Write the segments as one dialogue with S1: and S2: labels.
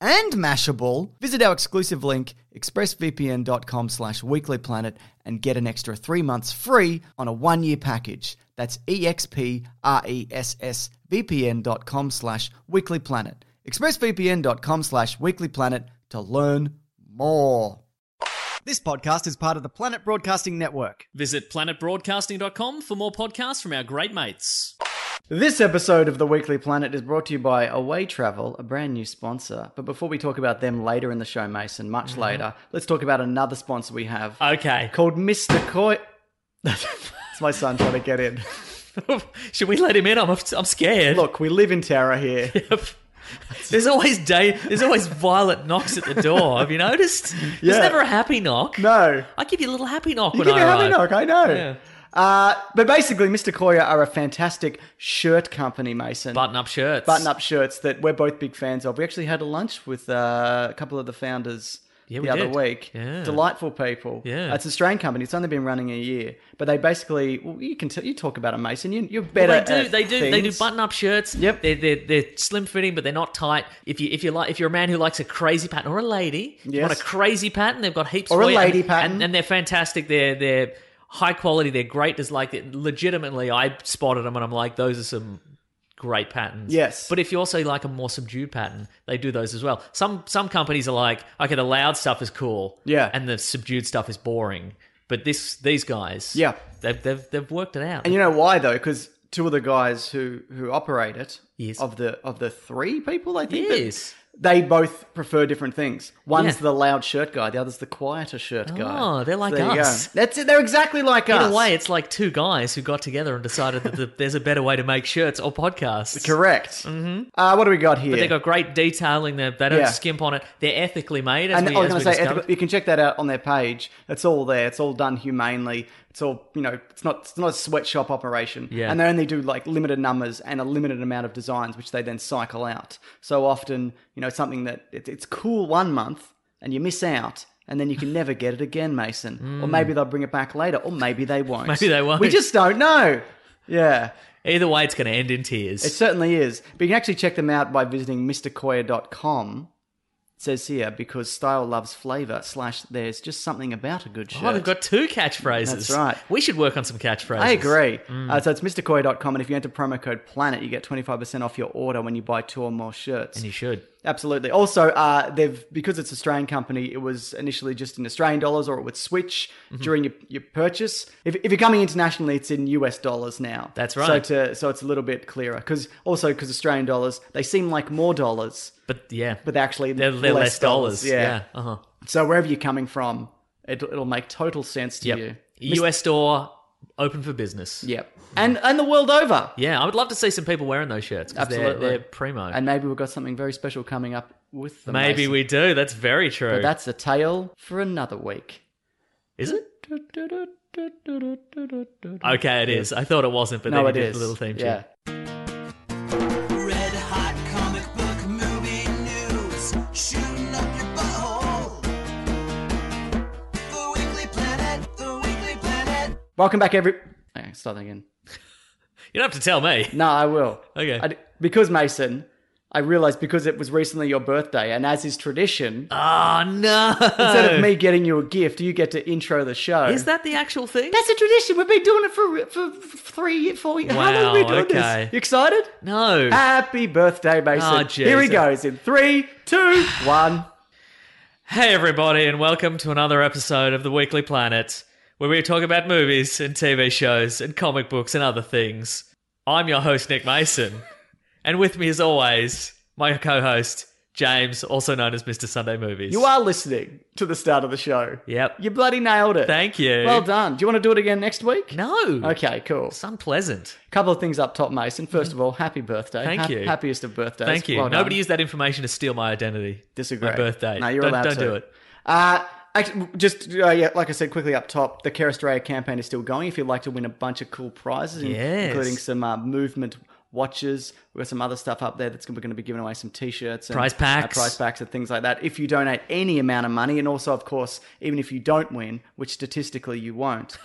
S1: and Mashable, visit our exclusive link, expressvpn.com slash weeklyplanet, and get an extra three months free on a one-year package. That's E expressvpn.com slash weeklyplanet. expressvpn.com slash weeklyplanet to learn more. This podcast is part of the Planet Broadcasting Network.
S2: Visit planetbroadcasting.com for more podcasts from our great mates.
S1: This episode of The Weekly Planet is brought to you by Away Travel, a brand new sponsor. But before we talk about them later in the show, Mason, much later, let's talk about another sponsor we have
S2: Okay.
S1: called Mr. Coy. it's my son trying to get in.
S2: Should we let him in? I'm, I'm scared.
S1: Look, we live in terror here.
S2: There's always day. There's always violent knocks at the door. Have you noticed?
S1: Yeah.
S2: There's never a happy knock.
S1: No.
S2: I give you a little happy knock
S1: You
S2: when
S1: give
S2: I
S1: me a happy
S2: arrive.
S1: knock, I know.
S2: Yeah.
S1: Uh, but basically, Mr. Koya are a fantastic shirt company, Mason.
S2: Button-up shirts.
S1: button-up shirts that we're both big fans of. We actually had a lunch with uh, a couple of the founders
S2: Yeah,
S1: the
S2: we
S1: other
S2: did.
S1: week.
S2: Yeah.
S1: Delightful people.
S2: Yeah.
S1: it's an Australian company. It's only been running a year, but they basically well, you can t- you talk about it, Mason. You, you're better.
S2: Well, they do.
S1: at
S2: They do. They do
S1: things.
S2: button-up shirts.
S1: Yep.
S2: They're, they're they're slim fitting, but they're not tight. If you if you like if you're a man who likes a crazy pattern or a lady, you want a
S1: Yes.
S2: crazy pattern, they've got heaps.
S1: Or
S2: for
S1: a
S2: you.
S1: lady
S2: and,
S1: pattern.
S2: and, and they're fantastic. They're they're high quality. They're great. There's like legitimately, I spotted them and I'm like, those are some great patterns.
S1: Yes.
S2: But if you also like a more subdued pattern, they do those as well. Some some companies are like, okay, the loud stuff is cool,
S1: Yeah.
S2: and the subdued stuff is boring. But this these guys,
S1: Yeah.
S2: they've they've, they've worked it out.
S1: And you know why though? Because two of the guys who who operate it
S2: Yes.
S1: of the of the three people, I think. that-
S2: yes.
S1: They both prefer different things. One's
S2: Yeah.
S1: the loud shirt guy, the other's the quieter shirt guy.
S2: Oh, they're like
S1: there you go.
S2: us.
S1: That's it. They're exactly like us.
S2: In a way, it's like two guys who got together and decided that the, there's a better way to make shirts or podcasts.
S1: Correct. Mm-hmm. Uh, what do we got here?
S2: But they got great detailing. They, they don't
S1: Yeah.
S2: skimp on it. They're ethically made. As
S1: and
S2: we,
S1: I was
S2: as
S1: going
S2: we
S1: to say,
S2: discovered.
S1: ethical- you can check that out on their page. It's all there. It's all done humanely. It's all you know. It's not. It's not a sweatshop operation.
S2: Yeah.
S1: And they only do like limited numbers and a limited amount of designs, which they then cycle out. So often, you know, something that it, it's cool one month and you miss out. And then you can never get it again, Mason. Or maybe they'll bring it back later, or maybe they won't.
S2: Hmm. Maybe they won't.
S1: We just don't know. Yeah.
S2: Either way, it's going to end in tears.
S1: It certainly is. But you can actually check them out by visiting mrkoya.com. It says here, because style loves flavour, slash, there's just something about a good shirt.
S2: oh, they've got two catchphrases.
S1: That's right.
S2: We should work on some catchphrases.
S1: I agree. Uh, so it's mrkoya.com, and if you enter promo code PLANET, you get 25% off your order when you buy two or more shirts.
S2: And you should.
S1: Absolutely. Also, uh, they've because it's Australian company, it was initially just in Australian dollars, or it would switch
S2: Mm-hmm.
S1: during your, your purchase. If, if you're coming internationally, it's in US dollars now.
S2: That's
S1: So
S2: right.
S1: to so it's a little bit clearer because also because Australian dollars, they seem like more dollars,
S2: But yeah,
S1: but they're actually
S2: they're, they're less, dollars. Yeah. Uh-huh.
S1: So wherever you're coming from, it, it'll make total sense to
S2: Yep.
S1: you.
S2: US store open for business.
S1: Yep. And and the world over.
S2: Yeah, I would love to see some people wearing those shirts. 'cause they're-
S1: Absolutely.
S2: They're, primo.
S1: And maybe we've got something very special coming up with the
S2: Maybe
S1: Mason.
S2: we do. That's very true.
S1: But that's a tale for another week.
S2: is it? Okay, it is. I thought it wasn't, but
S1: no,
S2: then
S1: it
S2: you did
S1: is.
S2: the little theme tune.
S1: yeah.
S3: Red hot comic book movie news, shooting up your butthole. The Weekly Planet, the Weekly Planet.
S1: Welcome back, every. Okay, start that again.
S2: You don't have to tell me.
S1: No, I will.
S2: Okay.
S1: I d because Mason, I realized because it was recently your birthday, and as is tradition,
S2: Oh, no.
S1: instead of me getting you a gift, you get to intro the show.
S2: Is that the actual thing?
S1: That's a tradition. We've been doing it for for, for three, four years. How long have we been
S2: Wow,
S1: doing
S2: okay.
S1: this? You excited?
S2: no.
S1: Happy birthday, Mason.
S2: Oh,
S1: Here he
S2: Jesus.
S1: goes in three, two, one.
S2: Hey, everybody, and welcome to another episode of The Weekly Planet, where we talk about movies and TV shows and comic books and other things. I'm your host, Nick Mason, and with me, as always, my co host, James, also known as Mr. Sunday Movies.
S1: You are listening to the start of the show.
S2: Yep.
S1: You bloody nailed it.
S2: Thank you.
S1: Well done. Do you want to do it again next week?
S2: No.
S1: Okay, cool.
S2: It's unpleasant.
S1: Couple of things up top, Mason. First of all, happy birthday.
S2: Thank
S1: Hap-
S2: you.
S1: Happiest of birthdays.
S2: Thank you.
S1: Well done.
S2: Nobody used that information to steal my identity.
S1: disagree.
S2: My birthday.
S1: No, you're
S2: don't,
S1: allowed
S2: don't
S1: to.
S2: do it.
S1: Uh, act- just uh, yeah, like I said, quickly up top, the Care Australia campaign is still going. If you'd like to win a bunch of cool prizes, in-
S2: Yes.
S1: including some uh, movement watches, we've got some other stuff up there that's going to be giving away some t-shirts, and,
S2: Prize packs.
S1: uh, prize packs, and things like that. If you donate any amount of money, and also, of course, even if you don't win, which statistically you won't,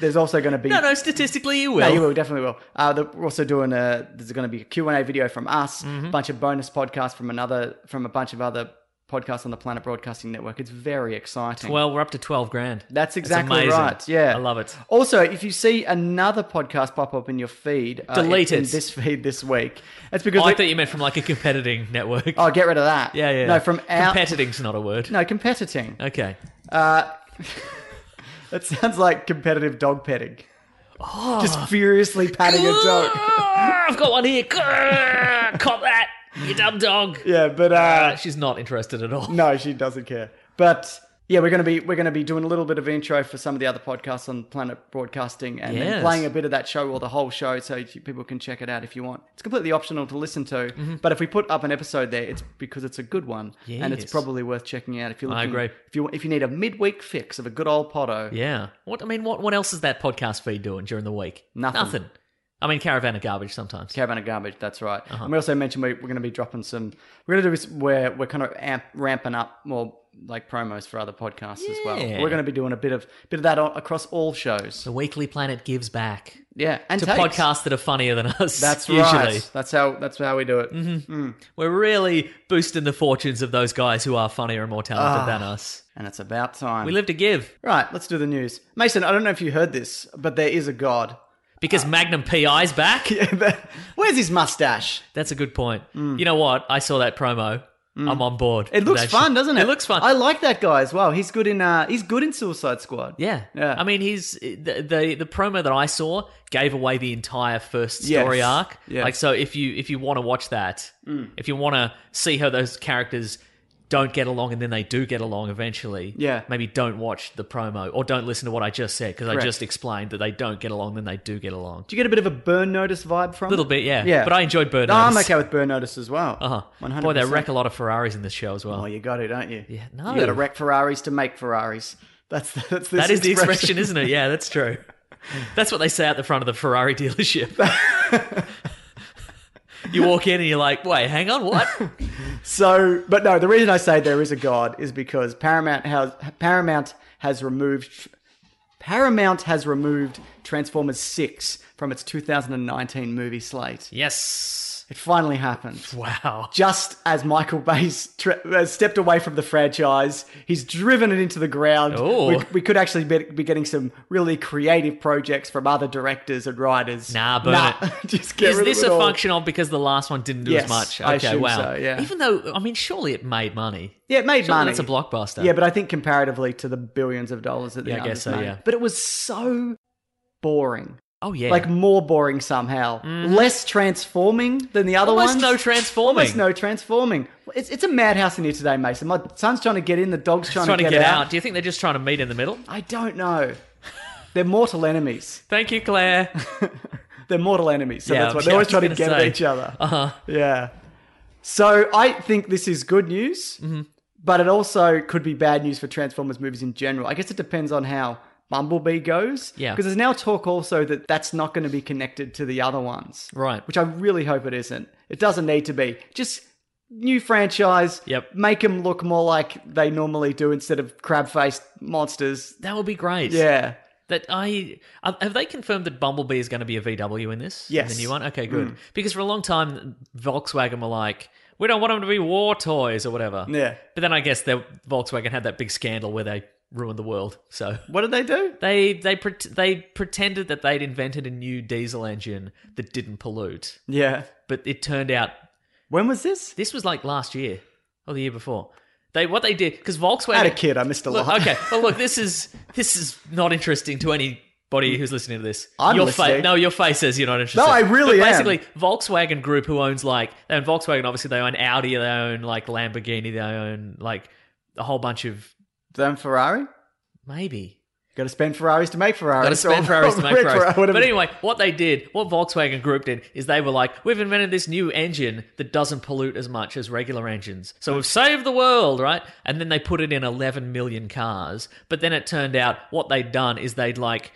S1: there's also going to be
S2: No, no, statistically, you will.
S1: no, you will definitely will. Uh, the, we're also doing a. There's going to be a Q and A video from us,
S2: Mm-hmm.
S1: a bunch of bonus podcasts from another, from a bunch of other podcasts on the Planet Broadcasting Network. It's very exciting.
S2: Well, we're up to 12 grand.
S1: that's exactly
S2: amazing.
S1: right. Yeah,
S2: I love it.
S1: Also, if you see another podcast pop up in your feed, uh,
S2: Delete
S1: in- in
S2: it.
S1: this feed this week. That's
S2: Oh,
S1: because
S2: I
S1: we-
S2: thought you meant from like a competing network.
S1: oh, get rid of that.
S2: yeah, yeah.
S1: No, from our
S2: Competiting's not a word.
S1: no competing.
S2: Okay.
S1: That sounds like competitive dog petting.
S2: Oh.
S1: Just furiously patting a dog.
S2: Ah, I've got one here. Grr, Cop that, you dumb dog.
S1: Yeah, but uh,
S2: Uh, she's not interested at all.
S1: No, she doesn't care. But yeah, we're gonna be we're gonna be doing a little bit of intro for some of the other podcasts on Planet Broadcasting, and then
S2: Yes.
S1: playing a bit of that show or the whole show, so you- people can check it out if you want. It's completely optional to listen to,
S2: Mm-hmm.
S1: but if we put up an episode there, it's because it's a good one, and it's
S2: Yes.
S1: probably worth checking out if you're
S2: I
S1: looking.
S2: agree.
S1: If you if you need a midweek fix of a good old potto,
S2: Yeah. What I mean, what what else is that podcast feed doing during the week?
S1: Nothing.
S2: Nothing. I mean, caravan of garbage sometimes.
S1: Caravan of Garbage. That's right.
S2: Uh-huh.
S1: And we also mentioned we, we're going to be dropping some. We're going to do this where we're kind of amp, ramping up more like promos for other podcasts as well.
S2: Yeah.
S1: We're going to be doing a bit of bit of that on, across all shows.
S2: the Weekly Planet gives back
S1: Yeah, and
S2: to
S1: takes.
S2: podcasts that are funnier than us.
S1: That's
S2: usually. Mm-hmm.
S1: right. That's how that's how we do it.
S2: We're really boosting the fortunes of those guys who are funnier and more talented than
S1: Ah.
S2: us.
S1: And it's about time.
S2: We live to give
S1: right. Let's do the news, Mason. I don't know if you heard this, but there is a god.
S2: because
S1: Ah.
S2: Magnum PI's back.
S1: Where's his mustache?
S2: That's a good point. You know what? I saw that promo. I'm on board.
S1: Mm. It looks
S2: That sh-
S1: fun, doesn't it?
S2: It looks fun.
S1: I like that guy as well. He's good in uh, he's good in Suicide Squad.
S2: Yeah.
S1: Yeah.
S2: I mean, he's the, the the promo that I saw gave away the entire first
S1: Yes.
S2: story arc.
S1: Yes. Mm.
S2: Like, so if you if you want to watch that, if you want to see how those characters don't get along and then they do get along eventually,
S1: Yeah.
S2: maybe don't watch the promo or don't listen to what I just said because I
S1: Correct.
S2: just explained that they don't get along, then they do get along.
S1: Do you get a bit of a burn notice vibe from
S2: A little
S1: it?
S2: bit, yeah.
S1: Yeah.
S2: But I enjoyed Bird
S1: No, I'm
S2: Notice.
S1: okay with burn notice as well.
S2: Uh-huh.
S1: One
S2: Boy, they
S1: hundred
S2: wreck a lot of Ferraris in this show as well.
S1: Oh, you got it, don't you?
S2: Yeah, no.
S1: You got to wreck Ferraris to make Ferraris. That's that's this
S2: That is the expression, isn't it? Yeah, that's true. That's what they say at the front of the Ferrari dealership. you walk in and you're like, wait, hang on, what?
S1: So, but no, the reason I say there is a god is because Paramount has Paramount has removed Paramount has removed Transformers Six from its 2019 movie slate.
S2: yes.
S1: It finally happened.
S2: Wow.
S1: Just as Michael Bay's tre- uh, stepped away from the franchise, he's driven it into the ground.
S2: Ooh.
S1: We, we could actually be, be getting some really creative projects from other directors and writers.
S2: Nah, burn it.
S1: Just get
S2: Is
S1: rid
S2: this
S1: of it
S2: a
S1: all.
S2: function of because the last one didn't do
S1: Yes,
S2: as much?
S1: I
S2: Okay,
S1: assume
S2: wow.
S1: so, yeah.
S2: Even though, I mean, surely it made money.
S1: Yeah, it made
S2: Surely
S1: money.
S2: that's a blockbuster.
S1: Yeah, but I think comparatively to the billions of dollars that the
S2: Yeah, I
S1: others
S2: guess so,
S1: made.
S2: yeah.
S1: But it was so boring.
S2: Oh, yeah. Mm.
S1: Like more boring somehow. Less transforming than the other
S2: Almost
S1: ones.
S2: no transforming.
S1: Almost no transforming. It's, it's a madhouse in here today, Mason. My son's trying to get in, the dog's trying,
S2: trying, to get, out. Do you think they're just trying to meet in the middle?
S1: I don't know. They're mortal enemies.
S2: Thank you, Claire.
S1: They're mortal enemies. So
S2: Yeah,
S1: that's what
S2: I
S1: they always
S2: was
S1: try to
S2: gonna
S1: get at
S2: say.
S1: each other. Uh-huh. Yeah. So I think this is good news,
S2: Mm-hmm.
S1: but it also could be bad news for Transformers movies in general. I guess it depends on how Bumblebee goes.
S2: Yeah.
S1: Because there's now talk also that that's not going to be connected to the other ones.
S2: Right.
S1: Which I really hope it isn't. It doesn't need to be. Just new franchise.
S2: Yep.
S1: Make them look more like they normally do instead of crab faced monsters.
S2: That would be great.
S1: Yeah.
S2: That I uh, have they confirmed that Bumblebee is going to be a VW in this?
S1: Yes. Mm.
S2: In the new one. Okay, good. Because for a long time, Volkswagen were like, we don't want them to be war toys or whatever.
S1: Yeah.
S2: But then I guess their Volkswagen had that big scandal where they ruined the world. So
S1: What did they do?
S2: they they pret they pretended that they'd invented a new diesel engine that didn't pollute,
S1: Yeah.
S2: but it turned out
S1: When was this?
S2: this was like last year or the year before. They what they did because Volkswagen
S1: I had a kid. I missed a
S2: Look,
S1: lot.
S2: okay, well, look, this is this is not interesting to anybody who's listening to this.
S1: I'm
S2: your
S1: listening.
S2: face, no, your face says you're not interested.
S1: No, I really
S2: But
S1: am.
S2: Basically, Volkswagen Group, who owns like, and Volkswagen obviously they own Audi, they own like Lamborghini, they own like a whole bunch of
S1: Then Ferrari.
S2: maybe
S1: Got to spend Ferraris to make Ferraris.
S2: Got to spend
S1: Or-
S2: Ferraris to make
S1: Rick
S2: Ferraris.
S1: Ferrari would've-
S2: But anyway, what they did, what Volkswagen Group did, is they were like, we've invented this new engine that doesn't pollute as much as regular engines. So we've saved the world, right? And then they put it in 11 million cars. But then it turned out what they'd done is they'd like.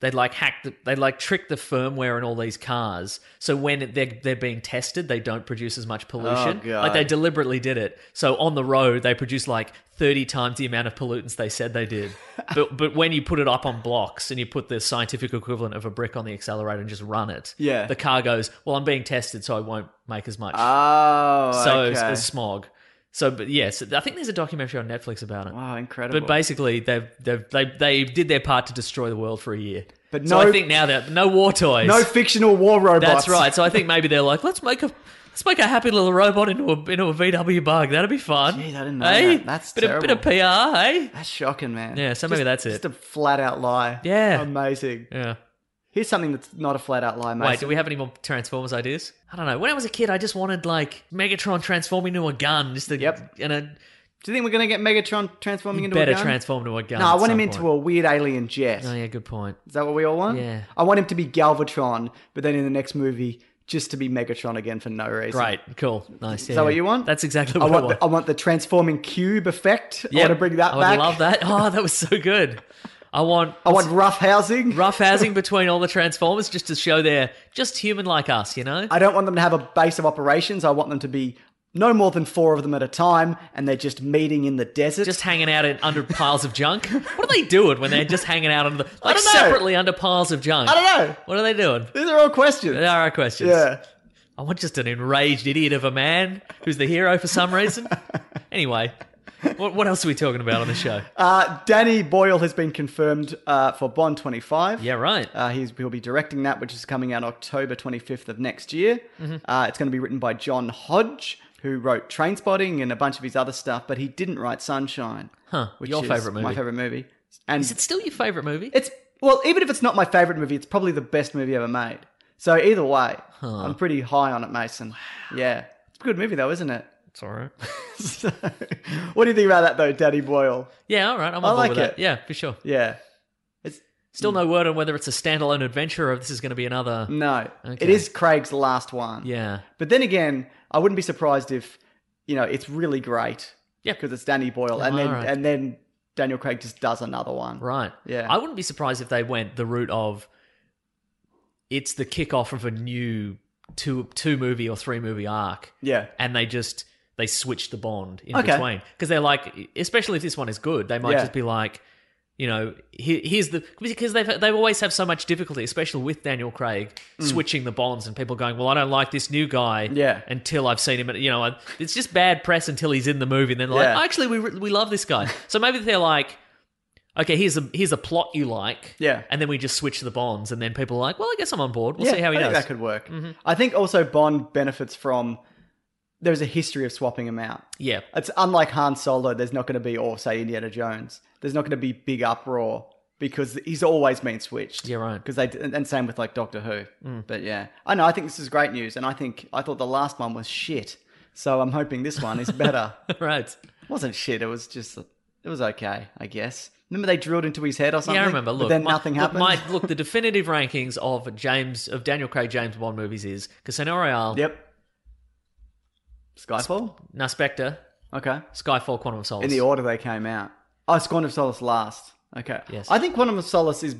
S2: They'd like hack, the, they'd like trick the firmware in all these cars. So when they're, they're being tested, they don't produce as much pollution.
S1: Oh, God.
S2: Like they deliberately did it. So on the road, they produce like 30 times the amount of pollutants they said they did. but, but when you put it up on blocks and you put the scientific equivalent of a brick on the accelerator and just run it,
S1: Yeah.
S2: the car goes, Well, I'm being tested, so I won't make as much.
S1: Oh,
S2: so
S1: okay.
S2: it's, it's smog. So, but yes, I think there's a documentary on Netflix about it.
S1: wow, incredible.
S2: But basically, they've, they've, they they did their part to destroy the world for a year.
S1: But
S2: so
S1: no-
S2: I think now that no war toys,
S1: no fictional war robots.
S2: that's right. So I think maybe they're like, let's make a let's make a happy little robot into a into a VW bug. That'd be fun.
S1: Jeez, I didn't know
S2: Eh?
S1: that. That's
S2: bit of, bit of PR, eh?
S1: That's shocking, man.
S2: Yeah, so maybe
S1: Just-
S2: that's it.
S1: Just a flat out lie.
S2: Yeah.
S1: Amazing.
S2: Yeah.
S1: Here's something that's not a flat out lie, mate.
S2: Wait, do we have any more Transformers ideas? I don't know. When I was a kid, I just wanted like Megatron transforming into a gun, just a,
S1: Yep.
S2: and a
S1: Do you think we're going to get Megatron transforming into
S2: better
S1: a gun?
S2: transform into a gun.
S1: No, I
S2: at
S1: want him
S2: some
S1: into
S2: point.
S1: a weird alien jet.
S2: Oh yeah, good point.
S1: Is that what we all want?
S2: Yeah.
S1: I want him to be Galvatron, but then in the next movie, just to be Megatron again for no reason.
S2: Great, cool, nice.
S1: Is that what you want?
S2: That's exactly
S1: I
S2: what
S1: want, the, I want the transforming cube effect. I
S2: Yep.
S1: want to bring that
S2: I would
S1: back.
S2: love that. Oh, that was so good. I want.
S1: I want rough housing.
S2: rough housing between all the Transformers just to show they're just human like us, you know?
S1: I don't want them to have a base of operations. I want them to be no more than four of them at a time, and they're just meeting in the desert.
S2: Just hanging out in, under piles of junk. What are they doing when they're just hanging out under the, like
S1: don't know.
S2: separately under piles of junk?
S1: I don't know.
S2: What are they doing?
S1: These are all questions.
S2: There are our questions.
S1: Yeah.
S2: I want just an enraged idiot of a man who's the hero for some reason. anyway, what, what else are we talking about on the show?
S1: Uh, Danny Boyle has been confirmed uh, for Bond 25.
S2: yeah, right.
S1: Uh, he's, he'll be directing that, which is coming out October 25th of next year.
S2: Mm-hmm.
S1: Uh, it's going to be written by John Hodge, who wrote Trainspotting and a bunch of his other stuff, but he didn't write Sunshine.
S2: Huh,
S1: Which
S2: your
S1: is
S2: favourite
S1: My
S2: movie.
S1: favorite movie. And
S2: Is it still your favorite movie?
S1: It's well, even if it's not my favorite movie, it's probably the best movie ever made. So either way, I'm pretty high on it, Mason. Yeah, it's a good movie though, isn't it?
S2: it's all right.
S1: So, what do you think about that though, Daddy Boyle?
S2: Yeah, all right. I'm on
S1: I
S2: board
S1: like
S2: with that.
S1: it.
S2: Yeah, for sure.
S1: Yeah,
S2: Still no word on whether it's a standalone adventure or if this is going to be another.
S1: no, it
S2: Okay.
S1: is Craig's last one.
S2: Yeah.
S1: but then again, I wouldn't be surprised if you know it's really great.
S2: Yeah.
S1: because it's Danny Boyle, and then
S2: alright.
S1: and then Daniel Craig just does another one.
S2: Right.
S1: Yeah.
S2: I wouldn't be surprised if they went the route of it's the kickoff of a new two two movie or three movie arc,
S1: Yeah,
S2: and they just they switch the bond in
S1: Okay.
S2: between because they're like, especially if this one is good, they might
S1: Yeah.
S2: just be like. You know, here, here's the because they they always have so much difficulty, especially with Daniel Craig switching the bonds and people going, "Well, I don't like this new guy
S1: Mm. Yeah.
S2: until I've seen him." at-" You know, I- it's just bad press until he's in the movie, and then like,
S1: Yeah.
S2: actually, we re- we love this guy. So maybe they're like, okay, here's a here's a plot you like.
S1: Yeah.
S2: And then we just switch the bonds, and then people are like, well, I guess I'm on board. We'll
S1: yeah,
S2: see how he
S1: I
S2: does. Mm-hmm.
S1: Think that could work. I think also Bond benefits from there's a history of swapping him out.
S2: yeah.
S1: It's unlike Han Solo. There's not going to be, or say Indiana Jones. There's not going to be big uproar because he's always been switched.
S2: Yeah, right. Mm.
S1: Because they and and same with like Doctor Who. But yeah, I know. I think this is great news, and I think I thought the last one was shit. So I'm hoping this one is better. it
S2: right.
S1: wasn't shit. It was just it was okay, I guess. Remember they drilled into his head or something.
S2: Yeah, I remember.
S1: But
S2: Look,
S1: then
S2: my-
S1: nothing
S2: look,
S1: happened.
S2: my- look, the definitive rankings of James of Daniel Craig James Bond movies is Casino Royale,
S1: yep. Skyfall?
S2: Now Spectre,
S1: Okay.
S2: Skyfall, Quantum of Solace.
S1: In the order they came out. Oh, it's Quantum of Solace last. Okay.
S2: Yes.
S1: I think Quantum of Solace is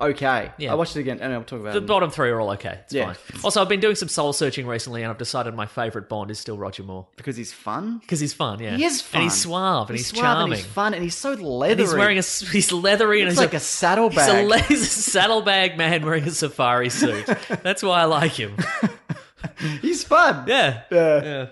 S1: okay.
S2: Yeah.
S1: I watched it again and I'll talk about
S2: The
S1: it.
S2: bottom three are all okay. It's
S1: Yeah.
S2: fine. Also, I've been doing some soul searching recently, and I've decided my favorite Bond is still Roger Moore
S1: because he's fun.
S2: because he's fun. Yeah,
S1: He is fun.
S2: and he's suave, and he's,
S1: suave
S2: charming.
S1: And he's fun and he's so leathery.
S2: And he's wearing a s- he's leathery and
S1: It's
S2: he's
S1: like a
S2: He's a,
S1: saddlebag.
S2: la- he's a saddlebag man wearing a safari suit. That's why I like him.
S1: he's fun.
S2: Yeah.
S1: Yeah.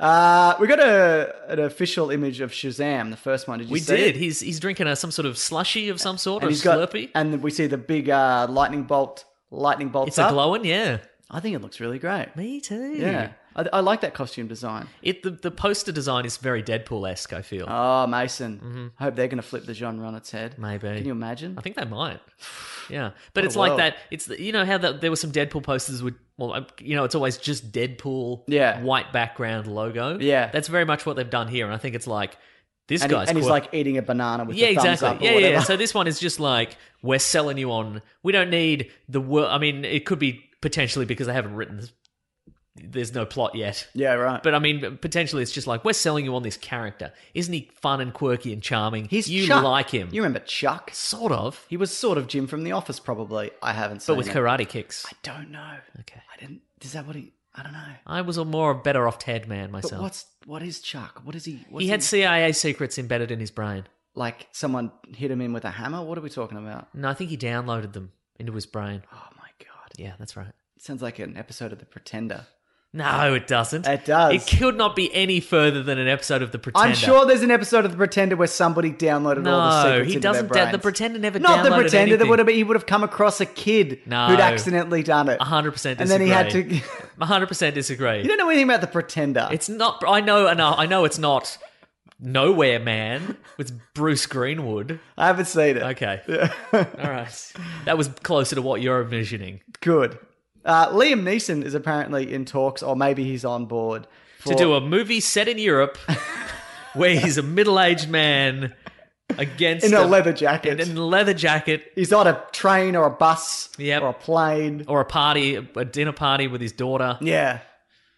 S1: Uh, we got a, an official image of Shazam, the first one. Did you
S2: We
S1: see
S2: did.
S1: it?
S2: He's he's drinking a, some sort of slushy of some sort or
S1: and
S2: a
S1: he's got,
S2: slurpee.
S1: and we see the big uh, lightning bolt. Lightning bolt.
S2: it's a glowing, yeah.
S1: I think it looks really great.
S2: Me too.
S1: Yeah, I, I like that costume design.
S2: It the, the poster design is very Deadpool esque, I feel.
S1: Oh, Mason. I hope they're going to flip the genre on its head.
S2: Mm-hmm. Maybe.
S1: Can you imagine?
S2: I think they might. Yeah, but
S1: a
S2: it's like
S1: world.
S2: that. It's the, you know how that there were some Deadpool posters with well, um, you know, it's always just Deadpool.
S1: Yeah.
S2: white background logo.
S1: Yeah.
S2: that's very much what they've done here, and I think it's like this
S1: and he-
S2: guy's
S1: and he's
S2: quirky.
S1: like eating a banana with
S2: yeah,
S1: the thumbs
S2: exactly.
S1: up or
S2: yeah, yeah,
S1: whatever.
S2: yeah. So this one is just like we're selling you on. We don't need the world. I mean, it could be potentially because they haven't written. this- There's no plot yet.
S1: Yeah, right.
S2: But I mean, potentially it's just like we're selling you on this character. Isn't he fun and quirky and charming?
S1: he's
S2: you
S1: Chuck.
S2: like him,
S1: You remember Chuck?
S2: sort of,
S1: He was sort of Jim from The Office, probably. I haven't seen
S2: but with
S1: it.
S2: karate kicks.
S1: I don't know.
S2: Okay.
S1: I didn't. Is that what he? I don't know.
S2: I was a more better off Ted man
S1: But
S2: myself.
S1: what's what is Chuck? What is he? What's
S2: he had CIA secrets embedded in his brain.
S1: like someone hit him in with a hammer. What are we talking about?
S2: No, I think he downloaded them into his brain.
S1: Oh my god!
S2: Yeah, that's right.
S1: It sounds like an episode of The Pretender.
S2: No, it doesn't.
S1: It does.
S2: It could not be any further than an episode of The Pretender.
S1: I'm sure there's an episode of The Pretender where somebody downloaded all the
S2: No,
S1: secrets
S2: he
S1: into
S2: doesn't.
S1: Their
S2: Da- the
S1: brains.
S2: Pretender never
S1: Not the
S2: downloaded
S1: Pretender. That
S2: anything.
S1: would have been, he would have come across a kid
S2: No.
S1: who'd accidentally done it.
S2: 100%
S1: And then he had to.
S2: disagree. 100% disagree.
S1: you don't know anything about The Pretender.
S2: It's not. I know. I know. I know. It's not. Nowhere Man with Bruce Greenwood.
S1: I haven't seen it.
S2: Okay. All right. That was closer to what you're envisioning.
S1: Good. Uh, Liam Neeson is apparently in talks, or maybe he's on board for,
S2: to do a movie set in Europe where he's a middle-aged man against
S1: in a leather jacket.
S2: in a leather jacket
S1: he's on a train or a bus
S2: Yep.
S1: or a plane.
S2: or a party, a dinner party with his daughter.
S1: Yeah.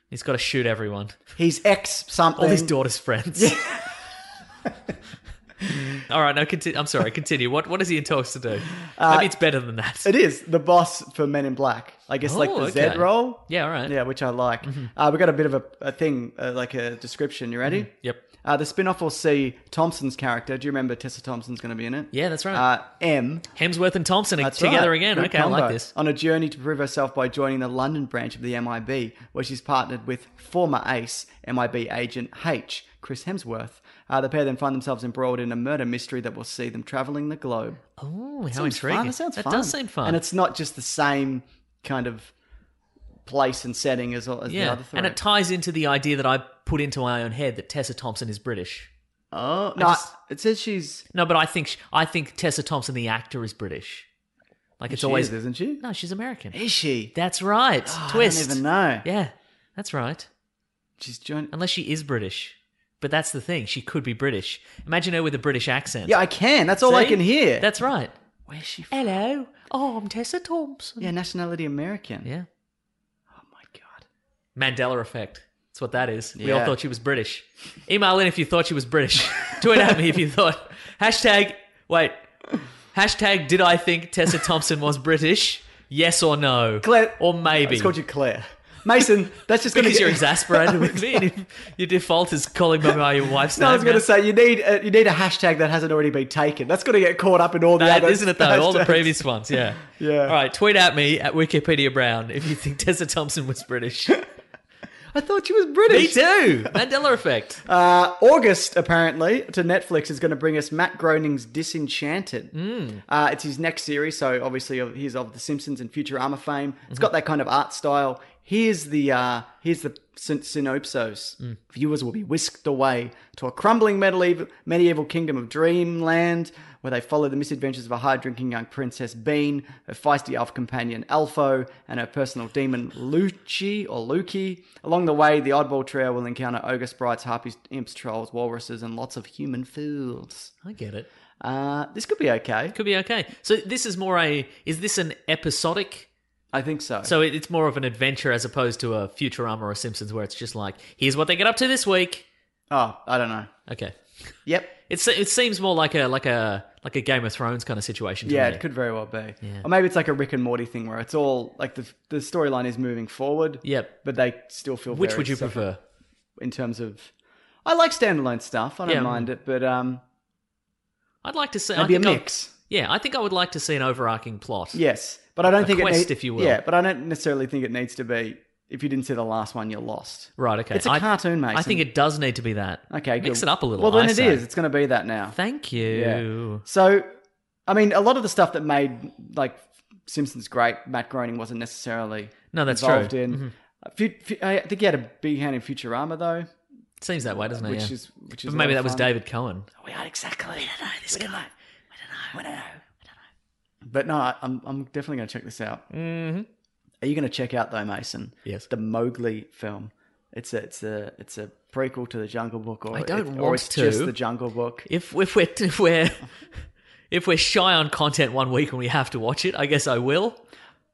S2: He's got to shoot everyone,
S1: He's ex something.
S2: all his daughter's friends. All right, no, continue. I'm sorry, continue. What what is he in talks to do? Maybe it's better than that.
S1: Uh, It is the boss for Men in Black. I guess like
S2: Oh,
S1: the
S2: okay.
S1: Z role.
S2: Yeah, Mm-hmm. all right.
S1: Yeah, which I like. Uh, we got a bit of a, a thing, uh, like a description. You ready?
S2: Mm-hmm. Yep.
S1: Uh, the spin off will see Thompson's character. Do you remember Tessa Thompson's going to be in it?
S2: Yeah, that's right.
S1: Uh, M.
S2: Hemsworth and Thompson are
S1: That's
S2: together
S1: right.
S2: again.
S1: Good
S2: okay, I
S1: combo.
S2: like this.
S1: On a journey to prove herself by joining the London branch of the MIB, where she's partnered with former ace MIB agent H, Chris Hemsworth. Uh, the pair then find themselves embroiled in a murder mystery that will see them traveling the globe.
S2: Oh, how
S1: Sounds
S2: intriguing!
S1: fun. That sounds fun.
S2: does seem fun.
S1: And it's not just the same kind of place and setting as, as the
S2: yeah,
S1: other three.
S2: and it ties into the idea that I put into my own head that Tessa Thompson is British.
S1: oh, no,
S2: just-
S1: it says she's
S2: No, but I think sh I think Tessa Thompson, the actor, is British. Like it's
S1: she
S2: always
S1: is, isn't she?
S2: no, she's American.
S1: Is she?
S2: That's right.
S1: Oh,
S2: Twist.
S1: I don't even know.
S2: Yeah, that's right.
S1: She's joined.
S2: Unless she is British, but that's the thing. She could be British. Imagine her with a British accent.
S1: Yeah, I can. That's all I
S2: See?
S1: can hear.
S2: That's right.
S1: Where's she from?
S2: Hello. Oh, I'm Tessa Thompson.
S1: Yeah, nationality American.
S2: Yeah.
S1: Oh my god.
S2: Mandela effect. That's what that is. We all
S1: Yeah.
S2: thought she was British. Email in if you thought she was British. Tweet at me if you thought. Hashtag, wait. Hashtag, did I think Tessa Thompson was British? Yes or no?
S1: Claire.
S2: Or maybe.
S1: It's called you Claire. Mason, that's just gonna
S2: because
S1: get-
S2: you're exasperated with me. And your default is calling me by your wife's
S1: No,
S2: name.
S1: I was going
S2: now.
S1: to say you need a, you need a hashtag that hasn't already been taken. That's going to get caught up in all the
S2: That
S1: other.
S2: isn't it though? All the
S1: hashtags.
S2: previous ones, yeah.
S1: Yeah.
S2: All right, tweet at me at Wikipedia Brown if you think Tessa Thompson was British. me
S1: I thought she was British.
S2: too. Mandela effect.
S1: Uh, August apparently to Netflix is going to bring us Matt Groening's Disenchanted. Uh, it's his next series, so obviously of- he's of The Simpsons and Futurama fame. It's got that kind of art style. Here's the uh, here's the syn- synopsis. Viewers will be whisked away to a crumbling medieval, medieval kingdom of dreamland, where they follow the misadventures of a hard drinking young princess Bean, her feisty elf companion Alfo, and her personal demon Luchi or Luki. Along the way, the oddball trio will encounter ogre sprites, harpies, imps, trolls, walruses, and lots of human fools.
S2: I get it.
S1: Uh, this could be okay.
S2: Could be okay. So this is more a. Is this an episodic
S1: I think so.
S2: So it, it's more of an adventure as opposed to a Futurama or a Simpsons where it's just like, here's what they get up to this week.
S1: oh, I don't know.
S2: Okay.
S1: Yep.
S2: It's, it seems more like a like a like a Game of Thrones kind of situation. To
S1: Yeah,
S2: me.
S1: it could very well be. Or maybe it's like a Rick and Morty thing where it's all like the the storyline is moving forward.
S2: Yep.
S1: But they still feel.
S2: Which
S1: very
S2: would you
S1: separate
S2: prefer?
S1: in terms of? I like standalone stuff. I don't
S2: Yeah.
S1: mind it, but um,
S2: I'd like to see I
S1: it'd be a
S2: think I'll-
S1: mix.
S2: yeah, I think I would like to see an overarching plot.
S1: Yes, but I don't
S2: A
S1: think it
S2: quest,
S1: need-
S2: if you will.
S1: Yeah, but I don't necessarily think it needs to be. If you didn't see the last one, you're lost.
S2: Right. Okay.
S1: It's a
S2: I-
S1: cartoon, Mason.
S2: I think it does need to be that.
S1: Okay,
S2: Mix
S1: good.
S2: it up a little.
S1: Well, then
S2: I
S1: it
S2: say.
S1: is. It's going to be that now.
S2: Thank you.
S1: So, I mean, a lot of the stuff that made like Simpsons great, Matt Groening wasn't necessarily
S2: No, that's
S1: involved
S2: true. Mm-hmm.
S1: in. A few- few- I think he had a big hand in Futurama though,
S2: It seems that way, doesn't it?
S1: which
S2: yeah.
S1: is which is
S2: but
S1: a
S2: maybe
S1: lot of
S2: that was
S1: fun.
S2: David Cohen.
S1: We are exactly. We don't know this guy. We don't know. We don't know. But no, I- I'm I'm definitely going to check this out. Mm-hmm. Are you going to check out though, Mason?
S2: Yes.
S1: The Mowgli film. It's a it's a it's a prequel to the Jungle Book, or
S2: I don't
S1: it- or
S2: want
S1: it's just
S2: to.
S1: the Jungle Book.
S2: If if we're if we're if we're shy on content one week and we have to watch it, I guess I will.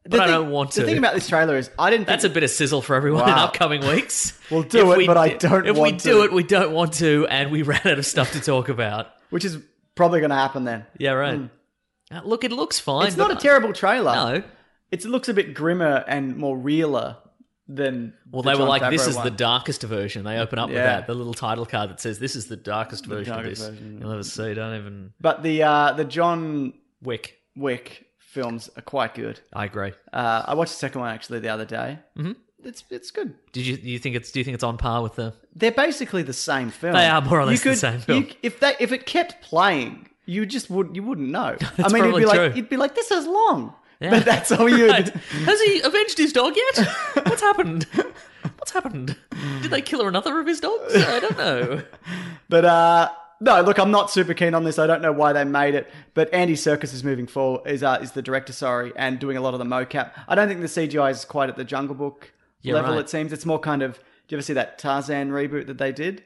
S2: But I don't want to.
S1: The thing about this trailer is I didn't.
S2: That's a
S1: think,
S2: bit of sizzle for everyone in
S1: Wow.
S2: upcoming weeks.
S1: We'll do
S2: If
S1: it,
S2: we
S1: but I
S2: di-
S1: don't
S2: If we
S1: want
S2: do
S1: to.
S2: it, we don't want to, and we ran out of stuff to talk about.
S1: which is probably going to happen then.
S2: Yeah, right. Uh, look, it looks fine.
S1: Hmm. It's not
S2: but
S1: a terrible trailer.
S2: I- No.
S1: it looks a bit grimmer and more realer than.
S2: Well,
S1: the
S2: they were
S1: Jon
S2: like, "This
S1: Favreau
S2: is the
S1: one.
S2: darkest version." They open up with
S1: Yeah.
S2: that the little title card that says, "This is the darkest version
S1: darkest
S2: of this."
S1: version,
S2: You'll never see. Don't even
S1: But the uh, the John
S2: wick.
S1: Wick films are quite good.
S2: I agree.
S1: Uh, I watched the second one actually the other day. Mm-hmm. It's it's good.
S2: Did you you think it's do you think it's on par with the?
S1: They're basically the same film.
S2: They are more or
S1: You
S2: less the
S1: could-
S2: same film.
S1: you- if they if it kept playing, you just would you wouldn't know. I
S2: That's
S1: mean, it'd
S2: probably
S1: be like
S2: true.
S1: you'd be like, this is long.
S2: Yeah.
S1: But that's all you.
S2: Right. Has he avenged his dog yet? What's happened? What's happened? Did they kill another of his dogs? I don't know.
S1: But uh, no, look, I'm not super keen on this. I don't know why they made it. But Andy Circus is moving forward. Is uh, is the director? Sorry, and doing a lot of the mocap. I don't think the CGI is quite at the Jungle Book
S2: Yeah,
S1: level.
S2: right.
S1: It seems it's more kind of. Do you ever see that Tarzan reboot that they did?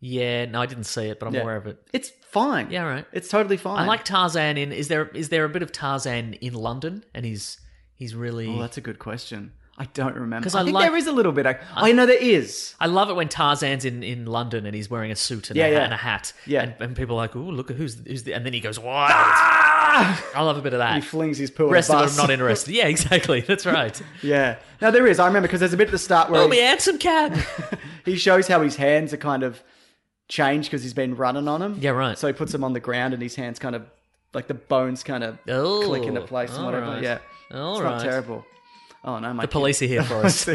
S2: Yeah, no, I didn't see it, but I'm
S1: Yeah.
S2: aware of it.
S1: It's fine.
S2: Yeah, right.
S1: It's totally fine.
S2: I like Tarzan. In is there is there a bit of Tarzan in London? And he's he's really.
S1: Oh, that's a good question. I don't remember.
S2: 'Cause
S1: I,
S2: I
S1: think
S2: like-
S1: there is a little bit. I, I know there is.
S2: I love it when Tarzan's in, in London and he's wearing a suit and,
S1: Yeah,
S2: a, hat
S1: yeah.
S2: and a hat.
S1: Yeah.
S2: And, and people are like, ooh, look at who's, who's the. And then he goes, wild. I love a bit of that.
S1: He flings his poo. at a
S2: Ah! Rest of it,
S1: bus.
S2: I'm not interested. Yeah, exactly. That's right.
S1: Yeah. No, there is. I remember because there's a bit at the start where
S2: oh,
S1: he-
S2: me handsome cat.
S1: he shows how his hands are kind of changed because he's been running on them.
S2: Yeah, right.
S1: So he puts them on the ground, and his hands kind of like the bones kind of
S2: Oh,
S1: click into place and
S2: all
S1: whatever.
S2: right.
S1: Yeah,
S2: All
S1: it's
S2: right.
S1: not terrible. Oh no, my
S2: the police are here for us.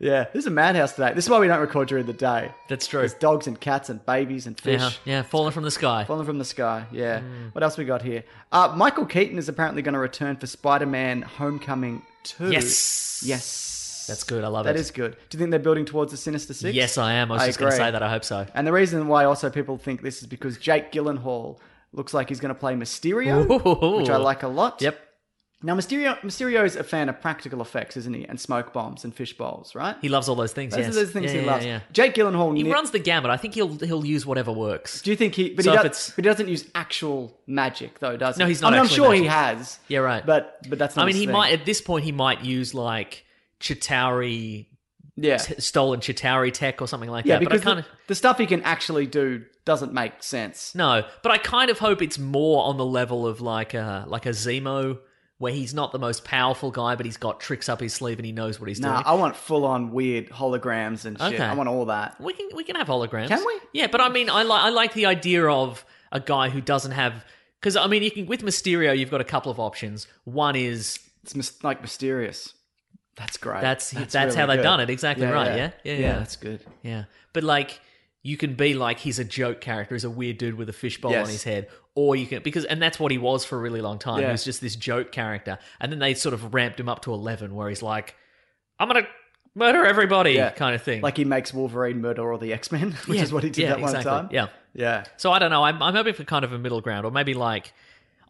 S1: Yeah, this is a madhouse today. This is why we don't record during the day.
S2: That's true.
S1: There's dogs and cats and babies and fish.
S2: Yeah, Uh-huh. Mm. yeah, falling from the sky.
S1: Falling from the sky, yeah. What else we got here? Uh, Michael Keaton is apparently going to return for Spider-Man: Homecoming Two.
S2: Yes.
S1: yes,
S2: That's good. I love
S1: That
S2: it.
S1: is good. Do you think they're building towards the Sinister Six?
S2: Yes, I am. I was just going to
S1: agree.
S2: say that. I hope so.
S1: And the reason why also people think this is because Jake Gyllenhaal looks like he's going to play Mysterio,
S2: Ooh.
S1: which I like a lot.
S2: Yep.
S1: Now Mysterio Mysterio is a fan of practical effects, isn't he? And smoke bombs and fish bowls, right?
S2: He loves all those things.
S1: Those
S2: yes.
S1: are those things
S2: Yeah,
S1: he
S2: yeah,
S1: loves.
S2: yeah.
S1: Jake Gyllenhaal.
S2: He
S1: ne-
S2: runs the gamut. I think he'll he'll use whatever works.
S1: Do you think he? But,
S2: So
S1: he,
S2: if
S1: does,
S2: it's-
S1: but he doesn't use actual magic, though, does he?
S2: No, he's
S1: I
S2: not
S1: mean, I'm
S2: actually
S1: sure he
S2: magic.
S1: has.
S2: Yeah, right.
S1: But but that's. Not
S2: I mean,
S1: his
S2: he
S1: thing.
S2: might at this point he might use like Chitauri
S1: Yeah.
S2: t- stolen Chitauri tech or something like
S1: yeah,
S2: that. But I
S1: because
S2: kind of
S1: the, the stuff he can actually do doesn't make sense.
S2: no. But I kind of hope it's more on the level of like a like a Zemo, where he's not the most powerful guy, but he's got tricks up his sleeve and he knows what he's
S1: Nah,
S2: doing.
S1: I want full on weird holograms and shit.
S2: Okay.
S1: I want all that.
S2: we can we can have holograms.
S1: Can we?
S2: Yeah, but I mean, I like I like the idea of a guy who doesn't have because I mean, you can with Mysterio, you've got a couple of options. One is
S1: It's mys- like mysterious. That's great.
S2: That's that's, how
S1: really
S2: they've
S1: good.
S2: done it. Exactly right. Yeah. Yeah.
S1: yeah,
S2: Yeah. Yeah.
S1: That's good.
S2: But like you can be like he's a joke character, he's a weird dude with a fishbowl
S1: Yes.
S2: on his head. Or you can because and that's what he was for a really long time.
S1: Yeah.
S2: He was just this joke character. And then they sort of ramped him up to eleven where he's like, I'm gonna murder everybody
S1: Yeah.
S2: kind of thing.
S1: Like he makes Wolverine murder all the X Men, which
S2: Yeah,
S1: is what he did
S2: yeah,
S1: that one
S2: exactly.
S1: time.
S2: Yeah.
S1: yeah,
S2: So I don't know. I'm, I'm hoping for kind of a middle ground, or maybe like.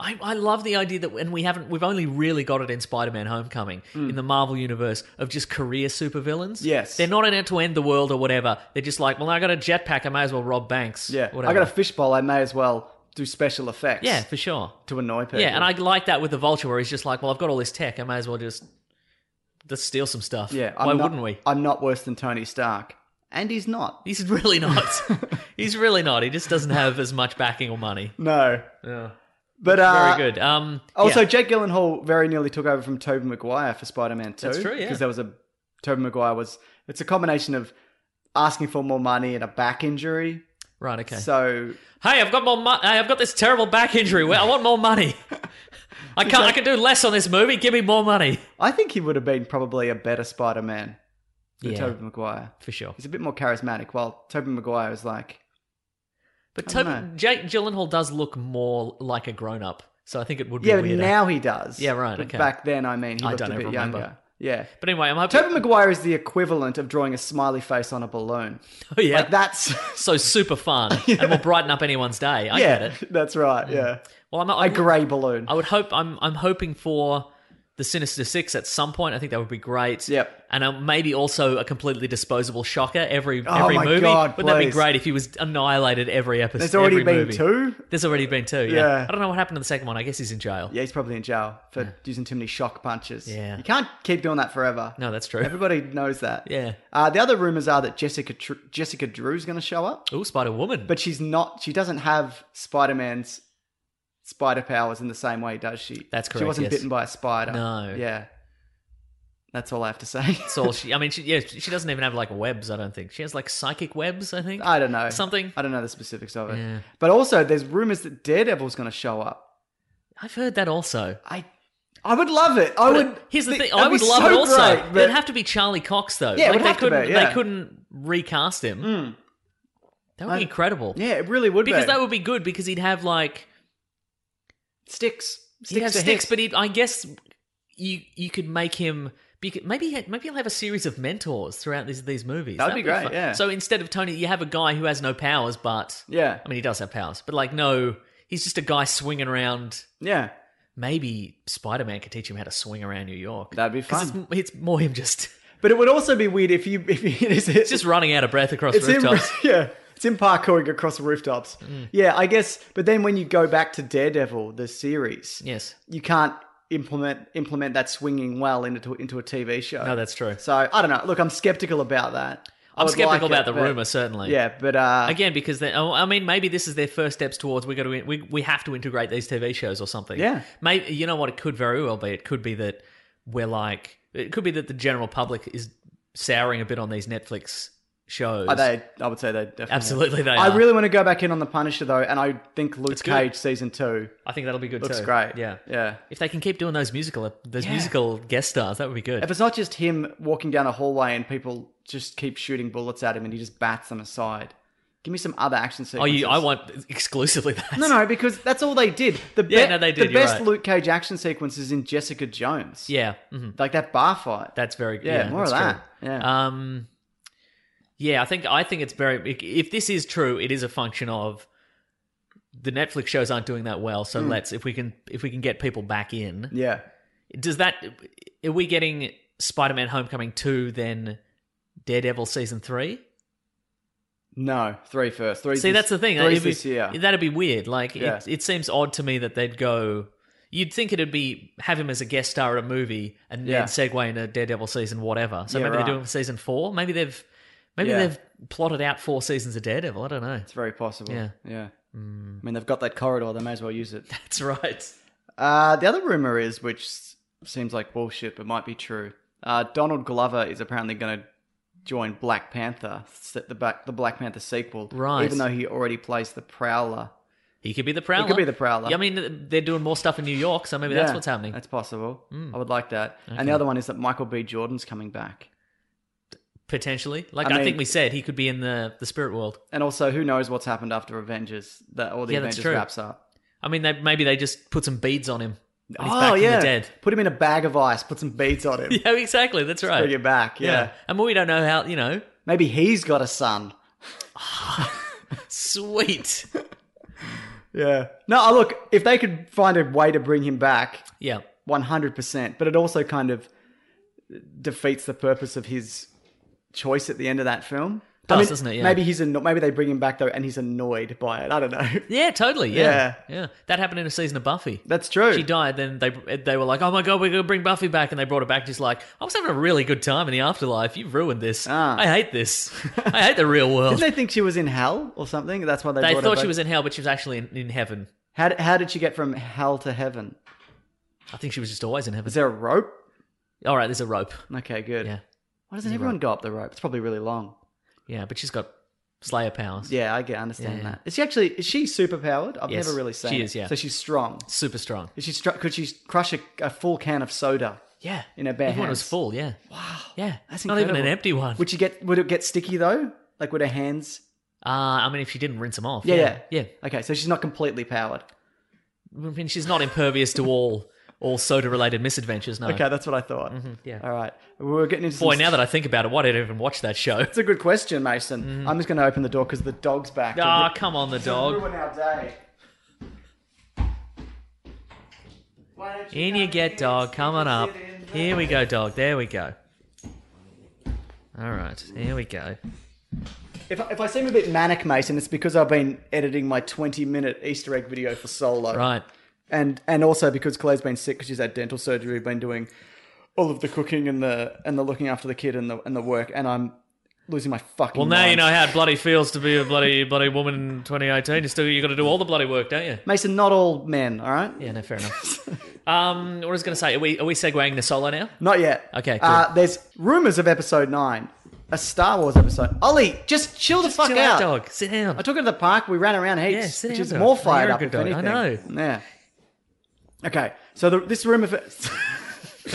S2: I, I love the idea that, and we haven't, we've only really got it in Spider-Man: Homecoming in the Marvel universe of just career supervillains.
S1: Yes.
S2: they're not in it to end the world or whatever. They're just like, well, I got a jetpack, I may as well rob banks.
S1: yeah.
S2: whatever.
S1: I got a fishbowl. I may as well do special effects
S2: Yeah, for sure.
S1: to annoy people.
S2: Yeah, and I like that with the vulture where he's just like, well, I've got all this tech, I may as well just just steal some stuff.
S1: yeah.
S2: why
S1: I'm not-
S2: wouldn't we?
S1: I'm not worse than Tony Stark, and he's not.
S2: He's really not. he's really not. He just doesn't have as much backing or money.
S1: No,
S2: Yeah.
S1: but uh,
S2: Very good. Um,
S1: Also,
S2: yeah.
S1: Jake Gyllenhaal very nearly took over from Tobey Maguire for Spider-Man 2.
S2: That's true, yeah.
S1: Because there was a Tobey Maguire was it's a combination of asking for more money and a back injury.
S2: right. Okay.
S1: So
S2: hey, I've got more. Mo- hey, I've got this terrible back injury. Well, I want more money. I can't. I can do less on this movie. Give me more money.
S1: I think he would have been probably a better Spider-Man than
S2: Yeah.
S1: Tobey Maguire.
S2: For sure.
S1: He's a bit more charismatic, while Tobey Maguire is like,
S2: But
S1: I don't
S2: Toby,
S1: know.
S2: Jake Gyllenhaal does look more like a grown up, so I think it would be
S1: yeah, but
S2: weirder.
S1: now he does.
S2: Yeah, right,
S1: But
S2: okay.
S1: Back then, I mean, he
S2: I
S1: looked a
S2: don't
S1: bit
S2: remember.
S1: younger. Yeah.
S2: but anyway, I'm hoping.
S1: Tobey Maguire is the equivalent of drawing a smiley face on a balloon.
S2: yeah,
S1: Like that's
S2: so super fun and will brighten up anyone's day. I
S1: yeah,
S2: get it.
S1: that's right. Yeah,
S2: Well, I'm,
S1: a
S2: I'm,
S1: grey balloon.
S2: I would hope I'm I'm hoping for the Sinister Six at some point. I think that would be great.
S1: Yep.
S2: And um, maybe also a completely disposable shocker every
S1: Oh
S2: every
S1: my
S2: movie.
S1: God,
S2: Wouldn't that be
S1: please.
S2: great if he was annihilated every episode?
S1: There's already
S2: every
S1: been
S2: movie?
S1: two.
S2: There's already been two. Yeah.
S1: Yeah.
S2: I don't know what happened to the second one. I guess he's in jail.
S1: Yeah, he's probably in jail for using too many shock punches.
S2: Yeah.
S1: you can't keep doing that forever.
S2: No, that's true.
S1: everybody knows that.
S2: Yeah.
S1: Uh, the other rumors are that Jessica Tr- Jessica Drew's going to show up,
S2: Ooh, Spider Woman.
S1: but she's not. She doesn't have Spider Man's spider powers in the same way, does she?
S2: That's
S1: She
S2: correct,
S1: wasn't
S2: yes.
S1: bitten by a spider.
S2: No.
S1: Yeah. That's all I have to say.
S2: that's all she. I mean, she, yeah, she doesn't even have like webs. I don't think she has like psychic webs. I think.
S1: I don't know
S2: Something.
S1: I don't know the specifics of it.
S2: Yeah.
S1: But also, there's rumors that Daredevil's going to show up.
S2: I've heard that also.
S1: I. I would love it. I would.
S2: Here's the
S1: thi-
S2: thing.
S1: that'd
S2: I would
S1: be
S2: love
S1: so
S2: it also.
S1: great, but-
S2: It'd have to be Charlie Cox though.
S1: Yeah, it
S2: like,
S1: would
S2: they
S1: have to be,
S2: couldn't
S1: yeah. Hmm.
S2: they couldn't recast him. That would
S1: I-
S2: be incredible.
S1: Yeah, it really would
S2: Because
S1: be.
S2: that would be good because he'd have like
S1: sticks. Sticks
S2: he'd have
S1: to
S2: sticks,
S1: hit.
S2: but he'd, I guess you you could make him bec- maybe he- maybe he'll have a series of mentors throughout these these movies.
S1: That'd be great,
S2: fun.
S1: yeah.
S2: So instead of Tony, you have a guy who has no powers, but
S1: yeah,
S2: I mean he does have powers, but like no, he's just a guy swinging around.
S1: yeah,
S2: Maybe Spider Man could teach him how to swing around New York.
S1: that'd be
S2: 'Cause
S1: fun.
S2: It's, it's more him just
S1: But it would also be weird if you if you, it is
S2: it's just running out of breath across
S1: it's him
S2: rooftops. Mm.
S1: yeah it's him parkouring across rooftops. Yeah, I guess. But then when you go back to Daredevil the series,
S2: Yes.
S1: you can't implement implement that swinging well into into a TV show.
S2: No, that's true.
S1: so I don't know. Look, I'm skeptical about that. I
S2: I'm
S1: would
S2: skeptical
S1: like
S2: about
S1: it,
S2: the
S1: but-
S2: rumor, certainly.
S1: Yeah, but uh,
S2: Again, because they, oh, I mean, maybe this is their first steps towards we got to we we have to integrate these TV shows or something.
S1: Yeah.
S2: maybe you know what it could very well be. It could be that we're like it could be that the general public is souring a bit on these Netflix shows.
S1: Are they? I would say they definitely. are.
S2: Absolutely they
S1: I
S2: are.
S1: really want to go back in on the Punisher though, and I think Luke
S2: good.
S1: Cage season two
S2: I think that'll be good
S1: looks
S2: too.
S1: great.
S2: Yeah,
S1: yeah.
S2: If they can keep doing those musical those musical guest stars, that would be good.
S1: If it's not just him walking down a hallway and people just keep shooting bullets at him and he just bats them aside, give me some other action
S2: oh,
S1: sequences.
S2: you, I want exclusively that.
S1: No, no, because that's all they did. The be-
S2: Yeah, no, they did,
S1: The
S2: you're
S1: best
S2: right.
S1: Luke Cage action sequence is in Jessica Jones.
S2: Yeah, hmm
S1: like that bar fight.
S2: that's very good.
S1: yeah, more of
S2: that's true.
S1: that. Yeah,
S2: Um, yeah, I think I think it's very. If this is true, it is a function of the Netflix shows aren't doing that well. So let's if we can if we can get people back in.
S1: yeah.
S2: Does that are we getting Spider Man Homecoming two then Daredevil season three?
S1: No, three first. Three.
S2: See,
S1: this-
S2: that's the thing.
S1: Three's
S2: It'd be-
S1: this year.
S2: That'd be weird. Like
S1: Yeah.
S2: it, it seems odd to me that they'd go. You'd think it'd be have him as a guest star at a movie and
S1: Yeah.
S2: then segue into Daredevil season whatever. So
S1: Yeah,
S2: maybe
S1: right.
S2: they're doing season four. Maybe they've maybe
S1: Yeah.
S2: they've plotted out four seasons of Daredevil. I don't know.
S1: it's very possible.
S2: Yeah. Mm.
S1: yeah. I mean, they've got that corridor. They may as well use it.
S2: That's right.
S1: Uh, the other rumor is, which s- seems like bullshit, but might be true. Uh, Donald Glover is apparently going to join Black Panther, set the back, the Black Panther sequel.
S2: Right.
S1: Even though he already plays the Prowler.
S2: He could be the prowler.
S1: could be the Prowler.
S2: Yeah, I mean, they're doing more stuff in New York, so maybe that's
S1: Yeah,
S2: what's happening. Mm.
S1: That's possible. I would like that. And the other one is that Michael B. Jordan's coming back.
S2: Potentially, like
S1: I
S2: I,
S1: mean-
S2: think we said, he could be in the the spirit world.
S1: And also, who knows what's happened after Avengers? That all the
S2: Yeah, that's
S1: Avengers
S2: true.
S1: wraps up.
S2: I mean, they, maybe they just put some beads on him. When he's back from the dead.
S1: Oh, Put him in a bag of ice. Put some beads on him.
S2: Yeah, exactly. That's right.
S1: Bring him back. yeah.
S2: and we don't know how you know.
S1: Maybe he's got a son.
S2: Sweet.
S1: Yeah. No, I- look, if they could find a way to bring him back,
S2: Yeah.
S1: 100%, but it also kind of defeats the purpose of his choice at the end of that film.
S2: Does,
S1: I mean,
S2: doesn't it? Yeah.
S1: Maybe he's anno- maybe they bring him back though, and he's annoyed by it. I don't know.
S2: Yeah, totally. Yeah. yeah. That happened in a season of Buffy.
S1: That's true.
S2: she died, then they they were like, "Oh my god, we're gonna bring Buffy back," and they brought her back. Just like, I was having a really good time in the afterlife. You've ruined this.
S1: Ah.
S2: I hate this. I hate the real world.
S1: Didn't they think she was in hell or something? That's why they.
S2: they
S1: brought her
S2: thought
S1: back.
S2: she was in hell, but she was actually in, in heaven.
S1: How, d- how did she get from hell to heaven?
S2: I think she was just always in heaven.
S1: Is there a rope?
S2: All right, there's a rope.
S1: Okay, good.
S2: Yeah,
S1: Why doesn't everyone go up the rope? It's probably really long.
S2: yeah, but she's got Slayer powers.
S1: Yeah, I get understand
S2: Yeah, yeah.
S1: that. Is she actually is she superpowered? I've
S2: Yes,
S1: never really seen.
S2: she
S1: it.
S2: is, yeah.
S1: So she's strong.
S2: super strong.
S1: Is she str- could she crush a, a full can of soda?
S2: Yeah,
S1: In her bare
S2: Even when it was
S1: hands.
S2: full. Yeah, wow. Yeah,
S1: That's
S2: not even
S1: incredible.
S2: an empty one.
S1: Would she get would it get sticky though? Like would her hands?
S2: uh, I mean, if she didn't rinse them off.
S1: Yeah,
S2: yeah,
S1: yeah,
S2: yeah.
S1: Okay, so she's not completely powered.
S2: I mean, she's not impervious to all all soda related misadventures. No. Mm-hmm,
S1: Okay, that's what I thought.
S2: yeah.
S1: All right, we're getting into
S2: Boy,
S1: some-
S2: now that I think about it, why did I even watch that show?
S1: That's a good question, Mason. I'm just going to open the door because the dog's back. to
S2: Mm-hmm. Ah,
S1: ru-
S2: come on, the
S1: to
S2: dog.
S1: Ruin our day. Why don't
S2: In you
S1: come
S2: get,
S1: here,
S2: dog.
S1: sit
S2: Coming
S1: and
S2: up.
S1: sit in the-
S2: Here we go, dog. There we go. All right, here we go.
S1: If, if I seem a bit manic, Mason, it's because I've been editing my 20 minute Easter egg video for Solo.
S2: Right.
S1: And and also because Claire's been sick because she's had dental surgery, we've been doing all of the cooking and the and the looking after the kid and the and the work, and I'm losing my fucking.
S2: Well, now you
S1: mind.
S2: know how it bloody feels to be a bloody bloody woman in 2018. You still you got to do all the bloody work, don't you?
S1: Mason, not all men, all right?
S2: Yeah, no, fair enough. um, what I was going to say, are we are we segueing the solo now?
S1: Not yet.
S2: Okay,
S1: Uh,
S2: cool.
S1: there's rumors of episode nine, a Star Wars episode. Ollie, just chill the fuck
S2: Chill
S1: out.
S2: dog. Sit down.
S1: I took her to the park. We ran around heaps,
S2: Yeah, sit
S1: which
S2: down,
S1: is
S2: dog.
S1: more fired
S2: You're a
S1: up.
S2: good
S1: if
S2: dog. I
S1: anything. Yeah. Okay, so the, this rumor for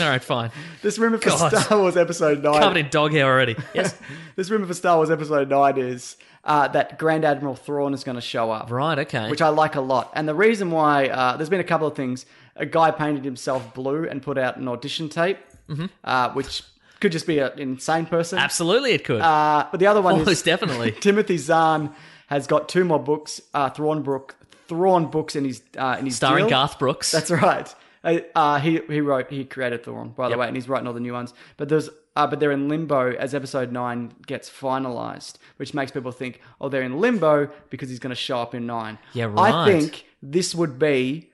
S2: all right, fine.
S1: this rumor for
S2: God.
S1: Star Wars episode nine.
S2: Covered in dog hair already. Yes.
S1: This rumor for Star Wars episode nine is uh, that Grand Admiral Thrawn is going to show up.
S2: Right. Okay.
S1: which I like a lot. And the reason why uh, there's been a couple of things. A guy painted himself blue and put out an audition tape,
S2: Mm-hmm.
S1: uh, which could just be a- an insane person.
S2: Absolutely, it could.
S1: Uh, but the other one
S2: Almost
S1: is
S2: definitely.
S1: Timothy Zahn has got two more books, uh, Thornbrook, Thorn books in his uh, in his
S2: Starring
S1: deal.
S2: Garth Brooks.
S1: That's right. Uh, uh, he he wrote he created Thorn by the
S2: Yep.
S1: way, and he's writing all the new ones. But there's uh, but they're in limbo as episode nine gets finalized, which makes people think, oh, they're in limbo because he's going to show up in nine.
S2: Yeah,
S1: I
S2: right.
S1: think this would be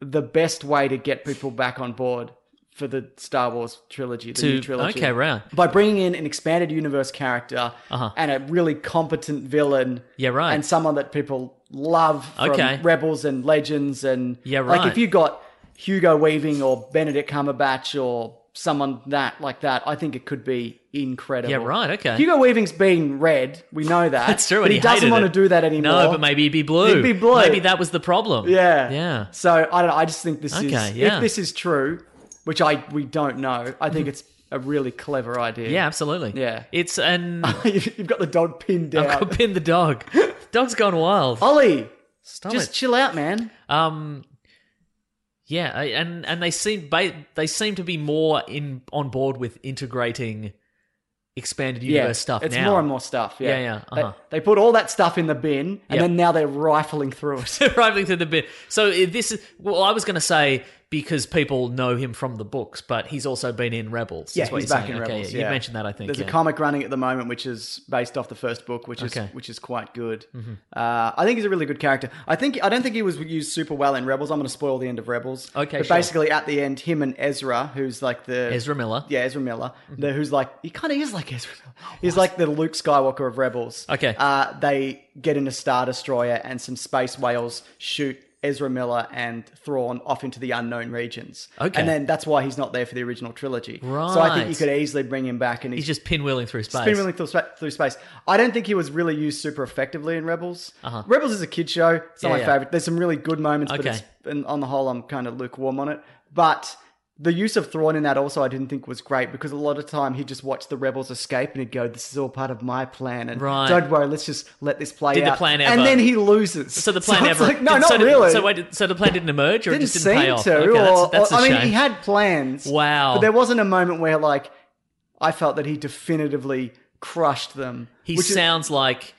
S1: the best way to get people back on board for the Star Wars trilogy, the
S2: To-
S1: new trilogy.
S2: okay, right.
S1: By bringing in an expanded universe character
S2: Uh-huh.
S1: and a really competent villain.
S2: Yeah, right.
S1: And someone that people love from
S2: Okay.
S1: Rebels and Legends and
S2: Yeah,
S1: Like
S2: right.
S1: if you got Hugo Weaving or Benedict Cumberbatch or someone that like that, I think it could be incredible.
S2: Yeah, right, okay.
S1: Hugo Weaving's been red. We know that.
S2: That's true.
S1: But
S2: and
S1: he,
S2: he
S1: doesn't
S2: hated
S1: want
S2: it.
S1: to do that anymore.
S2: No, but maybe he'd be blue.
S1: He'd be blue.
S2: Maybe that was the problem.
S1: Yeah.
S2: Yeah.
S1: So I don't know. I just think this
S2: Okay,
S1: is
S2: yeah. Mm-hmm.
S1: if this is true, which I we don't know. I think it's a really clever idea.
S2: Yeah, absolutely.
S1: Yeah.
S2: It's an.
S1: You've got the dog pinned
S2: I've
S1: down.
S2: got pin the dog. Dog's gone wild.
S1: Ollie,
S2: Stop
S1: Oh, just
S2: it.
S1: chill out, man.
S2: Um, yeah, I- and and they seem ba- they seem to be more in on board with integrating expanded universe
S1: yeah,
S2: stuff
S1: It's
S2: now.
S1: more and more stuff. Yeah,
S2: Yeah, yeah,
S1: They-
S2: uh-huh.
S1: They, put all that stuff in the bin, and
S2: Yep.
S1: then now they're rifling through it.
S2: Arriving through the bit. So i- this is well, I was going to say because people know him from the books, but he's also been in Rebels.
S1: yeah,
S2: is what
S1: he's
S2: you're
S1: back
S2: saying.
S1: in
S2: okay,
S1: Rebels.
S2: yeah,
S1: yeah.
S2: You mentioned that, I think.
S1: There's
S2: yeah.
S1: a comic running at the moment which is based off the first book, which is
S2: Okay. Mm-hmm.
S1: which is quite good. Uh, I think he's a really good character. I think I don't think he was used super well in Rebels. I'm going to spoil the end of Rebels.
S2: Okay,
S1: but
S2: sure.
S1: basically at the end, him and Ezra, who's like the
S2: Ezra Miller. Mm-hmm. Oh,
S1: yeah, Ezra Miller, the- who's like he kind of is like Ezra Miller. He's like the Luke Skywalker of Rebels.
S2: Okay.
S1: uh, they get in a star destroyer and some space whales shoot. Ezra Miller and Thrawn off into the unknown regions.
S2: Okay.
S1: And then that's why he's not there for the original trilogy. So I think you
S2: Right.
S1: could easily bring him back and
S2: He's just pinwheeling through space.
S1: Spinwheeling through, spa- through space. I don't think he was really used super effectively in Rebels. Rebels is a kid show. It's not
S2: Uh-huh. Yeah,
S1: my
S2: yeah.
S1: favorite. There's some really good moments, but
S2: Okay.
S1: it's, and on the whole, I'm kind of lukewarm on it. But the use of Thrawn in that also I didn't think was great because a lot of time he just watched the Rebels escape and he'd go, "This is all part of my plan." And
S2: Right.
S1: don't worry, let's just let this play
S2: Did the
S1: out.
S2: plan
S1: And
S2: ever-
S1: then he loses.
S2: So the plan
S1: it's
S2: never.
S1: like, no,
S2: did-
S1: not
S2: so did-
S1: really.
S2: so, why did, so the plan didn't emerge, or it
S1: didn't
S2: just didn't
S1: seem
S2: pay off.
S1: to.
S2: Okay,
S1: or,
S2: that's, that's
S1: or-
S2: a
S1: I mean,
S2: shame.
S1: he had plans.
S2: Wow.
S1: But there wasn't a moment where like I felt that he definitively crushed them.
S2: He
S1: which is-
S2: sounds like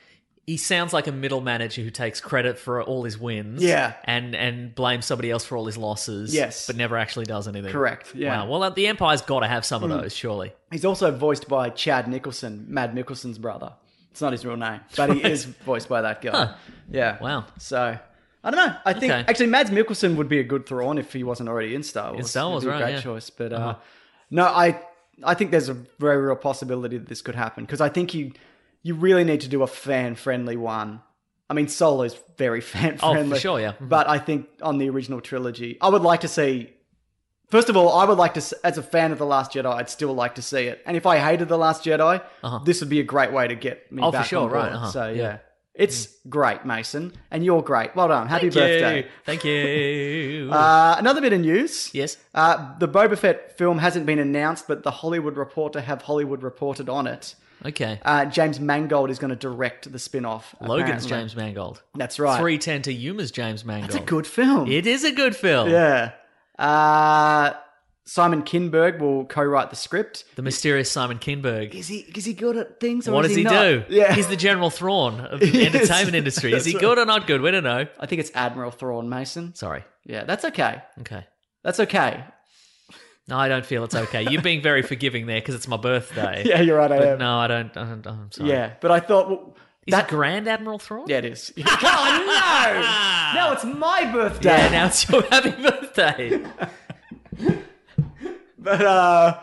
S2: he sounds like a middle manager who takes credit for all his wins,
S1: Yeah.
S2: and and blames somebody else for all his losses,
S1: Yes.
S2: but never actually does anything.
S1: Correct, yeah. Hmm.
S2: Wow. Well, uh, the Empire's got to have some of those, surely.
S1: He's also voiced by Chad Nicholson, Mad Nicholson's brother. It's not his real name, but he is voiced by that guy. Yeah.
S2: Wow.
S1: So I don't know. I think
S2: Okay.
S1: actually Mads Mikkelsen would be a good Thrawn if he wasn't already in Star Wars.
S2: Star Wars,
S1: It'd be
S2: right,
S1: A great
S2: yeah. Uh-huh.
S1: choice, but uh, no, I I think there's a very real possibility that this could happen because I think you you really need to do a fan friendly one. I mean, Solo's very fan
S2: Oh, for
S1: friendly.
S2: sure, yeah. Mhm.
S1: But I think on the original trilogy, I would like to see First of all, I would like to, s- as a fan of The Last Jedi, I'd still like to see it. And if I hated The Last Jedi, this would be a great way to get me
S2: Uh-huh. Oh, for
S1: back
S2: sure,
S1: on board.
S2: right, uh-huh,
S1: So, yeah.
S2: yeah.
S1: It's great, Mason. And you're great. Well done. Happy
S2: Thank
S1: birthday.
S2: you. Thank you.
S1: Uh, another bit of news.
S2: yes.
S1: Uh, the Boba Fett film hasn't been announced, but The Hollywood Reporter have Hollywood reported on it.
S2: Okay.
S1: Uh, James Mangold is going to direct the spin off.
S2: Logan's James Mangold.
S1: That's right.
S2: 310 to Yuma's James Mangold.
S1: It's a good film.
S2: It is a good film.
S1: Yeah. Uh, Simon Kinberg will co write the script.
S2: The mysterious Simon Kinberg.
S1: Is he is he good at things? Or
S2: What
S1: is
S2: does he,
S1: not?
S2: do?
S1: Yeah,
S2: He's the General Thrawn of the
S1: Yes.
S2: entertainment industry. Is he
S1: That's
S2: good or not good? We don't know.
S1: I think it's Admiral Thrawn Mason.
S2: Sorry.
S1: Yeah, that's okay.
S2: Okay.
S1: That's okay.
S2: No, I don't feel it's okay. You're being very forgiving there because it's my birthday.
S1: Yeah, you're right. I
S2: But
S1: am.
S2: no, I don't. I don't I'm sorry.
S1: Yeah, but I thought well,
S2: Is
S1: that.
S2: it Grand Admiral Thrawn?
S1: yeah, it is. oh no! No, it's my birthday.
S2: Yeah, now it's your happy birthday.
S1: But uh,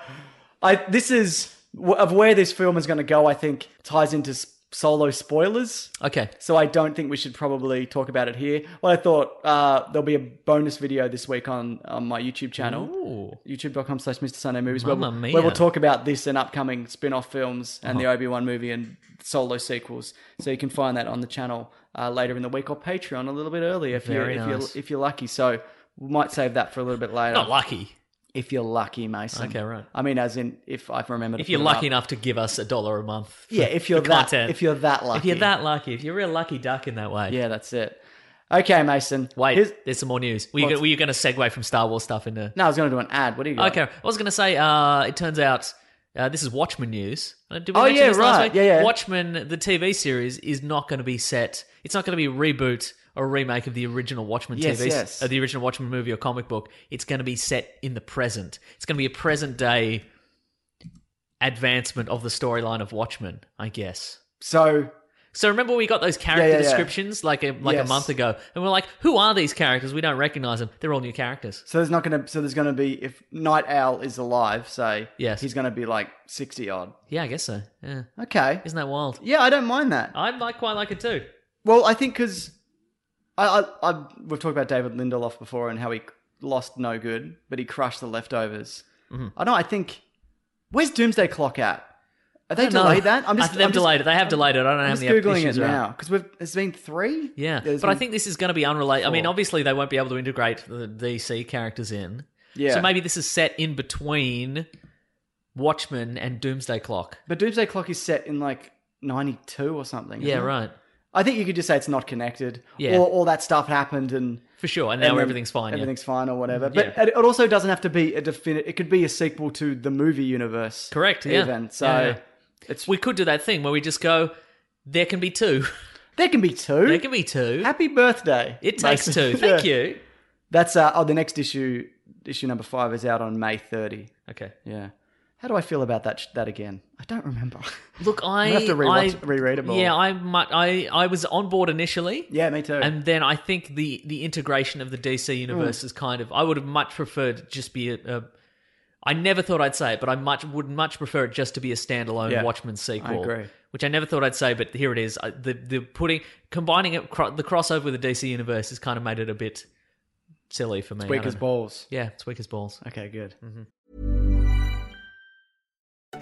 S1: I this is of where this film is going to go. I think ties into s- solo spoilers.
S2: Okay.
S1: So I don't think we should probably talk about it here. Well, I thought uh, there'll be a bonus video this week on, on my YouTube channel, youtube.com slash Mr. Sunday Movies, where,
S2: Mamma
S1: we'll-
S2: mia. Uh-huh.
S1: where we'll talk about this and upcoming spin-off films and the Obi-Wan movie and solo sequels. So you can find that on the channel uh, later in the week or Patreon a little bit earlier if, you're,
S2: Very
S1: if,
S2: nice.
S1: you're, if you're lucky. So we might save that for a little bit later.
S2: Not lucky.
S1: if you're lucky, Mason.
S2: Okay, right.
S1: I mean, as in, if I've remembered. to
S2: If you're
S1: put it up.
S2: lucky enough to give us a dollar a month. for-
S1: Yeah, if you're
S2: for
S1: that,
S2: content.
S1: if you're that lucky.
S2: If you're that lucky, if you're a real lucky duck in that way.
S1: Yeah, that's it. Okay, Mason.
S2: Wait,
S1: Here's-
S2: there's some more news. Were you, gonna, were you going to segue from Star Wars stuff into?
S1: No, I was going to do an ad. What do you got?
S2: Okay, I was going to say. Uh, it turns out uh, this is Watchmen news. Uh, Did we
S1: Oh,
S2: mention
S1: yeah,
S2: this
S1: right.
S2: last week?
S1: Yeah, yeah.
S2: Watchmen, the TV series, is not going to be set. It's not going to be a reboot or a remake of the original Watchmen
S1: Yes,
S2: TV,
S1: yes.
S2: of the original Watchmen movie or comic book. It's going to be set in the present. It's going to be a present day advancement of the storyline of Watchmen, I guess.
S1: So
S2: So remember we got those character
S1: Yeah, yeah, yeah.
S2: descriptions like a, like
S1: Yes.
S2: a month ago, and we're like, who are these characters? We don't recognize them. They're all new characters.
S1: so there's not going to so there's going to be if Night Owl is alive, say
S2: Yes.
S1: he's going to be like sixty odd.
S2: Yeah, I guess so. Yeah.
S1: Okay.
S2: Isn't that wild?
S1: Yeah, I don't mind that.
S2: I like quite like it too.
S1: Well, I think because I, I, I we've talked about David Lindelof before and how he lost no good, but he crushed the leftovers.
S2: Mm-hmm.
S1: I know. I think where's Doomsday Clock at? Are they
S2: No,
S1: delayed that?
S2: I think they've
S1: I'm
S2: delayed it. They have delayed it. I don't know
S1: I'm
S2: how
S1: just
S2: many
S1: googling it
S2: issues are out.
S1: now because we've there's been three.
S2: Yeah,
S1: There's
S2: but I
S1: been-
S2: think this is going to be unrelated. I mean,
S1: Four.
S2: obviously they won't be able to integrate the DC characters in.
S1: Yeah.
S2: So maybe this is set in between Watchmen and Doomsday Clock.
S1: but Doomsday Clock is set in like '92 or something. isn't
S2: Yeah,
S1: it?
S2: right.
S1: I think you could just say it's not connected.
S2: Yeah.
S1: Or all that stuff happened and.
S2: For sure. And now
S1: and then
S2: everything's fine. yeah.
S1: Everything's fine or whatever. But
S2: Yeah.
S1: it it also doesn't have to be a definite. It could be a sequel to the movie universe.
S2: Correct, yeah.
S1: Even so,
S2: Yeah, yeah.
S1: it's
S2: We could do that thing where we just go, there can be two.
S1: there can be two.
S2: there can be two.
S1: Happy birthday!
S2: It takes
S1: Mason.
S2: two. Thank
S1: Yeah.
S2: you.
S1: That's uh, oh, the next issue, issue number five is out on May thirty.
S2: Okay.
S1: Yeah. How do I feel about that? That again? I don't remember.
S2: Look, I
S1: I'm gonna have to rewatch-
S2: I-
S1: reread it more.
S2: Yeah, I might. I I was on board initially.
S1: yeah, Mm. me too.
S2: And then I think the the integration of the DC universe is kind of I would have much preferred it just be a, a I never thought I'd say it, but I much would much prefer it just to be a standalone
S1: Yeah,
S2: Watchmen sequel.
S1: I agree.
S2: Which I never thought I'd say, but here it is. I- The the putting combining it cro- the crossover with the DC universe has kind of made it a bit silly for me. I
S1: Weak
S2: don't
S1: as
S2: know.
S1: balls.
S2: Yeah, it's weak as balls.
S1: Okay, good.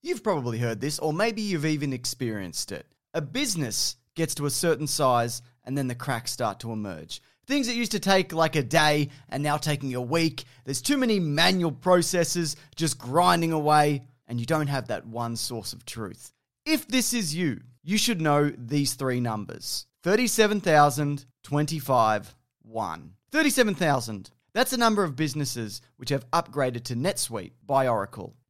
S4: You've probably heard this, or maybe you've even experienced it. A business gets to a certain size, and then the cracks start to emerge. Things that used to take like a day are now taking a week. There's too many manual processes just grinding away
S1: and you don't have that one source of truth. If this is you, you should know these three numbers 37,025, 1. 37,000. That's the number of businesses which have upgraded to NetSuite by Oracle.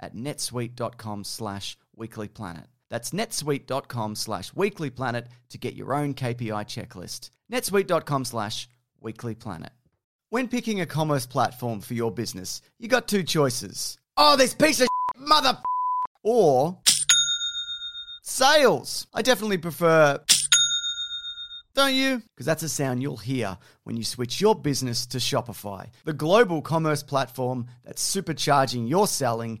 S1: at netsuite.com slash weeklyplanet. That's netsuite.com slash weeklyplanet to get your own KPI checklist. netsuite.com slash weeklyplanet. When picking a commerce platform for your business, you got two choices. Oh, this piece of mother f- or sales. I definitely prefer don't you? Because that's a sound you'll hear when you switch your business to Shopify, the global commerce platform that's supercharging your selling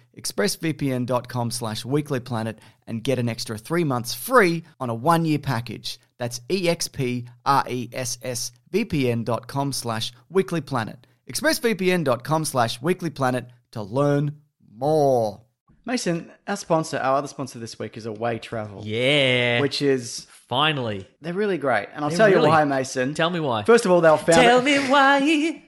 S1: expressvpn.com slash weeklyplanet, and get an extra three months free on a one-year package. That's E expressvpn.com slash weeklyplanet. expressvpn.com slash weeklyplanet to learn more. Mason, our sponsor, our other sponsor this week is Away Travel,
S2: Yeah.
S1: which is
S2: finally.
S1: they're really great, and I'll
S2: They're
S1: tell you
S2: really-
S1: why, Mason.
S2: Tell me why.
S1: First of all, they were founded.
S2: Tell me why.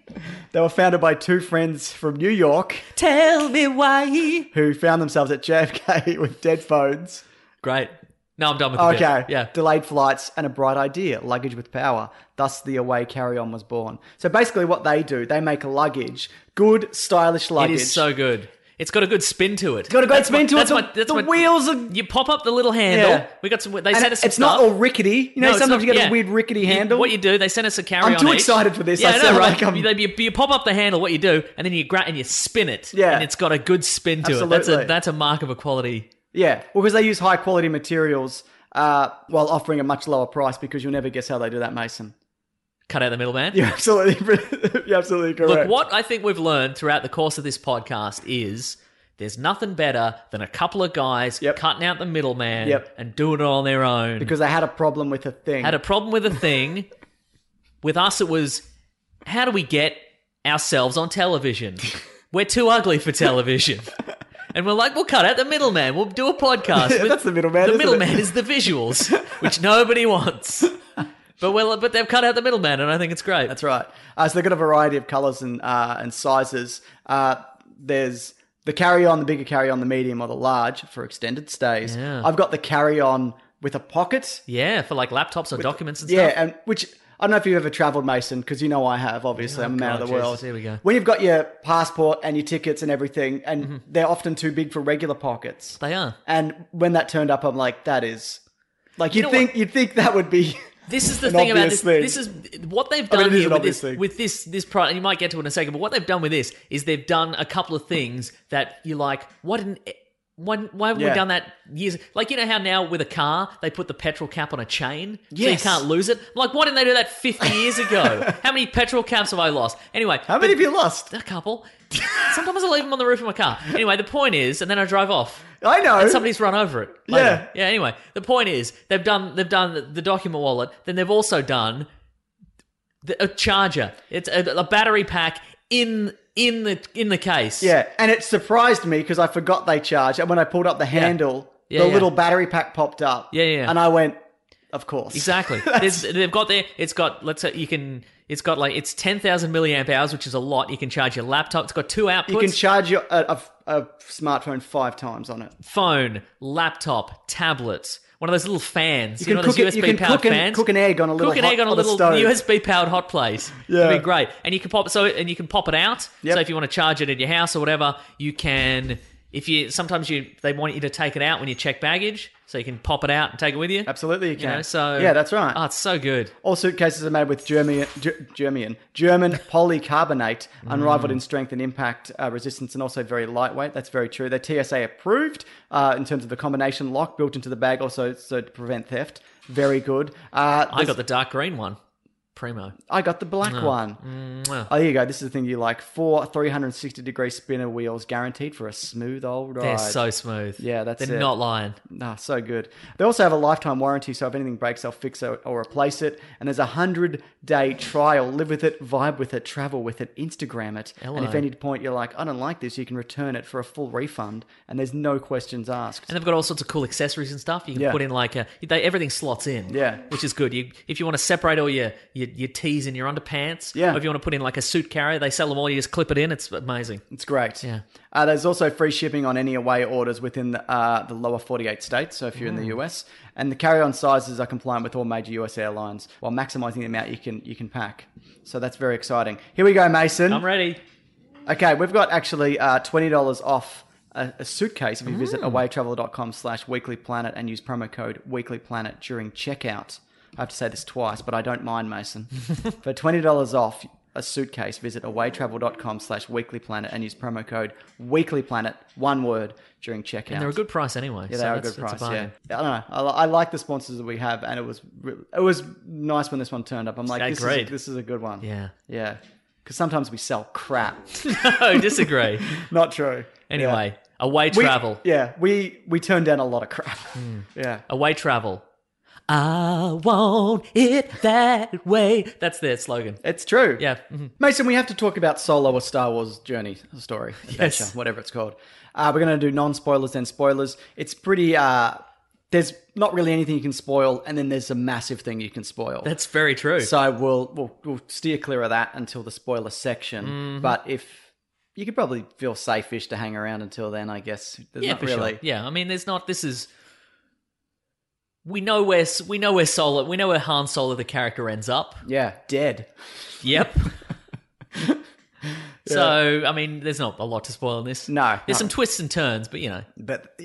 S1: They were founded by two friends from New York
S2: Tell me why.
S1: who found themselves at JFK with dead phones.
S2: Great. No, I'm done with the bit.
S1: Okay.
S2: Yeah.
S1: Delayed flights and a bright idea, luggage with power. Thus, the away carry on was born. So basically, what they do, they make luggage, good, stylish
S2: It
S1: luggage.
S2: is so good. It's got a good spin to it. It's
S1: got a great spin to it. The, the wheels are.
S2: You pop up the little handle.
S1: Yeah.
S2: We got some. They
S1: and
S2: sent us. Some
S1: it's not
S2: stuff.
S1: all rickety. You know,
S2: No, it's
S1: sometimes
S2: not-
S1: you get
S2: yeah.
S1: a weird rickety
S2: You-
S1: handle.
S2: what you do? They sent us a carry.
S1: I'm too excited for this.
S2: Yeah,
S1: I
S2: I, know,
S1: sound
S2: right?
S1: like I'm-
S2: You, you, you pop up the handle. What you do, and then you gra- and you spin it.
S1: Yeah.
S2: and it's got a good spin to it. That's
S1: Absolutely.
S2: a that's a mark of a quality.
S1: Yeah, well, because they use high quality materials uh, while offering a much lower price because you'll never guess how they do that, Mason.
S2: Cut out the middleman.
S1: You're absolutely, you're absolutely correct.
S2: Look, what I think we've learned throughout the course of this podcast is there's nothing better than a couple of guys
S1: Yep.
S2: cutting out the middleman
S1: Yep.
S2: and doing it on their own.
S1: Because they had a problem with a thing.
S2: had a problem with a thing. with us, it was how do we get ourselves on television? We're too ugly for television. And we're like, we'll cut out the middleman. We'll do a podcast.
S1: Yeah,
S2: with-
S1: that's the middleman,
S2: The
S1: isn't it?
S2: middleman is the visuals, which nobody wants. But well, but they've cut out the middleman, and I think it's great.
S1: That's right. Uh, so they've got a variety of colors and uh, and sizes. Uh, there's the carry on, the bigger carry on, the medium or the large for extended stays.
S2: Yeah.
S1: I've got the carry on with a pocket.
S2: yeah, for like laptops or documents and
S1: Yeah,
S2: stuff.
S1: and which I don't know if you've ever travelled, Mason, because you know I have. Obviously, I'm a man
S2: God,
S1: of the world.
S2: Jesus, here we go. Mm-hmm.
S1: When you've got your passport and your tickets and everything, and they're often too big for regular pockets.
S2: They are.
S1: And when that turned up, I'm like, that is, like, you
S2: know
S1: would
S2: what?
S1: think you'd think that would be.
S2: This is the
S1: an
S2: thing about this.
S1: obvious thing.
S2: This is what they've
S1: I
S2: done
S1: mean, it is
S2: here
S1: an
S2: with
S1: obvious
S2: this,
S1: thing.
S2: with this this product. And you might get to it in a second, but what they've done with this is they've done a couple of things that you like. What an why, why haven't
S1: Yeah.
S2: we done that years? Like you know how now with a car they put the petrol cap on a chain
S1: Yes.
S2: so you can't lose it. I'm like why didn't they do that 50 years ago? how many petrol caps have I lost? Anyway,
S1: How many have you lost?
S2: a couple. Sometimes I leave them on the roof of my car. Anyway, the point is, and then I drive off.
S1: I know.
S2: And somebody's run over it. later.
S1: Yeah.
S2: Yeah. Anyway, the point is they've done they've done the, the document wallet. Then they've also done the, a charger. It's a, a battery pack in in the in the case.
S1: Yeah, and it surprised me because I forgot they charge. And when I pulled up the handle,
S2: Yeah,
S1: the
S2: yeah.
S1: little battery pack popped up.
S2: Yeah, yeah, yeah.
S1: And I went, of course.
S2: Exactly. There's, they've got there. It's got. Let's say you can. It's got like it's ten thousand milliamp hours, which is a lot. You can charge your laptop. It's got two outputs:
S1: You can charge your a, a, a smartphone five times on it.
S2: phone, laptop, tablet. One of those little fans. You,
S1: can
S2: know those
S1: cook it-
S2: USB
S1: you can
S2: powered
S1: cook an-
S2: fans.
S1: cook an egg on a little
S2: cook an
S1: hot-
S2: egg on a
S1: on a
S2: little
S1: stove.
S2: USB powered hot plate.
S1: Yeah.
S2: It'd be great. And you can pop so and you can pop it out.
S1: Yep.
S2: So if you want to charge it in your house or whatever, you can. If you sometimes you they want you to take it out when you check baggage, so you can pop it out and take it with you.
S1: Absolutely, you can.
S2: You know, so
S1: yeah, that's right.
S2: Oh, it's so good.
S1: All suitcases are made with German, Ger- German, German polycarbonate, unrivaled
S2: Mm.
S1: in strength and impact uh, resistance, and also very lightweight. That's very true. They're TSA approved uh, in terms of the combination lock built into the bag, also so to prevent theft. Very good. Uh,
S2: I got the dark green one, primo.
S1: I got the black
S2: Ah.
S1: one. Oh, there you go. This is the thing you like. Four 360 degree spinner wheels guaranteed for a smooth old ride.
S2: They're so smooth.
S1: Yeah, that's
S2: They're
S1: it.
S2: not lying.
S1: Nah, so good. They also have a lifetime warranty, so if anything breaks, they'll fix it or replace it. And there's a 100 day trial. Live with it, vibe with it, travel with it, Instagram it. And if
S2: Hello.
S1: any point you're like, I don't like this, you can return it for a full refund, and there's no questions asked.
S2: And they've got all sorts of cool accessories and stuff. You can
S1: Yeah.
S2: put in like a they, everything slots in.
S1: Yeah.
S2: which is good. You if you want to separate all your your, your tees and your underpants.
S1: Yeah.
S2: Or if you want to put in like a suit carrier, they sell them all. You just clip it in. It's amazing.
S1: It's great.
S2: Yeah.
S1: Uh, there's also free shipping on any away orders within the, uh, the lower 48 states. So if you're in
S2: Mm.
S1: the US, and the carry-on sizes are compliant with all major US airlines, while maximizing the amount you can you can pack. So that's very exciting. Here we go, Mason.
S2: I'm ready.
S1: Okay, we've got actually uh, twenty dollars off a, a suitcase if you visit
S2: Mm.
S1: awaytravel.com slash weeklyplanet and use promo code weeklyplanet during checkout. I have to say this twice, but I don't mind, Mason. For twenty dollars off a suitcase, visit awaytravel.com slash weeklyplanet and use promo code weeklyplanet, one word, during checkout.
S2: They're a good price anyway.
S1: Yeah,
S2: so
S1: they are a
S2: that's-
S1: good price.
S2: that's bargain.
S1: yeah, I don't know. I, li- I like the sponsors that we have, and it was re- it was nice when this one turned up. I'm like,
S2: Yeah,
S1: this
S2: great.
S1: is this is a good one.
S2: Yeah.
S1: yeah, because sometimes we sell crap.
S2: no, disagree.
S1: Not true.
S2: Anyway, away
S1: We-
S2: travel. Hmm. Oh.
S1: Yeah, we we turned down a lot of crap. Yeah.
S2: Away travel. I want it that way. That's their slogan.
S1: It's true.
S2: Yeah. mhm.
S1: Mason, we have to talk about Solo, a Star Wars journey story, adventure, whatever it's called. Uh, we're going to do non spoilers, then spoilers. It's pretty. Uh, there's not really anything you can spoil, and then there's a massive thing you can spoil.
S2: That's very true.
S1: so we'll, we'll we'll steer clear of that until the spoiler section.
S2: Mm-hmm.
S1: But if you could probably feel safe-ish to hang around until then, I guess. There's
S2: yeah,
S1: not
S2: for
S1: really.
S2: sure. Yeah, I mean, there's not. This is. We know where we know where Solo we know where Han Solo the character ends up.
S1: Yeah, dead.
S2: Yep. So I mean, there's not a lot to spoil in this.
S1: No,
S2: there's
S1: no.
S2: some twists and turns, but you know,
S1: But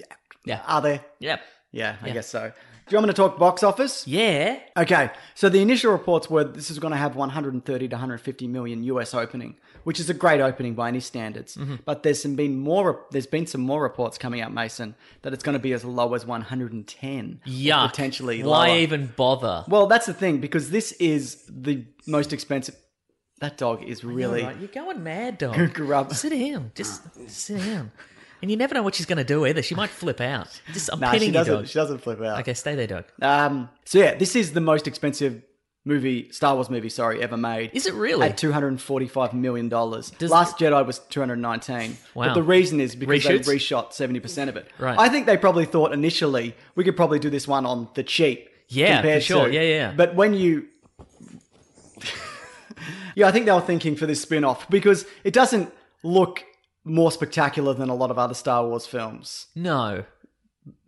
S2: Yeah.
S1: are there?
S2: yep,
S1: Yeah, I guess so. Do you want me to talk box office?
S2: yeah,
S1: Okay, so the initial reports were this is going to have 130 to 150 million US opening, which is a great opening by any standards.
S2: Mm-hmm.
S1: But there's some been more there's been some more reports coming out, Mason, that it's going to be as low as 110. or
S2: yeah.
S1: potentially.
S2: Why
S1: lower.
S2: even bother?
S1: Well, that's the thing because this is the most expensive. That dog is really
S2: Right, you're going mad, dog.
S1: grub.
S2: sit down, just sit down. And you never know what she's going to do either. She might flip out. Just I'm
S1: Nah,
S2: pinning
S1: she
S2: you,
S1: doesn't.
S2: dog.
S1: She doesn't flip out.
S2: Okay, stay there, dog.
S1: Um, so yeah, this is the most expensive movie, Star Wars movie, sorry, ever made.
S2: Is it really?
S1: At two hundred and forty-five million dollars. Last Jedi was two hundred nineteen.
S2: Wow.
S1: But the reason is because they
S2: Reshoots?
S1: reshot seventy percent of it.
S2: Right.
S1: I think they probably thought initially we could probably do this one on the cheap.
S2: Yeah,
S1: compared
S2: for sure.
S1: to-
S2: Yeah, yeah.
S1: But when you yeah, I think they were thinking for this spin off because it doesn't look more spectacular than a lot of other Star Wars films.
S2: No,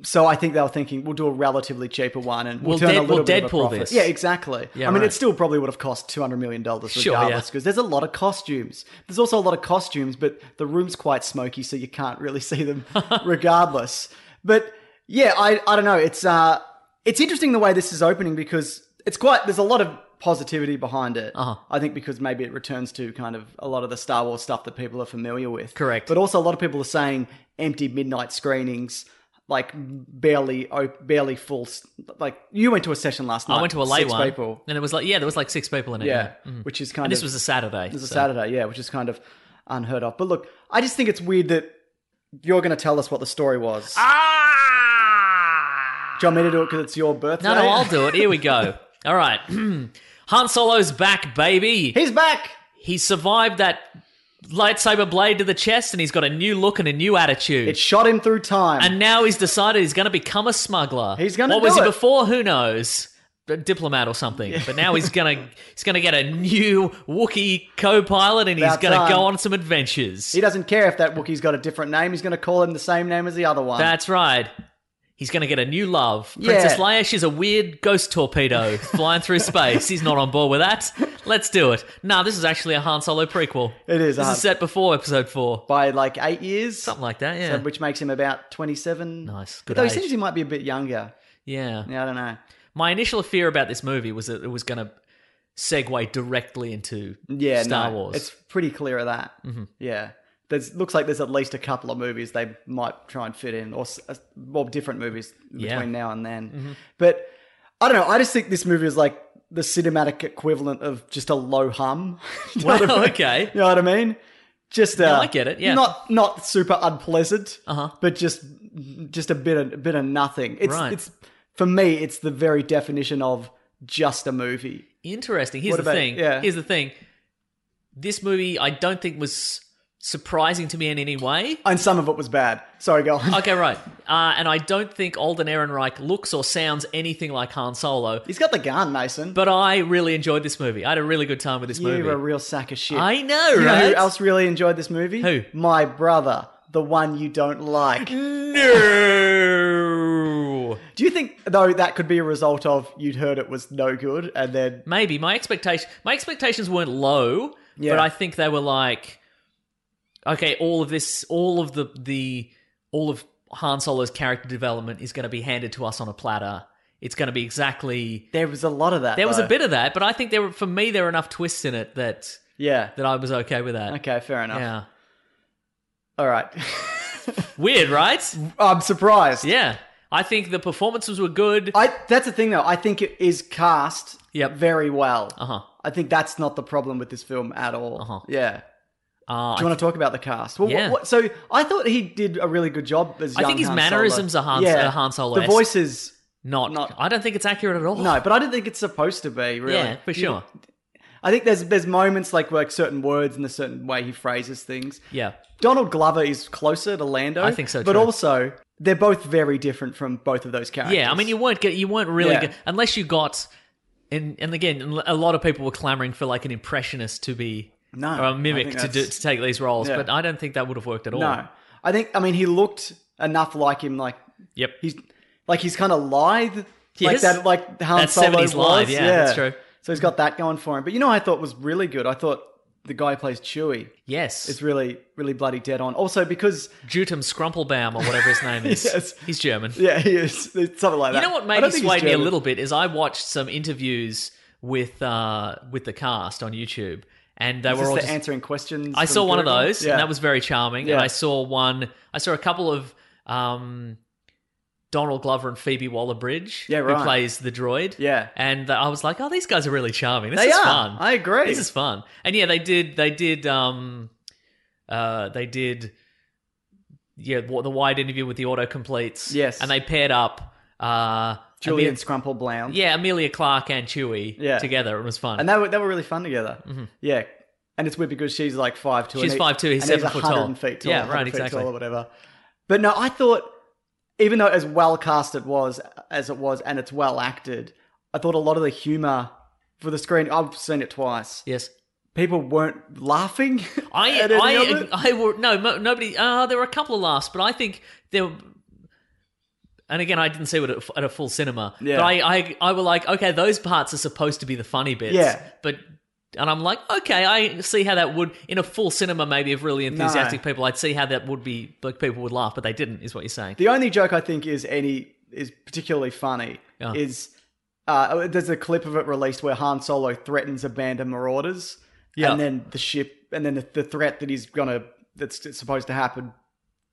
S1: So I think they were thinking we'll do a relatively cheaper one and we'll,
S2: We'll
S1: turn
S2: Dead-
S1: a little
S2: we'll
S1: bit of a
S2: Deadpool
S1: profit.
S2: this.
S1: Yeah, exactly.
S2: Yeah,
S1: I mean,
S2: right.
S1: it still probably would have cost two hundred million dollars
S2: Sure, yeah.
S1: regardless because there's a lot of costumes. There's also a lot of costumes, but the room's quite smoky, so you can't really see them regardless. But yeah, I I don't know. It's uh, it's interesting the way this is opening because it's quite there's a lot of positivity behind it. Uh-huh. I think because maybe it returns to kind of a lot of the Star Wars stuff that people are familiar with.
S2: Correct.
S1: But also a lot of people are saying empty midnight screenings, like barely op- barely full. s- Like you went to a session last night.
S2: I went to a late
S1: six
S2: one,
S1: people.
S2: and it was like yeah, there was like six people in it.
S1: Yeah,
S2: yeah. Mhm.
S1: which is kind
S2: and
S1: of
S2: this was a Saturday.
S1: it was a
S2: so-
S1: Saturday, yeah, which is kind of unheard of. But look, I just think it's weird that you're going to tell us what the story was. Ah! Do you want me to do it because it's your birthday?
S2: No, no, I'll do it. Here we go. All right. Han Solo's back, baby.
S1: He's back.
S2: He survived that lightsaber blade to the chest and he's got a new look and a new attitude.
S1: It shot him through time.
S2: and now he's decided he's going to become a smuggler.
S1: He's gonna
S2: What was
S1: do it.
S2: he before? Who knows? A diplomat or something. But now he's going to he's going to get a new Wookiee co-pilot and he's
S1: About
S2: going to
S1: time.
S2: go on some adventures.
S1: he doesn't care if that Wookiee's got a different name. He's going to call him the same name as the other one.
S2: That's right. He's going to get a new love.
S1: Um, Yeah.
S2: Princess Leia, she's a weird ghost torpedo flying through space. He's not on board with that. Let's do it. Nah, this is actually a Han Solo prequel.
S1: It is,
S2: This
S1: uh,
S2: is set before episode four.
S1: by like eight years,
S2: Something like that, yeah.
S1: So, which makes him about 27.
S2: Nice, good
S1: But though
S2: age.
S1: he seems he might be a bit younger.
S2: yeah.
S1: Yeah, I don't know.
S2: My initial fear about this movie was that it was going to segue directly into
S1: Yeah,
S2: Star
S1: no,
S2: Wars. Mm-hmm.
S1: It's pretty clear of that. Yeah. There's, looks like there's at least a couple of movies they might try and fit in, or s- uh, well, different movies between
S2: Yeah. Mm-hmm.
S1: now and then. But I don't know. I just think this movie is like the cinematic equivalent of just a low hum. You know what I
S2: Well,
S1: mean?
S2: okay.
S1: You know what I mean? Just uh,
S2: I get it, yeah.
S1: not not super unpleasant, uh-huh. but just just a bit of, a bit of nothing. It's
S2: Right.
S1: it's for me, it's the very definition of just a movie.
S2: Interesting. Here's
S1: What
S2: the
S1: about-
S2: thing.
S1: yeah.
S2: Here's the thing. This movie, I don't think was surprising to me in any way.
S1: And some of it was bad. Sorry, go on.
S2: Okay, right. Uh, and I don't think Alden Ehrenreich looks or sounds anything like Han Solo,
S1: He's got the gun, Mason.
S2: but I really enjoyed this movie. I had a really good time with this
S1: you're
S2: movie.
S1: a real sack of shit.
S2: I know,
S1: You know
S2: right?
S1: who else really enjoyed this movie?
S2: Who?
S1: My brother, the one you don't like.
S2: No.
S1: Do you think though that could be a result of you'd heard it was no good and then
S2: Maybe my expectation my expectations weren't low,
S1: Yeah.
S2: but I think they were like okay, all of this all of the the all of Han Solo's character development is going to be handed to us on a platter. It's going to be exactly
S1: there was a lot of that?
S2: There was
S1: though.
S2: a bit of that, but I think there were for me there were enough twists in it that
S1: Yeah.
S2: that I was okay with that.
S1: Okay, fair enough.
S2: Yeah.
S1: All right.
S2: Weird, right?
S1: I'm surprised.
S2: Yeah. I think the performances were good.
S1: I that's the thing though. I think it is cast
S2: Yep.
S1: very well.
S2: Uh-huh.
S1: I think that's not the problem with this film at all.
S2: Uh-huh.
S1: Yeah.
S2: Uh,
S1: Do you want to talk about the cast? Well,
S2: Yeah.
S1: what, what, so I thought he did a really good job as
S2: I
S1: young
S2: think his
S1: Han
S2: mannerisms
S1: Solo.
S2: are Han- are Han Solo-esque.
S1: The voices
S2: Not,
S1: Not-
S2: I don't think it's accurate at all.
S1: No, but I don't think it's supposed to be. Really,
S2: Yeah, for
S1: You-
S2: sure.
S1: I think there's there's moments like like certain words and a certain way he phrases things.
S2: Yeah.
S1: Donald Glover is closer to Lando.
S2: I think so,
S1: But
S2: too.
S1: also, they're both very different from both of those characters.
S2: Yeah, I mean, you weren't get, you weren't really
S1: Yeah.
S2: get- unless you got, and and again, a lot of people were clamoring for like an impressionist to be
S1: No,
S2: or a
S1: I
S2: mimic
S1: think
S2: to do,
S1: that's-
S2: to take these roles,
S1: Yeah.
S2: but I don't think that would have worked at all.
S1: no, I think I mean he looked enough like him. Like
S2: Yep.
S1: he's like he's kind of lithe. Like
S2: is.
S1: that, like Han
S2: That
S1: Solo
S2: 70s
S1: was.
S2: lithe, yeah, that's true.
S1: So he's got that going for him. But you know, what I thought was really good. I thought the guy who plays Chewie
S2: yes,
S1: is really, really bloody dead on. Also because
S2: Jutum Scrumplebaum or whatever his name is.
S1: Yes.
S2: He's German.
S1: Yeah, he is. It's something like
S2: You
S1: that.
S2: know what
S1: I
S2: made
S1: don't
S2: me
S1: think
S2: sway
S1: he's
S2: me a
S1: German.
S2: little bit is I watched some interviews with uh, with the cast on YouTube, and they
S1: Is
S2: were
S1: this
S2: all
S1: the
S2: just-
S1: answering questions.
S2: I
S1: from
S2: saw one of
S1: Puritan?
S2: those,
S1: Yeah.
S2: and that was very charming.
S1: Yeah.
S2: And I saw one. I saw a couple of um, Donald Glover and Phoebe Waller Bridge,
S1: Yeah, right.
S2: who plays the droid.
S1: Yeah.
S2: and I was like, oh, these guys are really charming. This
S1: They
S2: is
S1: are.
S2: fun.
S1: I agree.
S2: This is fun. And yeah, they did. They did. Um, uh, they did. Yeah, wa- the wide interview with the autocompletes.
S1: Yes.
S2: and they paired up. Uh,
S1: Julian
S2: Amelia-
S1: Scrumple Blound.
S2: yeah, Amelia Clark and Chewie
S1: Yeah.
S2: together. It was fun.
S1: and they were they were really fun together. Yeah, and it's weird because she's like five two.
S2: Mm-hmm. She's 5'2", he's seven foot tall.
S1: 100 feet tall.
S2: Yeah,
S1: 100
S2: right,
S1: feet
S2: exactly.
S1: tall or whatever. But no, I thought even though as well cast it was as it was, and it's well acted, I thought a lot of the humor for the screen. I've seen it twice.
S2: yes.
S1: People weren't laughing.
S2: I,
S1: at any
S2: I,
S1: of it.
S2: I, were no, mo- nobody. Uh, there were a couple of laughs, but I think there. were- And again, I didn't see it at a f- at a full cinema.
S1: Yeah.
S2: But I, I, I were like, okay, those parts are supposed to be the funny bits.
S1: Yeah.
S2: But and I'm like, okay, I see how that would in a full cinema, maybe of really enthusiastic people, I'd see how that would be like people would laugh, but they didn't, is what you're saying.
S1: The only joke I think is any is particularly funny
S2: Yeah.
S1: is uh, there's a clip of it released where Han Solo threatens a band of marauders,
S2: Yeah.
S1: and then the ship, and then the, the threat that he's gonna that's that's supposed to happen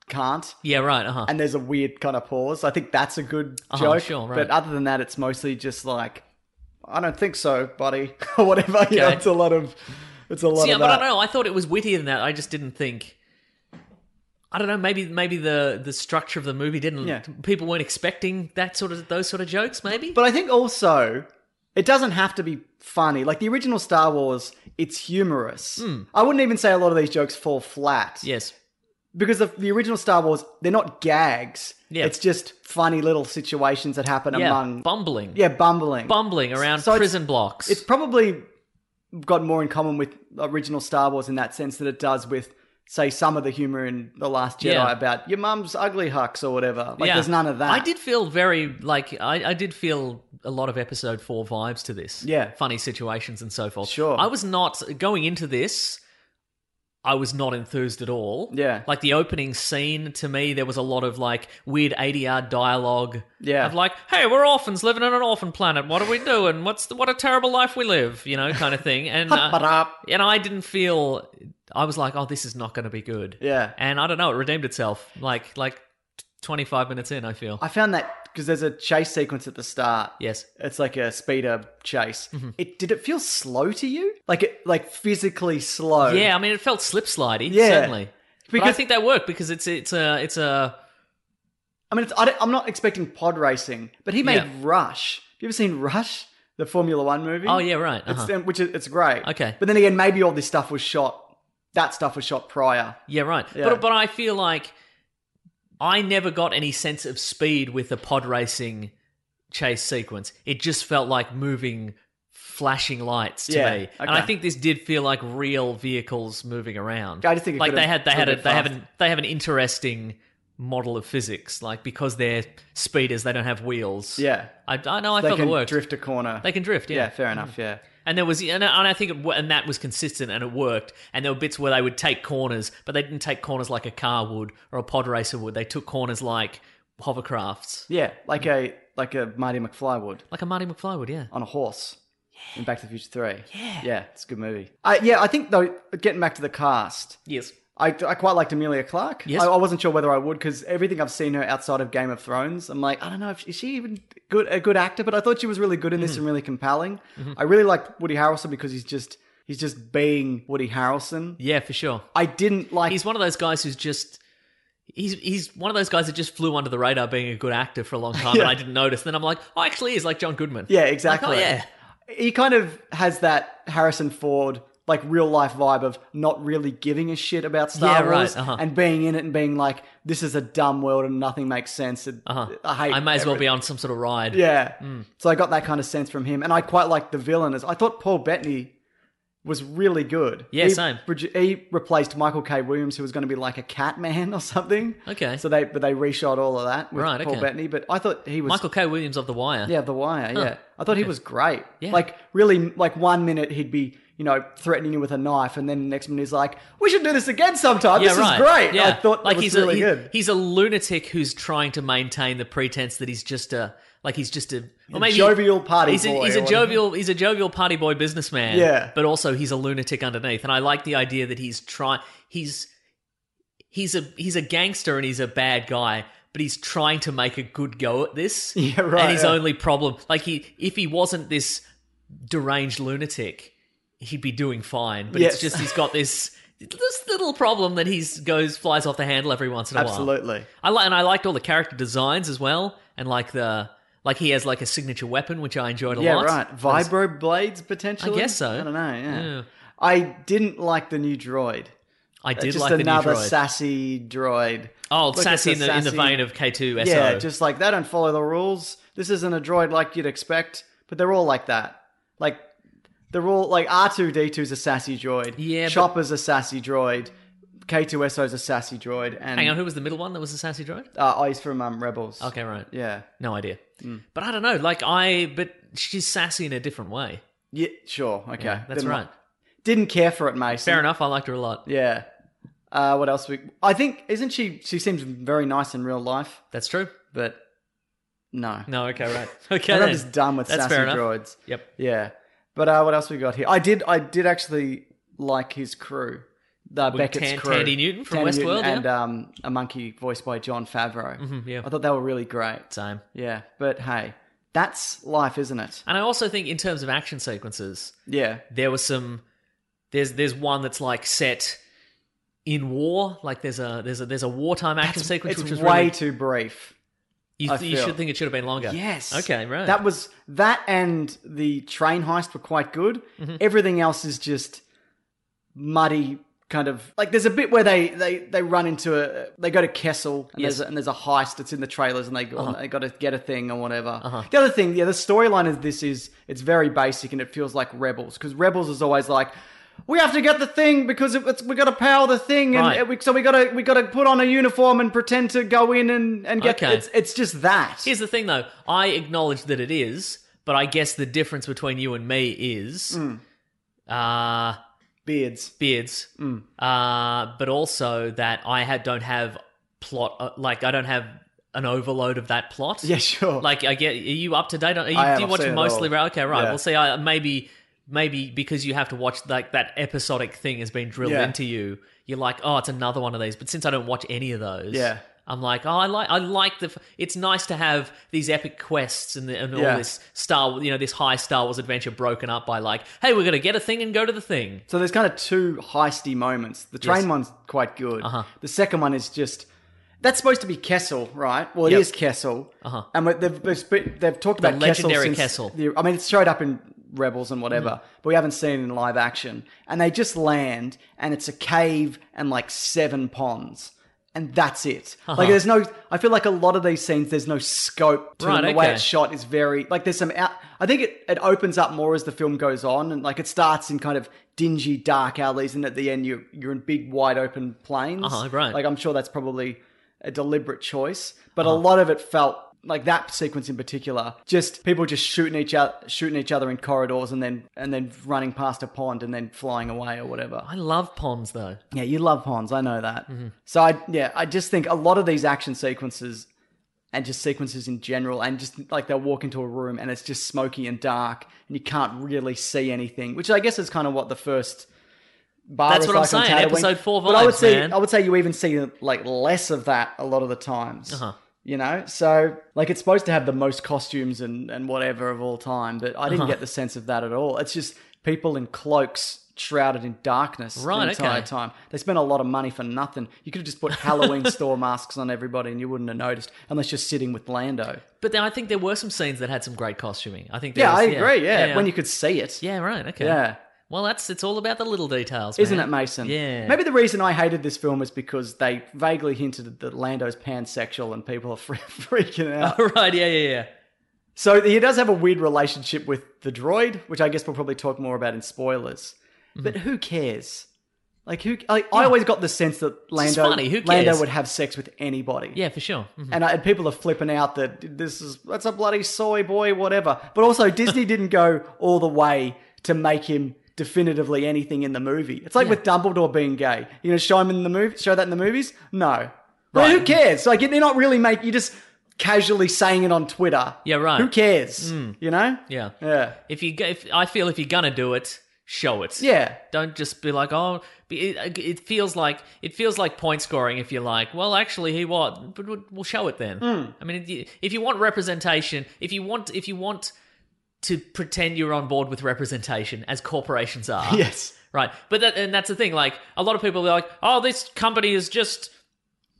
S1: can't,
S2: yeah, right. Uh huh.
S1: and there's a weird kind of pause. I think that's a good
S2: Uh-huh,
S1: joke,
S2: sure, right.
S1: but other than that, it's mostly just like I don't think so, buddy, or whatever. You know,
S2: Okay.
S1: it's a lot of it's a lot
S2: yeah,
S1: of
S2: but I
S1: that.
S2: don't know. I thought it was wittier than that. I just didn't think. I don't know. Maybe maybe the the structure of the movie didn't.
S1: Yeah.
S2: People weren't expecting that sort of those sort of jokes. Maybe.
S1: But I think also it doesn't have to be funny. Like the original Star Wars, it's humorous. I wouldn't even say a lot of these jokes fall flat.
S2: Hmm. yes.
S1: Because the, the original Star Wars, they're not gags.
S2: Yeah.
S1: It's just funny little situations that happen
S2: Yeah.
S1: among
S2: bumbling.
S1: yeah, bumbling.
S2: Bumbling around
S1: So it's-
S2: prison blocks.
S1: it's probably got more in common with original Star Wars in that sense than it does with say some of the humor in the last Jedi
S2: Yeah.
S1: about your mum's ugly hucks or whatever. Like
S2: Yeah.
S1: there's none of that.
S2: I did feel very like I, I did feel a lot of episode four vibes to this.
S1: Yeah.
S2: funny situations and so forth.
S1: Sure.
S2: I was not going into this. I was not enthused at all.
S1: Yeah.
S2: like the opening scene to me, there was a lot of like weird ADR dialogue.
S1: Yeah.
S2: of like, hey, we're orphans living on an orphan planet. What are we doing? What's the, what a terrible life we live, you know, kind of thing. And uh,
S1: Ba-da.
S2: and I didn't feel. I was like, oh, this is not going to be good.
S1: Yeah.
S2: and I don't know. It redeemed itself. Like like twenty five minutes in, I feel.
S1: I found that because there's a chase sequence at the start.
S2: yes.
S1: It's like a speeder chase.
S2: Mm-hmm.
S1: It did it feel slow to you? Like it like physically slow.
S2: Yeah, I mean, it felt slip slidey.
S1: Yeah.
S2: certainly. Because but I
S1: Because-
S2: think that worked because it's it's a it's a
S1: I mean, it's, I don't, I'm not expecting pod racing, but he made
S2: Yeah.
S1: Rush. Have you ever seen Rush, the Formula One movie?
S2: oh yeah right uh-huh.
S1: It's, um, which is it's great.
S2: Okay.
S1: but then again, maybe all this stuff was shot. That stuff was shot prior.
S2: yeah right.
S1: Yeah.
S2: But but I feel like I never got any sense of speed with the pod racing chase sequence. It just felt like moving flashing lights to
S1: Yeah,
S2: me, and I
S1: okay.
S2: think this did feel like real vehicles moving around.
S1: I just think it
S2: like
S1: could've
S2: they had they had a,
S1: could've
S2: they
S1: been
S2: have
S1: fast.
S2: an they have an interesting model of physics like because they're speeders they don't have wheels
S1: Yeah,
S2: I, I know I
S1: they
S2: felt
S1: can
S2: it worked
S1: drift a corner.
S2: They can drift, yeah.
S1: yeah, fair enough. Yeah,
S2: And there was, and I, and I think, it, wa- and that was consistent, and it worked. And there were bits where they would take corners, but they didn't take corners like a car would or a pod racer would. They took corners like hovercrafts,
S1: yeah, like
S2: Mm-hmm.
S1: a like a Marty McFly would.
S2: like a Marty McFly would. Yeah,
S1: on a horse in Back to the Future Three. Yeah, yeah, it's a good movie. I, yeah, I think though, getting back to the cast,
S2: yes,
S1: I, I quite liked Amelia Clark.
S2: Yes.
S1: I, I wasn't sure whether I would because everything I've seen her outside of Game of Thrones, I'm like, I don't know if is she even good a good actor, but I thought she was really good in this
S2: Mm.
S1: and really compelling.
S2: Mm-hmm.
S1: I really liked Woody Harrelson because he's just he's just being Woody Harrelson.
S2: yeah, for sure.
S1: I didn't like
S2: He's one of those guys who's just he's he's one of those guys that just flew under the radar being a good actor for a long time, and
S1: Yeah.
S2: I didn't notice. Then I'm like, oh, actually, he's like John Goodman.
S1: Yeah, exactly.
S2: Like, oh yeah.
S1: He kind of has that Harrison Ford like real life vibe of not really giving a shit about Star
S2: Yeah, right,
S1: Wars
S2: uh-huh.
S1: and being in it and being like, this is a dumb world and nothing makes sense. And
S2: Uh-huh.
S1: I hate.
S2: I may as well
S1: everything."
S2: be on some sort of ride.
S1: Yeah.
S2: Hmm.
S1: So I got that kind of sense from him, and I quite liked the villain. As I thought, Paul Bettany was really good.
S2: Yeah,
S1: he,
S2: same.
S1: produ- He replaced Michael K. Williams, who was going to be like a cat man or something.
S2: Okay.
S1: So they but they reshot all of that with
S2: Right,
S1: Paul
S2: okay.
S1: Bettany. But I thought he was
S2: Michael K. Williams of The Wire.
S1: yeah, The Wire. Yeah, I thought he was great.
S2: Yeah.
S1: Like really, like one minute he'd be you know threatening you with a knife, and then the next minute he's like, "We should do this again sometime.
S2: Yeah,
S1: this
S2: right.
S1: is great."
S2: Yeah.
S1: I thought like
S2: like
S1: was
S2: he's
S1: really
S2: a, he-
S1: good.
S2: He's a lunatic who's trying to maintain the pretense that he's just a like he's just a or maybe
S1: jovial party
S2: he's a,
S1: boy
S2: He's
S1: or
S2: a
S1: whatever.
S2: jovial he's a jovial party boy businessman.
S1: Yeah.
S2: but also he's a lunatic underneath. And I like the idea that he's trying he's he's a he's a gangster and he's a bad guy. But he's trying to make a good go at this.
S1: Yeah, right,
S2: And his
S1: yeah.
S2: only problem, like he, if he wasn't this deranged lunatic, he'd be doing fine. But
S1: Yes.
S2: it's just he's got this this little problem that he's goes flies off the handle every once in a while.
S1: Absolutely.
S2: I li- and I liked all the character designs as well, and like the like he has like a signature weapon which I enjoyed a
S1: yeah,
S2: lot.
S1: right. Vibro blades potentially.
S2: I guess so.
S1: I don't know. Yeah.
S2: Yeah.
S1: I didn't like the new droid.
S2: I did
S1: just
S2: like the new
S1: another
S2: droid.
S1: sassy droid.
S2: oh,
S1: Look,
S2: sassy in
S1: it's a
S2: the in the
S1: sassy-
S2: vein of K two S O.
S1: Yeah, just like they don't follow the rules. This isn't a droid like you'd expect, but they're all like that. Like they're all like R two D 2s a sassy droid.
S2: Yeah, but-
S1: Chopper's a sassy droid. K two S O's a sassy droid. And
S2: Hang on, who was the middle one that was the sassy droid?
S1: Uh, oh, he's from um, Rebels.
S2: Okay, right.
S1: Yeah. Hmm.
S2: No idea. But I don't know. Like I, but she's sassy in a different way.
S1: Yeah. Sure. Okay.
S2: That's
S1: Didn't-
S2: right.
S1: Didn't care for it, Mason.
S2: Fair enough. I liked her a lot.
S1: Hmm. Yeah. Uh, what else? We I think isn't she? She seems very nice in real life,
S2: That's true.
S1: but no.
S2: No. Okay. Right. Okay.
S1: I'm
S2: then.
S1: just done with
S2: That's
S1: sassy
S2: fair enough.
S1: droids.
S2: Yep.
S1: Yeah. But uh, what else we got here? I did. I did actually like his crew. The
S2: With
S1: Beckett's
S2: Tan-
S1: crew.
S2: Tandy Newton from
S1: Tandy Newton
S2: Westworld, yeah? Mm-hmm.
S1: and um, a monkey voiced by John Favreau.
S2: yeah.
S1: I thought they were really great.
S2: Same.
S1: Yeah, but hey, that's life, isn't it?
S2: And I also think in terms of action sequences,
S1: Yeah,
S2: there was some there's there's one that's like set in war, like there's a there's a there's a wartime action sequence
S1: it's
S2: which was
S1: way
S2: really,
S1: too brief.
S2: you,
S1: I
S2: you
S1: feel.
S2: should think it should have been longer.
S1: Yes.
S2: Okay, right.
S1: That was that and the train heist were quite good.
S2: Mm-hmm.
S1: Everything else is just muddy kind of like there's a bit where they they they run into a they go to Kessel and
S2: Yes.
S1: there's
S2: Uh-huh.
S1: a, and there's a heist that's in the trailers and they go they got to get a thing or whatever. The other thing, yeah, the storyline of this is it's very basic and it feels like Rebels because Rebels is always like we have to get the thing because it- it's, we got to power the thing, and
S2: Right.
S1: it- we, so we got to we got to put on a uniform and pretend to go in and and get.
S2: Okay.
S1: It's, it's just that.
S2: Here's the thing though, I acknowledge that it is, but I guess the difference between you and me is
S1: Hmm.
S2: uh
S1: beards.
S2: beards,
S1: Hmm.
S2: uh, but also that I had don't have plot uh, like I don't have an overload of that plot.
S1: Yeah, sure.
S2: Like I get, are you up to date on? Are you,
S1: I
S2: do you
S1: haven't
S2: watch
S1: seen it
S2: mostly?
S1: at all.
S2: Okay, right.
S1: Yeah.
S2: We'll see. I maybe maybe because you have to watch like that episodic thing has been drilled
S1: Yeah.
S2: into you. You're like, oh, it's another one of these. But since I don't watch any of those,
S1: Yeah.
S2: I'm like, oh, I like, I like the. F- it's nice to have these epic quests and, the, and all
S1: Yeah.
S2: this Star, you know, this high Star Wars adventure broken up by like, hey, we're gonna get a thing and go to the thing.
S1: So there's kind of two heisty moments. The train one's quite good.
S2: Uh-huh.
S1: The second one is just that's supposed to be Kessel, right? Well, it
S2: Yep.
S1: is Kessel, uh-huh. and we- they've they've, sp- they've talked about Kessel,
S2: legendary
S1: since
S2: Kessel. Mm-hmm.
S1: the- I mean, it's showed up in Rebels and whatever, but we haven't seen it in live action. And they just land, and it's a cave and like seven ponds. And that's it.
S2: Uh-huh.
S1: Like, there's no. I feel like a lot of these scenes, there's no scope to
S2: Right,
S1: them. the way
S2: okay.
S1: it's shot is very like there's some out i think it, it opens up more as the film goes on and like it starts in kind of dingy dark alleys and at the end you you're in big wide open plains
S2: Uh-huh, right.
S1: like i'm sure that's probably a deliberate choice but
S2: Uh-huh.
S1: a lot of it felt like that sequence in particular just people just shooting each other shooting each other in corridors and then and then running past a pond and then flying away or whatever
S2: I love ponds though.
S1: yeah, you love Hans. I know that.
S2: Mm-hmm.
S1: So I yeah, I just think a lot of these action sequences and just sequences in general, and just like they'll walk into a room and it's just smoky and dark, and you can't really see anything, which I guess is kind of what the first. Bar was
S2: That's what I'm
S1: like on
S2: saying,
S1: Tatooine.
S2: episode four
S1: But I would
S2: vibes,
S1: say
S2: man.
S1: I would say you even see like less of that a lot of the times.
S2: Uh-huh.
S1: You know, so like it's supposed to have the most costumes
S2: Uh-huh.
S1: and and whatever of all time, but I didn't get the sense of that at all. It's just people in cloaks shrouded in darkness
S2: Right,
S1: the entire
S2: okay.
S1: time. They spent a lot of money for nothing. You could have just put Halloween store masks on everybody and you wouldn't have noticed unless you're sitting with Lando.
S2: But then I think there were some scenes that had some great costuming. I think. there
S1: Yeah, I
S2: was-
S1: agree. Yeah. when you could see it.
S2: Yeah. Right. Okay.
S1: Yeah.
S2: Well, that's it's all about the little details,
S1: Isn't
S2: man.
S1: it, Mason?
S2: Yeah.
S1: Maybe the reason I hated this film is because they vaguely hinted that Lando's pansexual and people are fre- freaking out.
S2: right. Yeah. Yeah. Yeah.
S1: So he does have a weird relationship with the droid, which I guess we'll probably talk more about in spoilers.
S2: Mm-hmm.
S1: But who cares? Like who? Like, I always got the sense that Lando,
S2: funny, who
S1: Lando
S2: cares?
S1: would have sex with anybody.
S2: Yeah. For sure. Mhm.
S1: Mm. And, I, and people are flipping out that this is that's a bloody soy boy, whatever. But also, Disney didn't go all the way to make him definitively anything in the movie. It's like with Dumbledore being gay. You gonna show him in the movie? Show that in the movies? No. But who cares? Like you're not really make you just casually saying it on Twitter.
S2: Yeah, right. Mm.
S1: Who cares? You know?
S2: Yeah.
S1: Yeah.
S2: If you, go- if I feel if you're gonna do it, show it.
S1: Yeah.
S2: Don't just be like, oh, be- it, it feels like it feels like point scoring. If you're like, well, actually, he what? But we'll- we'll show it then.
S1: Mm.
S2: I mean, if you, if you want representation, if you want, if you want to pretend you're on board with representation, as corporations are,
S1: Yes.
S2: right. But that and that's the thing. Like a lot of people are like, oh, this company is just.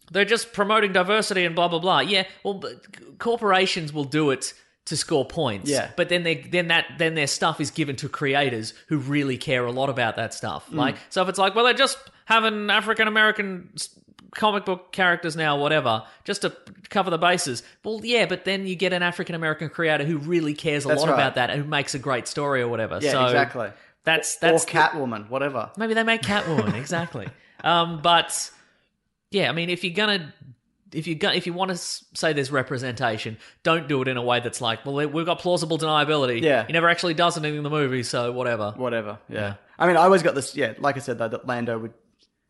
S2: They're just promoting diversity and blah blah blah. Yeah, well, but c- corporations will do it to score points.
S1: Yeah.
S2: but then they then that then their stuff is given to creators who really care a lot about that
S1: Mm.
S2: stuff. Like, so if it's like, well, they're just having African American comic book characters now, whatever, just to cover the bases. Well, yeah, but then you get an African American creator who really cares a
S1: That's
S2: lot
S1: right.
S2: about that and who makes a great story or whatever.
S1: Yeah,
S2: so
S1: exactly.
S2: That's that's
S1: or
S2: the-
S1: Catwoman, whatever.
S2: Maybe they make Catwoman, exactly. Um, but yeah, I mean, if you're gonna, if you go- if you want to say there's representation, don't do it in a way that's like, well, we've got plausible deniability.
S1: Yeah.
S2: he never actually does anything in the movie, so whatever.
S1: Whatever. Yeah. I mean, I always got this. Yeah, like I said though, that Lando would.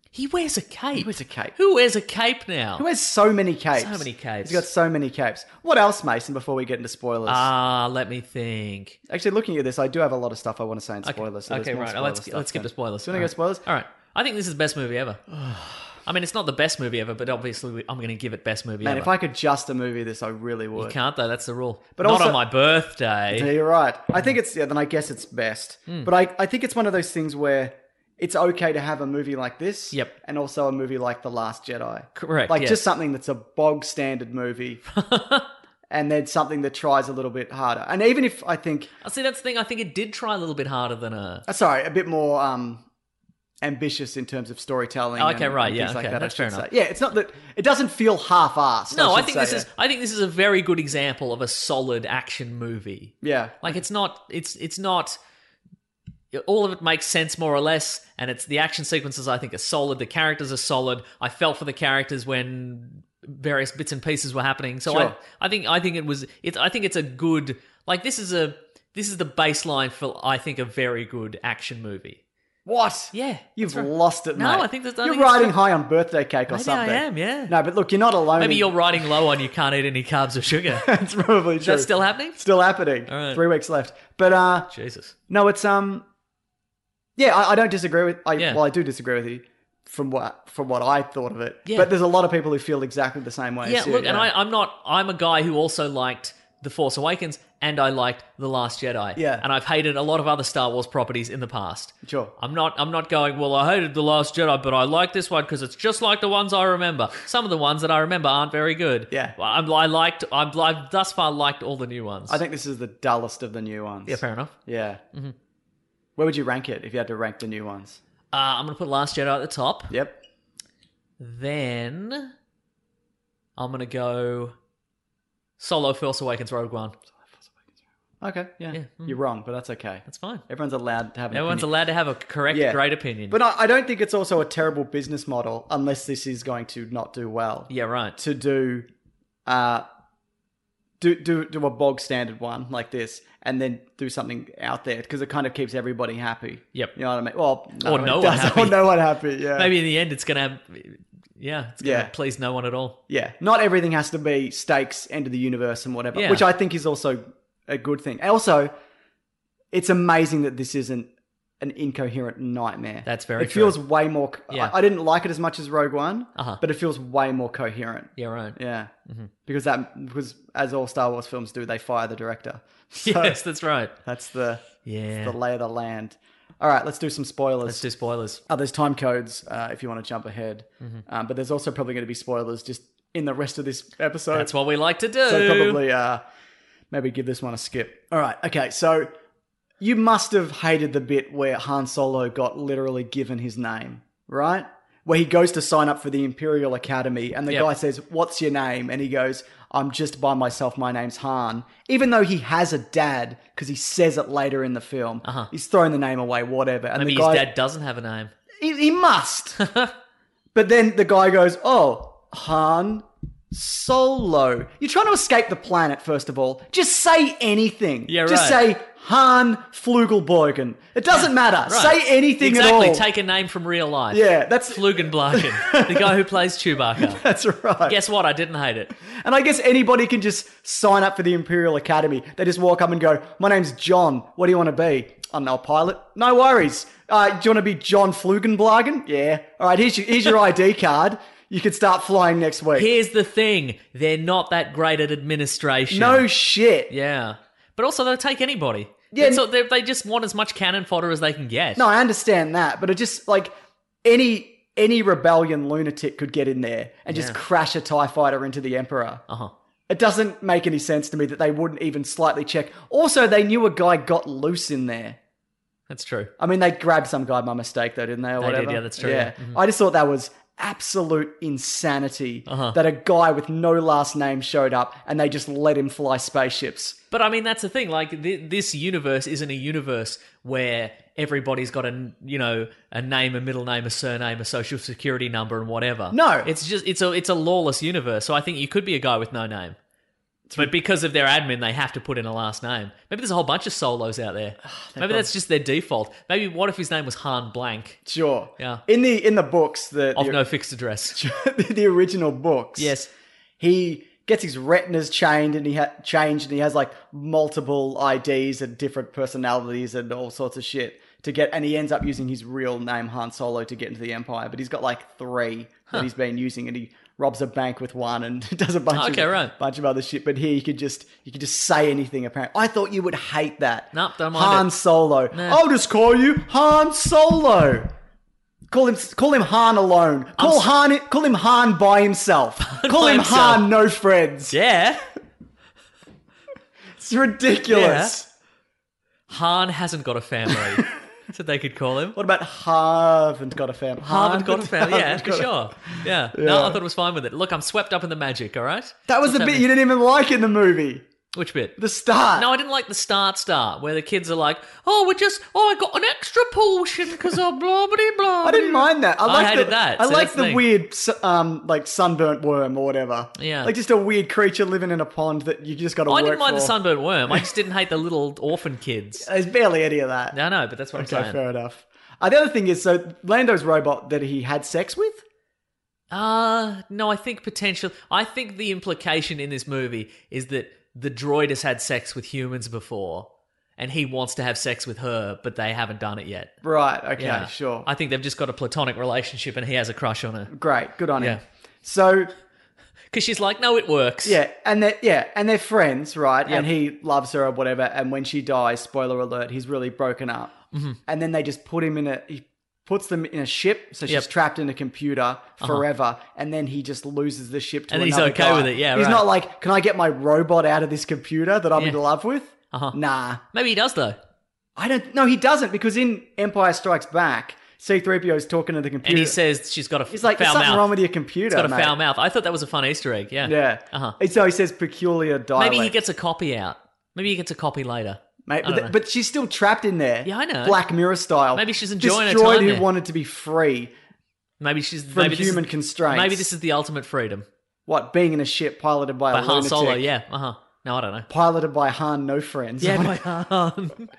S2: He wears a cape. He
S1: wears a cape.
S2: Who wears a cape now?
S1: Who has so many capes?
S2: So many capes.
S1: He's got so many capes. What else, Mason? Before we get into spoilers,
S2: Ah, let me think.
S1: actually, looking at this, I do have a lot of stuff I want to say in spoilers. so there's
S2: okay,
S1: more
S2: right.
S1: spoiler
S2: Let's
S1: stuff
S2: let's skip
S1: then.
S2: the spoilers.
S1: Do you want to go spoilers?
S2: All right. I think this is the best movie ever. I mean, it's not the best movie ever, but obviously we- I'm going to give it best movie
S1: Man,
S2: ever.
S1: if I could just a movie this, I really would.
S2: you can't though. That's the rule.
S1: But
S2: not
S1: also-
S2: on my birthday.
S1: Yeah, you're right. I think it's yeah. Then I guess it's best.
S2: Hmm.
S1: But I, I think it's one of those things where it's okay to have a movie like this.
S2: Yep.
S1: And also a movie like The Last Jedi.
S2: Correct,
S1: Like
S2: yes.
S1: just something that's a bog standard movie. And then something that tries a little bit harder. And even if I think,
S2: Uh, See, that's the thing. I think it did try a little bit harder than a.
S1: uh, sorry, a bit more um, ambitious in terms of storytelling.
S2: Oh, Okay,
S1: and-
S2: right,
S1: and
S2: yeah,
S1: things like
S2: okay,
S1: that, I
S2: that's fair
S1: should
S2: enough.
S1: say. Yeah, it's not that it doesn't feel half-assed.
S2: No, I
S1: should
S2: think
S1: say, uh,
S2: this
S1: yeah.
S2: is. I think this is a very good example of a solid action movie.
S1: yeah.
S2: Like it's not. It's it's not. All of it makes sense more or less, and it's the action sequences I think are solid. The characters are solid. I felt for the characters when various bits and pieces were happening. So
S1: Sure.
S2: I, I think I think it was. It's I think it's a good. Like this is a this is the baseline for I think a very good action movie.
S1: What?
S2: Yeah,
S1: You've
S2: that's right.
S1: lost it,
S2: No,
S1: mate.
S2: I think that's- I
S1: you're
S2: think it's
S1: riding
S2: right.
S1: high on birthday cake or
S2: Maybe I
S1: something.
S2: am, yeah.
S1: No, but look, you're not alone.
S2: Maybe
S1: in-
S2: you're riding low on you can't eat any carbs or sugar.
S1: That's probably true.
S2: That's still happening.
S1: Still happening.
S2: right.
S1: Three weeks left. But uh,
S2: Jesus.
S1: no, it's um, yeah, I, I don't disagree with. I,
S2: Yeah.
S1: Well, I do disagree with you from what from what I thought of it.
S2: Yeah.
S1: But there's a lot of people who feel exactly the same way.
S2: Yeah,
S1: as you,
S2: look, and I, I'm not. I'm a guy who also liked The Force Awakens and I liked The Last Jedi.
S1: Yeah.
S2: and I've hated a lot of other Star Wars properties in the past.
S1: Sure.
S2: I'm not. I'm not going. Well, I hated The Last Jedi, but I like this one because it's just like the ones I remember. Some of the ones that I remember aren't very good.
S1: Yeah.
S2: Well, I'm, I liked. I'm, I've thus far liked all the new ones.
S1: I think this is the dullest of the new ones.
S2: Yeah, Mm-hmm. fair enough.
S1: Yeah. Where would you rank it if you had to rank the new ones?
S2: Uh, I'm gonna put Last Jedi at the top.
S1: Yep.
S2: Then I'm gonna go Solo, Force Awakens, Rogue One.
S1: Okay. Yeah.
S2: Yeah, mhm.
S1: You're wrong, but that's okay.
S2: That's fine.
S1: Everyone's allowed to have. An
S2: Everyone's
S1: opinion.
S2: allowed to have a correct,
S1: Yeah.
S2: great opinion.
S1: But I, I don't think it's also a terrible business model unless this is going to not do well.
S2: yeah, right.
S1: To do, uh, do do do a bog standard one like this, and then do something out there because it kind of keeps everybody happy.
S2: Yep.
S1: You know what I mean? Well, no,
S2: Or
S1: it
S2: no one
S1: does-
S2: happy.
S1: Or no one happy. Yeah.
S2: Maybe in the end, it's gonna, have, yeah, it's gonna
S1: Uh, Yeah.
S2: please no one at all.
S1: Yeah. Not everything has to be stakes, end of the universe, and whatever,
S2: Yeah.
S1: which I think is also a good thing. And Also, it's amazing that this isn't an incoherent nightmare.
S2: That's very
S1: It
S2: true.
S1: feels way more.
S2: Yeah.
S1: I, I didn't like it as much as Rogue One,
S2: Uh-huh. Mm-hmm.
S1: but it feels way more coherent.
S2: Yeah, right.
S1: Yeah. Because that because as all Star Wars films do, they fire the director. So
S2: yes, that's right.
S1: that's the
S2: Yeah.
S1: the lay of the land. All right, let's do some spoilers.
S2: Let's do spoilers.
S1: Oh, there's time codes uh, if you want to jump ahead.
S2: Mm-hmm.
S1: Um, but there's also probably going to be spoilers just in the rest of this episode.
S2: That's what we like to do.
S1: So probably uh, maybe give this one a skip. All right, okay. So you must have hated the bit where Han Solo got literally given his name, right? Where he goes to sign up for the Imperial Academy, and the
S2: Yep.
S1: guy says, "What's your name?" and he goes, "I'm just by myself. My name's Han." Even though he has a dad, because he says it later in the film, uh-huh. he's thrown the name away. Whatever. And
S2: Maybe
S1: the guy,
S2: his dad doesn't have a name.
S1: he, he must. but then the guy goes, "Oh, Han Solo. You're trying to escape the planet, first of all. Just say anything.
S2: Yeah,
S1: Just
S2: right.
S1: say Han Flugelbergen. It doesn't matter.
S2: Right.
S1: Say anything
S2: exactly.
S1: at all.
S2: Take a name from real life.
S1: yeah, that's
S2: Flugenblaken, the guy who plays Chewbacca.
S1: that's right.
S2: Guess what? I didn't hate it.
S1: And I guess anybody can just sign up for the Imperial Academy. They just walk up and go, "My name's John. What do you want to be?" I'm no pilot. No worries. Uh, do you want to be John Flugenblagen? Yeah. All right. Here's your here's your ID card. You can start flying next week.
S2: Here's the thing: they're not that great at administration.
S1: No shit.
S2: yeah, but also they'll take anybody.
S1: Yeah,
S2: Yeah, so they, they just want as much cannon fodder as they can get.
S1: No, I understand that, but it just like any any rebellion lunatic could get in there and just crash a tie fighter into the emperor.
S2: Uh-huh.
S1: It doesn't make any sense to me that they wouldn't even slightly check. Also, they knew a guy got loose in there.
S2: that's true.
S1: I mean, they grabbed some guy by mistake, though, didn't they? Or
S2: They did,
S1: whatever.
S2: yeah, that's true, yeah. Mhm.
S1: I just thought that was absolute insanity
S2: Uh-huh.
S1: that a guy with no last name showed up and they just let him fly spaceships.
S2: But I mean, that's the thing. Like th- this universe isn't a universe where everybody's got a you know a name, a middle name, a surname, a social security number, and whatever.
S1: No.
S2: it's just it's a it's a lawless universe. So I think you could be a guy with no name. But because of their admin, they have to put in a last name. Maybe there's a whole bunch of solos out there. Maybe that's just their default. Maybe what if his name was Han Blank
S1: Sure.
S2: Yeah.
S1: In the in the books, the
S2: of
S1: the,
S2: no fixed address?
S1: the original books.
S2: yes,
S1: he gets his retinas chained and he ha- changed and he has like multiple IDs and different personalities and all sorts of shit to get and he ends up using his real name Han Solo to get into the empire but he's got like 3 that he's been using and he robs a bank with one and does a bunch
S2: Okay,
S1: of
S2: right.
S1: bunch of other shit but here you could just you could just say anything apparently I thought you would hate that
S2: Nope, don't mind
S1: Han
S2: it.
S1: Solo I'll just call you Han Solo Call him, call him Han alone. Call
S2: s-
S1: Han, call him Han by himself. call
S2: by
S1: him
S2: himself.
S1: Han, no friends.
S2: yeah.
S1: It's ridiculous.
S2: Han hasn't got a family, so they could call him.
S1: What about haven't got a family?
S2: Harvard got a fan. Yeah,
S1: haven't
S2: for
S1: got a-
S2: sure. Yeah. No, I thought it was fine with it. Look, I'm swept up in the magic, all right?
S1: That was the bit you didn't even like in the movie.
S2: Which bit?
S1: The start.
S2: no, I didn't like the start start where the kids are like, oh, we're just, oh, I got an extra portion because I blah, blah, blah.
S1: I didn't mind that. I,
S2: I
S1: liked
S2: hated
S1: the,
S2: that.
S1: I
S2: So
S1: liked
S2: that's the
S1: the
S2: thing.
S1: weird, su- um, like sunburnt worm or whatever.
S2: Yeah.
S1: like just a weird creature living in a pond that you just got to.
S2: I didn't mind
S1: for.
S2: the sunburned worm. I just didn't hate the little orphan kids.
S1: There's barely any of that.
S2: No, no, but that's what
S1: okay,
S2: I'm saying.
S1: fair enough. Uh, the other thing is, so Lando's robot that he had sex with.
S2: Uh, no, I think potential. I think the implication in this movie is that the droid has had sex with humans before and he wants to have sex with her, but they haven't done it yet.
S1: Right. Okay.
S2: Yeah,
S1: Sure.
S2: I think they've just got a platonic relationship and he has a crush on her.
S1: Great. Good on
S2: Yeah.
S1: him. So
S2: Because she's like, no, it works.
S1: Yeah, and they're yeah, and they're friends, right?
S2: Yep.
S1: And he loves her or whatever. And when she dies, spoiler alert, he's really broken up.
S2: Mm-hmm.
S1: And then they just put him in a he puts them in a ship, so she's
S2: Yep. Uh-huh.
S1: trapped in a computer forever. And then he just loses the ship to
S2: And he's
S1: another
S2: okay
S1: guy.
S2: with it, yeah,
S1: he's
S2: right.
S1: not like, can I get my robot out of this computer that I'm in
S2: Yeah.
S1: love with?
S2: Uh-huh.
S1: Nah,
S2: Maybe he does, though.
S1: I don't. No, he doesn't because in Empire Strikes Back, C-3PO is talking to the computer.
S2: And he says she's got a
S1: "He's like,
S2: foul
S1: there's something
S2: mouth.
S1: wrong with your computer.
S2: It's got a
S1: mate."
S2: foul mouth. I thought that was a fun Easter egg. Yeah.
S1: Yeah.
S2: Uh-huh.
S1: And so he says peculiar dialect.
S2: Maybe he gets a copy out. Maybe he gets a copy later.
S1: mate.
S2: I
S1: But,
S2: don't know.
S1: th- but she's still trapped in there.
S2: Yeah, I know.
S1: Black Mirror style.
S2: Maybe she's enjoying her
S1: Destroyed
S2: time
S1: who
S2: there.
S1: wanted to be free
S2: Maybe she's
S1: from
S2: maybe
S1: human
S2: this is,
S1: constraints.
S2: Maybe this is the ultimate freedom.
S1: what being in a ship piloted by,
S2: By
S1: a
S2: Han
S1: lunatic,
S2: Solo, yeah. Uh huh. No, I don't know.
S1: Piloted by Han, no friends.
S2: Yeah, by Han.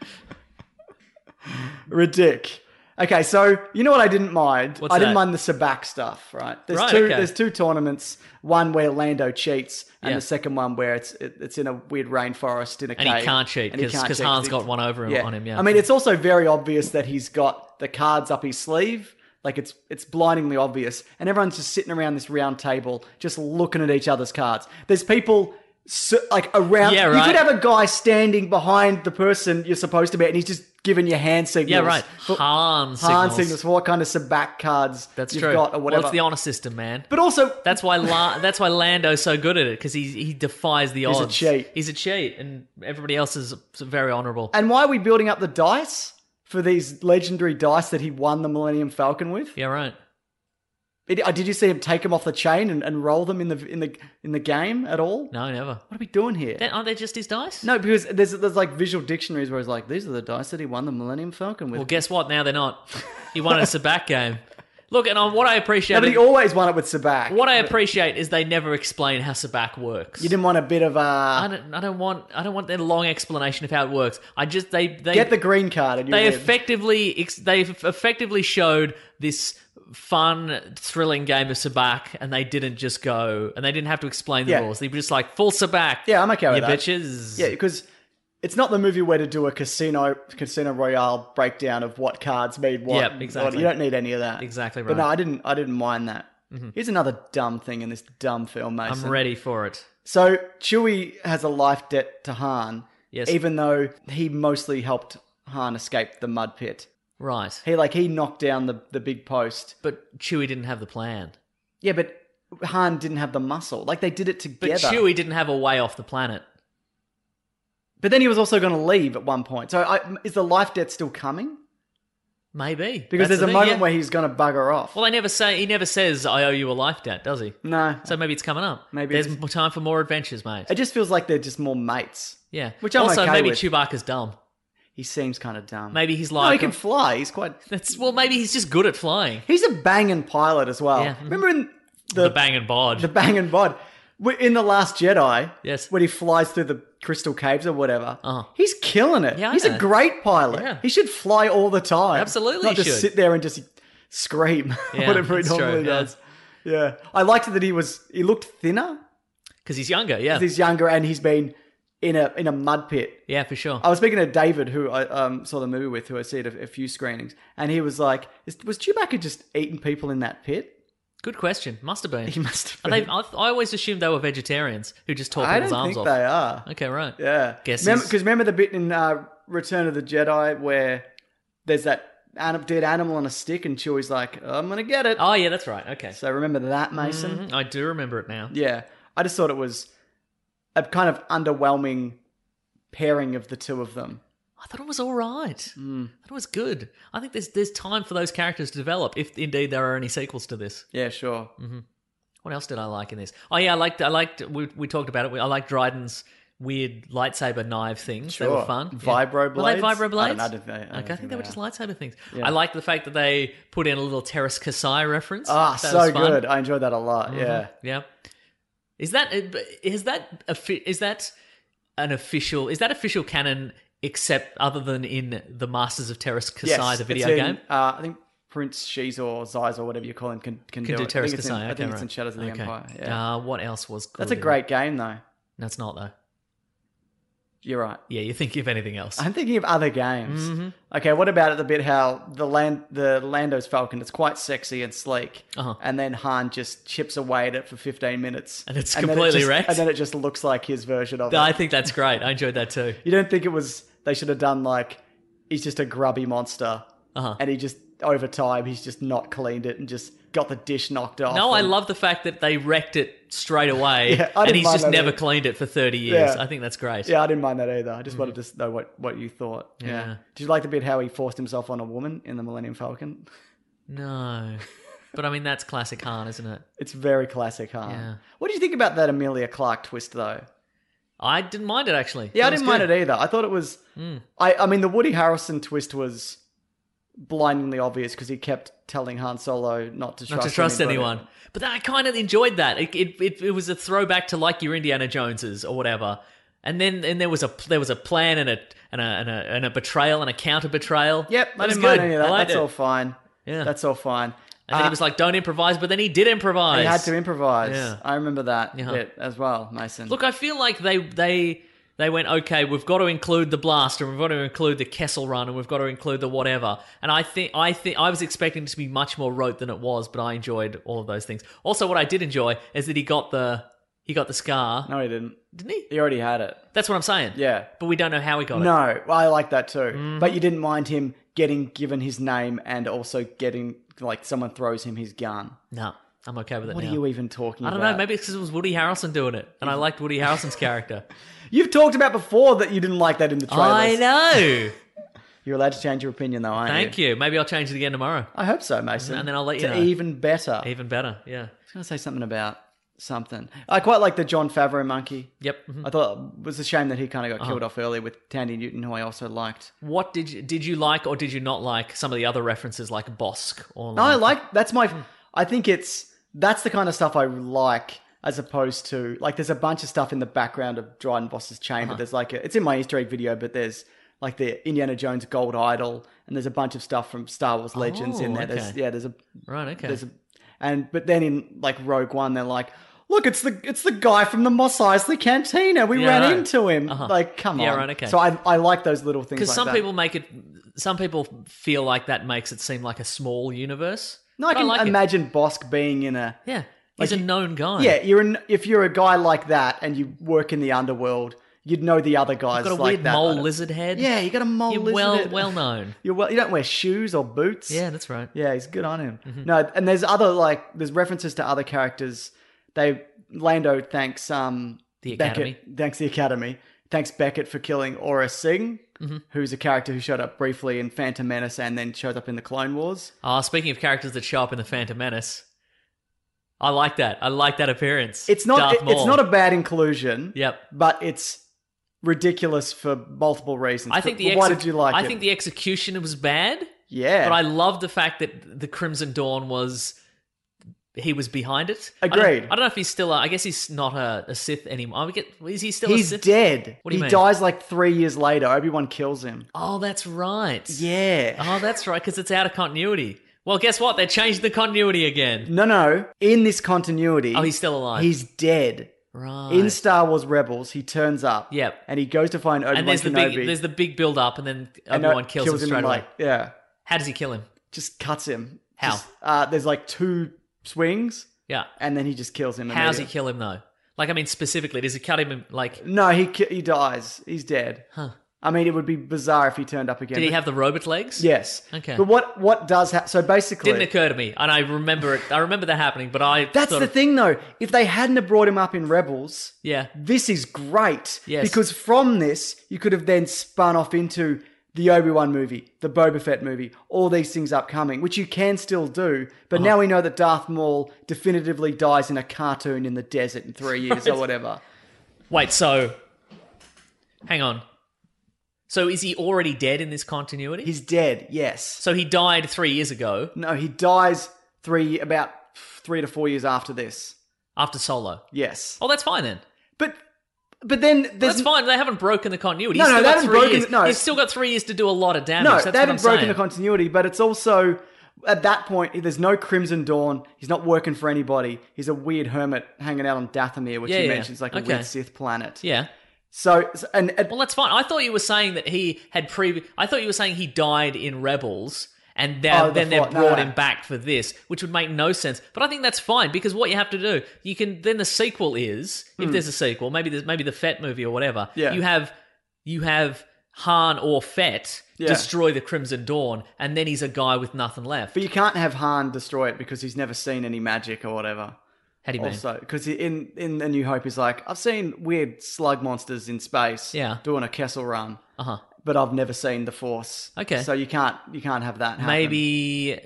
S1: Ridic. Okay, so you know what I didn't mind?
S2: What's
S1: I didn't
S2: that?
S1: mind the Sabak stuff, right? There's
S2: Right,
S1: two
S2: okay.
S1: there's two tournaments, one where Lando cheats and
S2: Yeah.
S1: the second one where it's it, it's in a weird rainforest in a
S2: And
S1: cave.
S2: he can't cheat
S1: and he can't
S2: because
S1: cheat.
S2: Han's got one over him, on him. Yeah.
S1: I mean, it's also very obvious that he's got the cards up his sleeve. Like it's it's blindingly obvious, and everyone's just sitting around this round table, just looking at each other's cards. There's people so, like around.
S2: Yeah,
S1: You
S2: right.
S1: could have a guy standing behind the person you're supposed to be, and he's just giving you hand signals.
S2: Yeah, right.
S1: For,
S2: Han
S1: hand
S2: signals.
S1: signals for what kind of sabat cards
S2: That's
S1: you've
S2: true.
S1: got or whatever.
S2: Well, it's the honor system, man.
S1: but also,
S2: That's why La- that's why Lando's so good at it because he he defies the
S1: He's a
S2: odds.
S1: cheat.
S2: He's a cheat, and everybody else is very honourable.
S1: and why are we building up the dice for these legendary dice that he won the Millennium Falcon with?
S2: yeah, right.
S1: It- uh, did you see him take them off the chain and, and roll them in the in the in the game at all?
S2: No, never.
S1: What are we doing here?
S2: Then, aren't they just his dice?
S1: no, because there's there's like visual dictionaries where it's like these are the dice that he won the Millennium Falcon with.
S2: Well, guess what? Now they're not. He won a Sabat game. Look, and on what I appreciate,
S1: no, but he always won it with Sabak.
S2: what I appreciate is they never explain how Sabat works.
S1: You didn't want a bit of
S2: I
S1: uh,
S2: don't. I don't want. I don't want their long explanation of how it works. I just they they
S1: get the green card and you
S2: they
S1: win.
S2: effectively ex- they eff- effectively showed this fun thrilling game of sabak and they didn't just go and they didn't have to explain the
S1: Yeah.
S2: rules they were just like full sabak
S1: Yeah, I'm okay with
S2: you
S1: that.
S2: bitches
S1: yeah, because it's not the movie where to do a casino casino royale breakdown of what cards mean what.
S2: Yep,
S1: and
S2: exactly.
S1: what- You don't need any of that.
S2: Exactly
S1: But no,
S2: right. Mm-hmm.
S1: I didn't. I didn't mind that. Here's another dumb thing in this dumb film, Mason.
S2: i'm ready for it
S1: So Chewie has a life debt to Han.
S2: Yes.
S1: Even though he mostly helped Han escape the mud pit.
S2: right
S1: He like he knocked down the, the big post.
S2: but chewie didn't have the plan
S1: Yeah, but Han didn't have the muscle. Like they did it
S2: but
S1: together.
S2: chewie didn't have a way off the planet
S1: But then he was also going to leave at one point. So I, is the life debt still coming?
S2: maybe
S1: Because there's
S2: That's the
S1: a
S2: thing,
S1: moment
S2: yeah.
S1: where he's going to bugger off.
S2: well they never say he never says i owe you a life debt does he
S1: no.
S2: so maybe it's coming up
S1: Mm. Maybe
S2: there's
S1: it's-
S2: more time for more adventures mate
S1: it just feels like they're just more mates.
S2: yeah
S1: Which I'm
S2: also
S1: okay
S2: maybe
S1: with.
S2: chewbacca's dumb
S1: He seems kind of dumb.
S2: maybe he's
S1: no, he
S2: like
S1: can fly. He's quite.
S2: that's well maybe he's just good at flying
S1: He's a banging pilot as well.
S2: Yeah, mhm.
S1: Remember in
S2: the,
S1: the
S2: bang and bod.
S1: the bang and bod We're in the Last Jedi.
S2: Yes.
S1: when he flies through the crystal caves or whatever,
S2: Uh-huh.
S1: he's killing it.
S2: Yeah, I
S1: he's a
S2: know.
S1: great pilot.
S2: Yeah.
S1: He should fly all the time.
S2: Absolutely
S1: not
S2: he
S1: just
S2: should.
S1: sit there and just scream
S2: Yeah,
S1: whatever he
S2: that's true,
S1: normally
S2: yeah.
S1: does. Yeah, I liked that he was. He looked thinner.
S2: Because he's younger, yeah.
S1: He's younger, and he's been in a in a mud pit
S2: yeah, for sure.
S1: I was speaking to David, who I um, saw the movie with, who I see at a, a few screenings, and he was like, "Is- "Was Chewbacca just eating people in that pit?
S2: Good question. Must have been.
S1: He must have
S2: Are they,
S1: been.
S2: I, I always assumed they were vegetarians who just tore
S1: I
S2: people's
S1: don't
S2: arms
S1: think
S2: off.
S1: they are.
S2: Okay, right.
S1: Yeah,
S2: Guesses.
S1: because remember the bit in uh, Return of the Jedi where there's that anim- dead animal on a stick, and Chewie's like, "I'm gonna get it."
S2: Oh, yeah, that's right. Okay.
S1: So remember that, Mason?
S2: Mhm, I do remember it now.
S1: Yeah, I just thought it was a kind of underwhelming pairing of the two of them.
S2: I thought it was all right.
S1: Hmm.
S2: I thought it was good. I think there's there's time for those characters to develop, if indeed there are any sequels to this.
S1: Yeah, sure.
S2: What else did I like in this? Oh yeah, I liked I liked we we talked about it. I liked Dryden's weird lightsaber knive things. They were
S1: Sure.
S2: fun.
S1: Vibro
S2: Were they
S1: blades?
S2: vibro
S1: I don't
S2: blades?
S1: know, I don't think they- I don't
S2: okay, I
S1: think
S2: think
S1: they
S2: they were just
S1: are.
S2: lightsaber things.
S1: Uh, Yeah.
S2: I liked the fact that they put in a little Terrace Kasai reference.
S1: Ah,
S2: That
S1: so
S2: was fun. Mm-hmm.
S1: good. I enjoyed that a lot. Yeah.
S2: Yeah. Is that is that offi- is that an official is that official canon except other than in the Masters of Terrace Kasai
S1: it's
S2: the video
S1: in,
S2: game?
S1: Uh, I think Prince Shiz or Zeiss or whatever you call him can, can,
S2: Can
S1: do,
S2: do
S1: it.
S2: Terrace
S1: I think, it's in,
S2: Kasai.
S1: I
S2: okay,
S1: think it's
S2: right.
S1: in Shadows of the
S2: Okay.
S1: Empire. Yeah.
S2: Uh, what else was good?
S1: That's a
S2: in-
S1: great game, though.
S2: No, it's not though.
S1: You're right.
S2: Yeah, you think of anything else?
S1: I'm thinking of other games.
S2: Mm-hmm.
S1: Okay, what about the bit how the land the Lando's Falcon? It's quite sexy and sleek,
S2: Uh-huh.
S1: and then Han just chips away at it for 15 minutes,
S2: And it's
S1: then it
S2: completely
S1: just-
S2: wrecked?
S1: And then it just looks like his version of
S2: No, I
S1: it.
S2: think that's great. I enjoyed that too.
S1: You don't think it was they should have done like he's just a grubby monster,
S2: Uh-huh.
S1: and he just over time he's just not cleaned it and just got the dish knocked off.
S2: No, I
S1: and-
S2: love the fact that they wrecked it straight away,
S1: Yeah, I
S2: and
S1: didn't
S2: he's
S1: mind
S2: just
S1: that
S2: never
S1: either.
S2: cleaned it for thirty years.
S1: Yeah.
S2: I think that's great.
S1: Yeah, I didn't mind that either. I just wanted to know what, what you thought. Yeah.
S2: Mm-hmm. Yeah.
S1: Did you like the bit how he forced himself on a woman in the Millennium Falcon?
S2: No, but I mean that's classic Han, isn't it?
S1: It's very classic, huh?
S2: Yeah.
S1: What do you think about that Amelia Clark twist, though?
S2: I didn't mind it actually.
S1: Yeah, I
S2: It was
S1: didn't mind
S2: good. Mm.
S1: it either. I thought it was. I, I mean, the Woody Harrelson twist was blindingly obvious because he kept telling Han Solo not to trust
S2: Not to trust
S1: anybody.
S2: anyone, but then I kind of enjoyed that. It, it, it, it was a throwback to like your Indiana Joneses or whatever. And then and there was a there was a plan and a and a and a, and a betrayal and a counter betrayal.
S1: Yep,
S2: that
S1: I
S2: was
S1: didn't
S2: good.
S1: mind any of
S2: I
S1: that.
S2: liked
S1: That's
S2: it.
S1: all fine.
S2: Yeah.
S1: That's all fine. Uh,
S2: And then he was like, "Don't improvise," but then he did improvise.
S1: he had to improvise.
S2: Yeah.
S1: I remember that
S2: Yeah.
S1: bit as well, Mason.
S2: Look, I feel like they they they went okay. We've got to include the blaster, and we've got to include the Kessel Run, and we've got to include the whatever. And I think I think I was expecting it to be much more rote than it was, but I enjoyed all of those things. Also, what I did enjoy is that he got the. He got the scar,
S1: No, he didn't.
S2: didn't he?
S1: He already had it.
S2: That's what I'm saying.
S1: Yeah.
S2: But we don't know how he got it.
S1: No, well, I like that too.
S2: Mm-hmm.
S1: But you didn't mind him getting given his name and also getting like someone throws him his gun.
S2: No. I'm okay with it
S1: What
S2: now.
S1: are you even talking
S2: I
S1: about?
S2: don't know. Maybe it's because it was Woody Harrelson doing it, and I liked Woody Harrelson's character.
S1: You've talked about before that you didn't like that in the trailers.
S2: I know.
S1: You're allowed to change your opinion though, aren't
S2: Thank you. Maybe I'll change it again tomorrow.
S1: I hope so, Mason.
S2: And then I'll let you
S1: to
S2: know.
S1: even better. I was
S2: Even better. Yeah.
S1: going to say something about something. I quite like the John Favreau monkey.
S2: Yep. mhm.
S1: I thought it was a shame that he kind
S2: Uh-huh.
S1: of got killed off early with Tandy Newton, who I also liked.
S2: What did you, did you like or did you not like some of the other references like Bosk or
S1: No, I
S2: like,
S1: like that's my.
S2: Hmm.
S1: I think it's that's the kind of stuff I like as opposed to like there's a bunch of stuff in the background of Dryden Boss's chamber.
S2: Uh-huh.
S1: There's like a, it's in my Easter egg video, but there's like the Indiana Jones gold idol, and there's a bunch of stuff from Star Wars Legends in
S2: Oh,
S1: there. There's
S2: okay.
S1: yeah, there's a
S2: right? Okay.
S1: there's a, and but then in like Rogue One, they're like. Look, it's the it's the guy from the Mos Eisley Cantina. We
S2: Yeah,
S1: ran
S2: right. Uh-huh.
S1: into him. Like, come
S2: Yeah,
S1: on.
S2: right, okay.
S1: So I I like those little things.
S2: because
S1: like
S2: some
S1: that.
S2: people make it some people feel like that makes it seem like a small universe
S1: no, I
S2: But
S1: can
S2: like it.
S1: imagine Bosk being in a
S2: yeah he's
S1: Like,
S2: a
S1: you-
S2: known guy
S1: Yeah, you're an, if you're a guy like that and you work in the underworld, you'd know the other guys.
S2: He's got a
S1: like
S2: weird
S1: that.
S2: mole lizard head
S1: Yeah, you got a mole
S2: you're
S1: lizard.
S2: well well known
S1: You're well. You don't wear shoes or boots.
S2: yeah Mm-hmm. that's right
S1: Yeah, he's good on him. No, and there's other like there's references to other characters. They Lando thanks um
S2: The
S1: Beckett, thanks the Academy. Thanks Beckett for killing Aura Singh,
S2: Mm-hmm.
S1: who's a character who showed up briefly in Phantom Menace and then showed up in the Clone Wars.
S2: Ah, speaking of characters that show up in the Phantom Menace I like that I like that appearance
S1: It's not.
S2: Darth
S1: it- it's
S2: Maul.
S1: not a bad inclusion.
S2: Yep.
S1: But it's ridiculous for multiple reasons.
S2: I
S1: But
S2: think the
S1: why
S2: exec-
S1: did you like
S2: I
S1: it?
S2: think the execution was bad
S1: yeah.
S2: but I love the fact that the Crimson Dawn was he was behind it. I don't- I
S1: Agreed.
S2: don't, know if he's still. A, I guess he's not a, a Sith anymore. I get, is he still a
S1: he's
S2: Sith?
S1: dead.
S2: What do you
S1: he
S2: mean?
S1: dies like three years later. Obi Wan kills him.
S2: Oh, that's right.
S1: Yeah.
S2: Oh, that's right. Because it's out of continuity. Well, guess what? They changed the continuity again.
S1: No, no. In this continuity,
S2: Oh, he's still alive.
S1: he's dead.
S2: right.
S1: In Star Wars Rebels, he turns up.
S2: Yep.
S1: And he goes to find Obi
S2: and
S1: Wan
S2: there's the
S1: Kenobi.
S2: big there's the big build up, and then
S1: and
S2: everyone
S1: uh,
S2: kills, him straight away.
S1: like, yeah.
S2: How does he kill him?
S1: Just cuts him.
S2: How?
S1: Just, uh, there's like two swings,
S2: Yeah.
S1: and then he just kills him.
S2: How's he
S1: immediately.
S2: kill him though? Like, I mean, specifically, does he cut him? in- Like,
S1: No, he ki- he dies. He's dead.
S2: Huh.
S1: I mean, it would be bizarre if he turned up again.
S2: did he
S1: but-
S2: have the robot legs?
S1: Yes.
S2: Okay.
S1: But what what does happen? So basically,
S2: Didn't occur to me, and I remember it. I remember that happening, but I
S1: that's
S2: sort
S1: the
S2: of-
S1: thing though. If they hadn't have brought him up in Rebels,
S2: Yeah,
S1: this is great.
S2: Yes.
S1: Because from this, you could have then spun off into the Obi Wan movie, the Boba Fett movie, all these things upcoming, which you can still do. But
S2: Uh-huh.
S1: now we know that Darth Maul definitively dies in a cartoon in the desert in three years or whatever.
S2: Wait, so hang on. So is he already dead in this continuity?
S1: He's dead. Yes.
S2: so he died three years ago
S1: No, he dies three about three to four years after this.
S2: after Solo.
S1: Yes.
S2: Oh, that's fine then.
S1: But but then there's
S2: That's fine. They haven't broken the continuity.
S1: No,
S2: He's
S1: no,
S2: still
S1: they
S2: got
S1: haven't
S2: three
S1: broken-
S2: Years.
S1: no.
S2: He's still got three years to do a lot of damage.
S1: No,
S2: That's
S1: they
S2: what I'm
S1: haven't broken
S2: saying.
S1: the continuity, but it's also at that point there's no Crimson Dawn. He's not working for anybody. He's a weird hermit hanging out on Dathomir, which
S2: Yeah,
S1: he
S2: yeah.
S1: mentions like a
S2: Okay.
S1: weird Sith planet.
S2: Yeah.
S1: So so- and, and
S2: Well, that's fine. I thought you were saying that he had previ- I thought you were saying he died in Rebels. And then,
S1: Oh, the
S2: then they
S1: fought-
S2: brought
S1: no, no.
S2: him back for this, which would make no sense. But I think that's fine because what you have to do, you can then the sequel is if there's a sequel, maybe there's maybe the Fett movie or whatever.
S1: Hmm. Yeah.
S2: You have you have Han or Fett
S1: Yeah.
S2: destroy the Crimson Dawn, and then he's a guy with nothing left.
S1: but you can't have Han destroy it because he's never seen any magic or whatever.
S2: How do you mean?
S1: Also, because in in A New Hope, he's like, I've seen weird slug monsters in space,
S2: Yeah.
S1: doing a Kessel Run,
S2: Uh huh.
S1: but I've never seen the Force.
S2: Okay.
S1: so you can't you can't have that. Happen.
S2: Maybe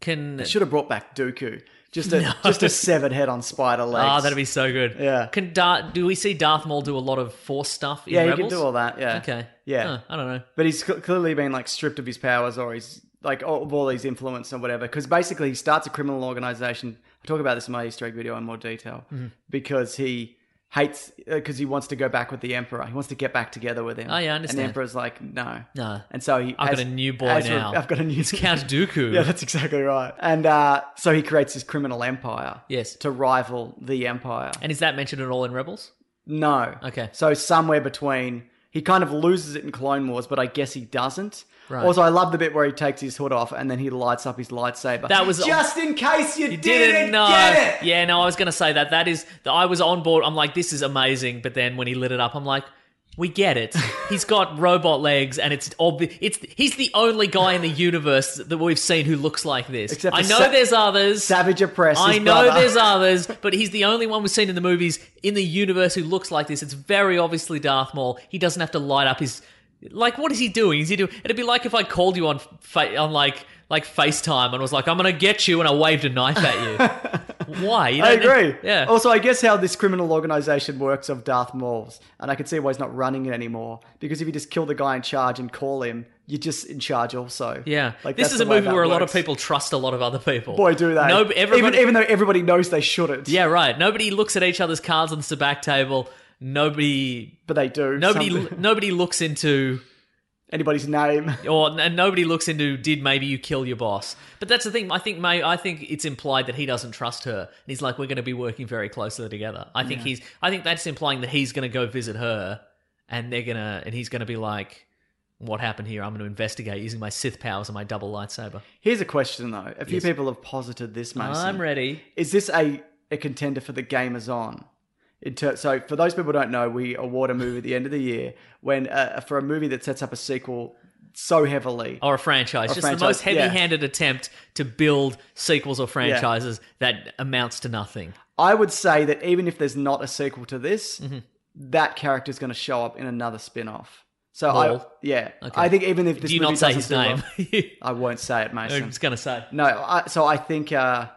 S2: can
S1: should have brought back Dooku, just a just a severed head on spider legs.
S2: ah that'd be so good.
S1: Yeah.
S2: Can Dar- do we see Darth Maul do a lot of Force stuff? In
S1: Yeah,
S2: Rebels?
S1: he can do all that. Yeah.
S2: Okay.
S1: Yeah.
S2: Huh, I don't know.
S1: But he's cl- clearly been like stripped of his powers, or he's like all- of all these influence or whatever. Because basically, he starts a criminal organization. I talk about this in my Easter egg video in more detail
S2: Mm-hmm.
S1: because he hates because he wants to go back with the emperor. He wants to get back together with him.
S2: Oh, yeah, I
S1: And
S2: understand.
S1: the emperor's like, no,
S2: No.
S1: And so he,
S2: I've
S1: as-
S2: got a new boy
S1: as re-
S2: now.
S1: I've got a new
S2: It's Count Dooku.
S1: Yeah, that's exactly right. And uh, so he creates his criminal empire.
S2: Yes.
S1: To rival the empire.
S2: and is that mentioned at all in Rebels?
S1: No.
S2: Okay.
S1: So somewhere between He kind of loses it in Clone Wars, but I guess he doesn't.
S2: Right.
S1: Also, I love the bit where he takes his hood off and then he lights up his lightsaber.
S2: That was-
S1: just in case you,
S2: You
S1: didn't,
S2: know.
S1: get it.
S2: Yeah, no, I was going to say that. That is, I was on board. I'm like, this is amazing. But then when he lit it up, I'm like, we get it. He's got robot legs, and it's obvious. It's he's the only guy in the universe that we've seen who looks like this.
S1: Except
S2: I
S1: for
S2: know
S1: Sa-
S2: there's others.
S1: Savage Oppress.
S2: I
S1: his
S2: know
S1: brother.
S2: there's others, but he's the only one we've seen in the movies in the universe who looks like this. It's very obviously Darth Maul. He doesn't have to light up his like. What is he doing? Is he doing? It'd be like if I called you on fa- on like like FaceTime and was like, "I'm gonna get you," and I waved a knife at you. Why? You
S1: I
S2: don't need-
S1: agree.
S2: yeah.
S1: Also, I guess how this criminal organization works of Darth Maul's, and I can see why he's not running it anymore. Because if you just kill the guy in charge and call him, you're just in charge also.
S2: yeah,
S1: Like,
S2: this
S1: that's
S2: is a
S1: the way
S2: movie
S1: that
S2: where a lot of
S1: works.
S2: people trust a lot of other people.
S1: Boy, do they.
S2: No, everybody,
S1: even, even though everybody knows they shouldn't.
S2: yeah, right. Nobody looks at each other's cards on the back table. Nobody,
S1: But they do.
S2: nobody,
S1: Some-
S2: nobody looks into
S1: anybody's name.
S2: or and nobody looks into did maybe you kill your boss but that's the thing i think may i think it's implied that he doesn't trust her and he's like we're going to be working very closely together i think he's i think that's implying that he's going to go visit her and they're going to and he's going to be like what happened here i'm going to investigate using my sith powers and my double lightsaber
S1: Here's a question though. A few people have posited this, Mason.
S2: i'm ready
S1: Is this a, a contender for the Gamers On? In ter- so, for those people who don't know, we award a movie at the end of the year when uh, for a movie that sets up a sequel so heavily.
S2: or a franchise
S1: Or
S2: just the
S1: franchise,
S2: most heavy-handed attempt to build sequels or franchises that amounts to nothing
S1: I would say that even if there's not a sequel to this,
S2: Mm-hmm.
S1: that character's going to show up in another spin off. So, I,
S2: Lol.
S1: yeah. I think even if this
S2: do you
S1: movie
S2: not say
S1: doesn't
S2: his
S1: do
S2: name
S1: well- I won't say it,
S2: i'm
S1: Mason.
S2: just going to say
S1: No, I, so I think. Uh,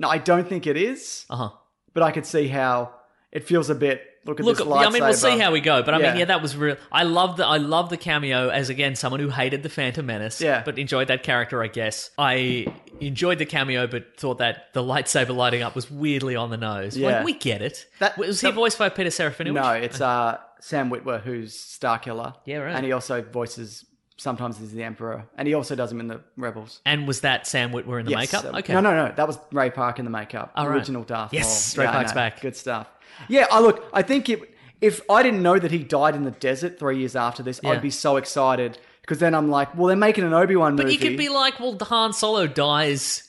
S1: no, I don't think it is.
S2: uh-huh
S1: but I could see how it feels a bit. Look at
S2: Look,
S1: this
S2: yeah,
S1: lightsaber.
S2: I mean, we'll see how we go. But I
S1: Yeah.
S2: mean, yeah, that was real. I love the I love the cameo as again someone who hated the Phantom Menace,
S1: Yeah.
S2: but enjoyed that character. I guess I enjoyed the cameo, but thought that the lightsaber lighting up was weirdly on the nose. Like,
S1: Yeah.
S2: we get it.
S1: That-
S2: was he
S1: that-
S2: voiced by Peter Serafinowicz?
S1: No, it's uh, Sam Witwer who's Starkiller.
S2: Yeah, right.
S1: And he also voices sometimes he's the Emperor, and he also does him in the Rebels.
S2: And was that Sam Witwer in the
S1: Yes,
S2: makeup?
S1: um,
S2: okay.
S1: No, no, no. That was Ray Park in the makeup.
S2: Oh, right.
S1: original Darth
S2: Yes,
S1: Maul.
S2: Ray
S1: I
S2: Park's
S1: know.
S2: back.
S1: Good stuff. Yeah, I look. I think it, if I didn't know that he died in the desert three years after this,
S2: Yeah.
S1: I'd be so excited because then I'm like, well, they're making an Obi Wan
S2: But
S1: movie.
S2: you could be like, well, Han Solo dies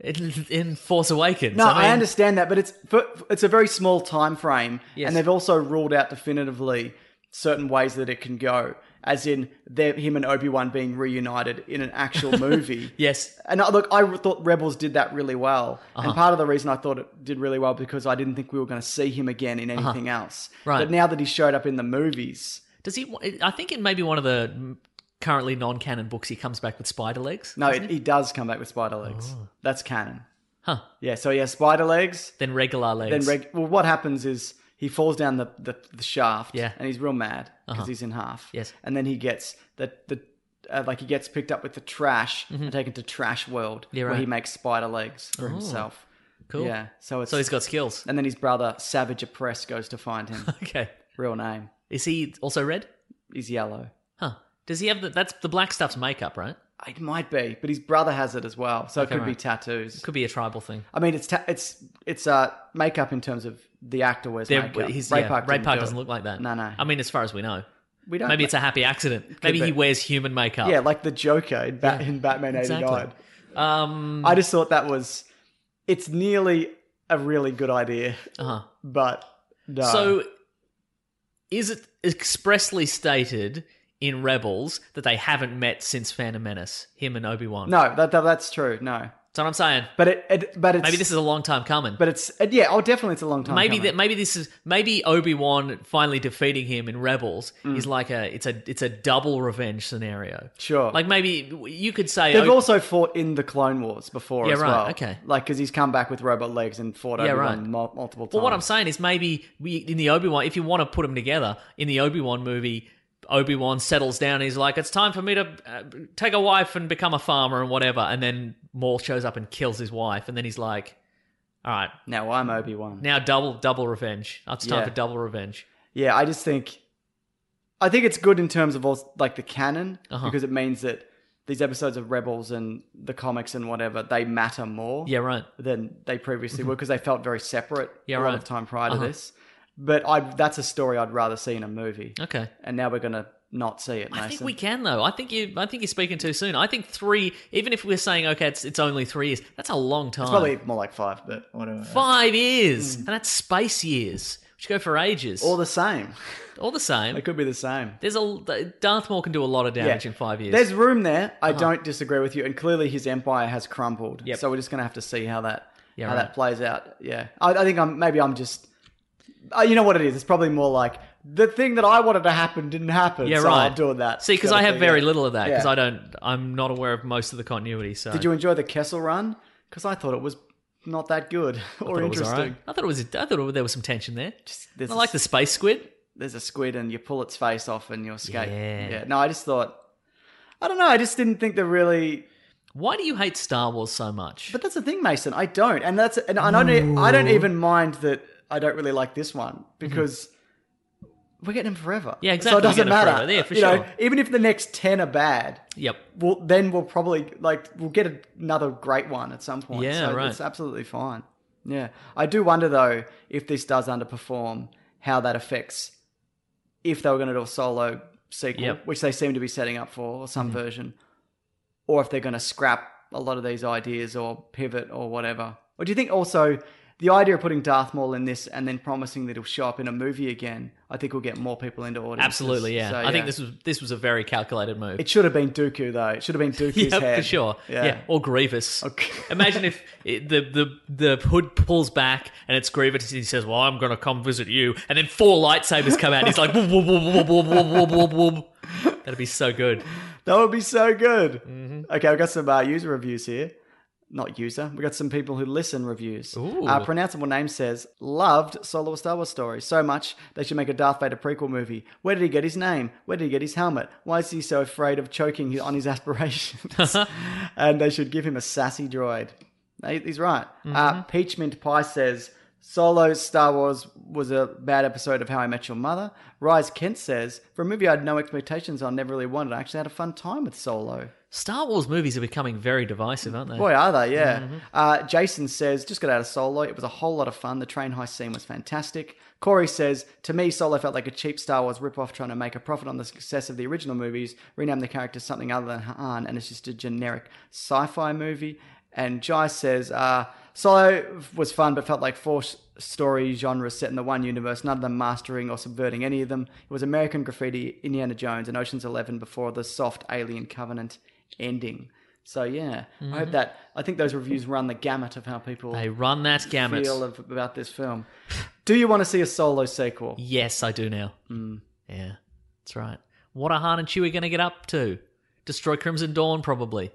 S2: in, in Force Awakens.
S1: No, I,
S2: mean,
S1: understand that, but it's for- it's a very small time frame,
S2: Yes.
S1: and they've also ruled out definitively certain ways that it can go, as in their, him and Obi Wan being reunited in an actual movie.
S2: Yes,
S1: And I, look, I thought Rebels did that really well,
S2: Uh-huh.
S1: and part of the reason I thought it did really well because I didn't think we were going to see him again in anything else.
S2: Uh-huh. Right.
S1: But now that he showed up in the movies,
S2: does he? I think it may be one of the currently non-canon books. He comes back with spider legs.
S1: no, it, he does come back with spider legs.
S2: Oh.
S1: That's canon.
S2: Huh.
S1: Yeah, so he has spider legs.
S2: Then regular
S1: then
S2: legs.
S1: reg- well, what happens is he falls down the, the, the shaft,
S2: Yeah. Uh-huh.
S1: and he's real mad because he's in half.
S2: Yes.
S1: and then he gets the the uh, like he gets picked up with the trash and taken to Trash World,
S2: Mm-hmm. Yeah,
S1: where
S2: right. Oh.
S1: he makes spider legs for himself.
S2: cool.
S1: Yeah, so it's
S2: So he's got skills.
S1: and then his brother Savage Oppress goes to find him.
S2: Okay.
S1: real name,
S2: Is he also red?
S1: he's yellow.
S2: Huh. Does he have the, that's the black stuff's makeup, right?
S1: It might be, but his brother has it as well, so it could be
S2: right.
S1: tattoos.
S2: Could be a tribal thing.
S1: I mean, it's ta- it's it's uh makeup in terms of the actor wears
S2: There,
S1: makeup.
S2: he's,
S1: Ray
S2: yeah,
S1: Park,
S2: Ray
S1: didn't
S2: Park
S1: do
S2: doesn't
S1: it.
S2: look like that.
S1: No, no.
S2: I mean, as far as we know.
S1: We don't.
S2: Maybe it's a happy accident. Maybe
S1: be.
S2: he wears human makeup.
S1: Yeah, like the Joker in, Bat- in Batman
S2: exactly.
S1: 89.
S2: Um,
S1: I just thought that was, it's nearly a really good idea,
S2: uh-huh.
S1: but no.
S2: So is it expressly stated in Rebels that they haven't met since Phantom Menace, him and Obi-Wan?
S1: no, that, that- that's true. No,
S2: That's what I'm saying.
S1: but it, it but it's
S2: Maybe this is a long time coming.
S1: but it's it, yeah. Oh, definitely, it's a long time.
S2: maybe
S1: coming.
S2: that maybe this is maybe Obi-Wan finally defeating him in Rebels is like a it's a it's a double revenge scenario.
S1: Mm. Sure.
S2: Like maybe you could say
S1: They've
S2: O-
S1: also fought in the Clone Wars before
S2: Yeah,
S1: as
S2: right,
S1: well.
S2: okay.
S1: Like, because he's come back with robot legs and fought
S2: Yeah,
S1: Obi Wan
S2: right.
S1: mul- multiple times.
S2: Well what I'm saying is maybe we, in the Obi-Wan if you want to put them together in the Obi-Wan movie Obi-Wan settles down and he's like it's time for me to uh, take a wife and become a farmer and whatever and then Maul shows up and kills his wife and then he's like all right
S1: now I'm Obi Wan.
S2: now double double revenge. It's time
S1: Yeah.
S2: for double revenge.
S1: Yeah, I just think, I think it's good in terms of also, like the canon
S2: Uh-huh.
S1: because it means that these episodes of Rebels and the comics and whatever they matter more
S2: Yeah, right.
S1: than they previously were because they felt very separate
S2: Yeah,
S1: a lot
S2: right. Uh-huh.
S1: of time prior to this. But I that's a story I'd rather see in a movie.
S2: Okay.
S1: And now we're gonna not see it.
S2: I think
S1: Mason.
S2: we can though. I think you. I think you're speaking too soon. I think three. Even if we're saying okay, it's it's only three years. That's a long time.
S1: probably more like five, but whatever.
S2: five years, and that's space years, which go for ages.
S1: All the same.
S2: All the same.
S1: It could be the same.
S2: There's a Darth Maul can do a lot of damage in five years. Uh-huh.
S1: There's room there. I don't disagree with you. And clearly, his empire has crumbled.
S2: Yep.
S1: So we're just going to have to see how that
S2: Yeah,
S1: how
S2: right.
S1: that plays out. Yeah, I, I think I'm maybe I'm just. Uh, you know what it is? It's probably more like the thing that I wanted to happen didn't happen.
S2: yeah,
S1: so
S2: right.
S1: I'm doing that.
S2: See, because
S1: sort of
S2: I have
S1: thing,
S2: very
S1: yeah.
S2: little of that because
S1: Yeah.
S2: I don't. I'm not aware of most of the continuity. So
S1: Did you enjoy the Kessel Run? Because I thought it was not that good or
S2: thought it was
S1: interesting.
S2: all right. I thought it was. I thought there was some tension there.
S1: there's
S2: I
S1: a
S2: like the space squid.
S1: there's a squid and you pull its face off and you escape.
S2: Yeah.
S1: No, I just thought. I don't know. I just didn't think they're really
S2: Why do you hate Star Wars so much?
S1: But that's the thing, Mason. I don't, and that's and I don't. e, I don't even mind that I don't really like this one because we're getting them forever.
S2: Yeah,
S1: So
S2: exactly,
S1: it doesn't
S2: we're getting 'em
S1: matter.
S2: forever. Yeah, for
S1: you
S2: sure.
S1: Know, even if the next ten are bad,
S2: yep.
S1: well, then we'll probably like we'll get another great one at some point.
S2: Yeah,
S1: so
S2: right.
S1: It's absolutely fine. Yeah, I do wonder though if this does underperform, how that affects if they were going to do a solo sequel,
S2: Yep. Mm-hmm.
S1: which they seem to be setting up for, or some version, or if they're going to scrap a lot of these ideas or pivot or whatever. Or do you think also the idea of putting Darth Maul in this and then promising that he'll show up in a movie again, I think will get more people into audience.
S2: Absolutely. Yeah. I think this was this was a very calculated move.
S1: It should have been Dooku though. It should have been Dooku's
S2: yeah,
S1: head Oh,
S2: for sure. Yeah. or Grievous.
S1: Okay.
S2: Imagine if it, the the the hood pulls back and it's Grievous. He says, "Well, I'm gonna come visit you," and then four lightsabers come out. And he's like, "Whoop, whoop, whoop, whoop, whoop, whoop, whoop, whoop, whoop." "That'd be so good."
S1: That would be so good.
S2: Mm-hmm.
S1: Okay, I've got some uh, user reviews here. Not user. We got some people who listen reviews.
S2: Ooh.
S1: Uh, pronounceable name says loved Solo a Star Wars story so much they should make a Darth Vader prequel movie. Where did he get his name? Where did he get his helmet? Why is he so afraid of choking on his aspirations? and they should give him a sassy droid. He- He's right. Uh, Peach Mint Pie says Solo Star Wars was a bad episode of How I Met Your Mother. Rise Kent says for a movie I had no expectations on, never really wanted. I actually had a fun time with Solo.
S2: Star Wars movies are becoming very divisive, aren't they?
S1: Boy, are they, yeah. Uh, Jason says, just got out of Solo. It was a whole lot of fun. The train heist scene was fantastic. Corey says, to me, Solo felt like a cheap Star Wars ripoff trying to make a profit on the success of the original movies, rename the character something other than Han, and it's just a generic sci fi movie. And Jai says, uh, Solo was fun, but felt like four s- story genres set in the one universe, none of them mastering or subverting any of them. It was American Graffiti, Indiana Jones, and Ocean's Eleven before the soft Alien Covenant ending. So yeah, I hope that I think those reviews run the gamut of how people
S2: Mm-hmm. They run that gamut.
S1: feel of, about this film. Do you want to see a solo sequel?
S2: Yes, I do now.
S1: Mm.
S2: Yeah, that's right. What are Han and Chewie going to get up to? Destroy Crimson Dawn, probably.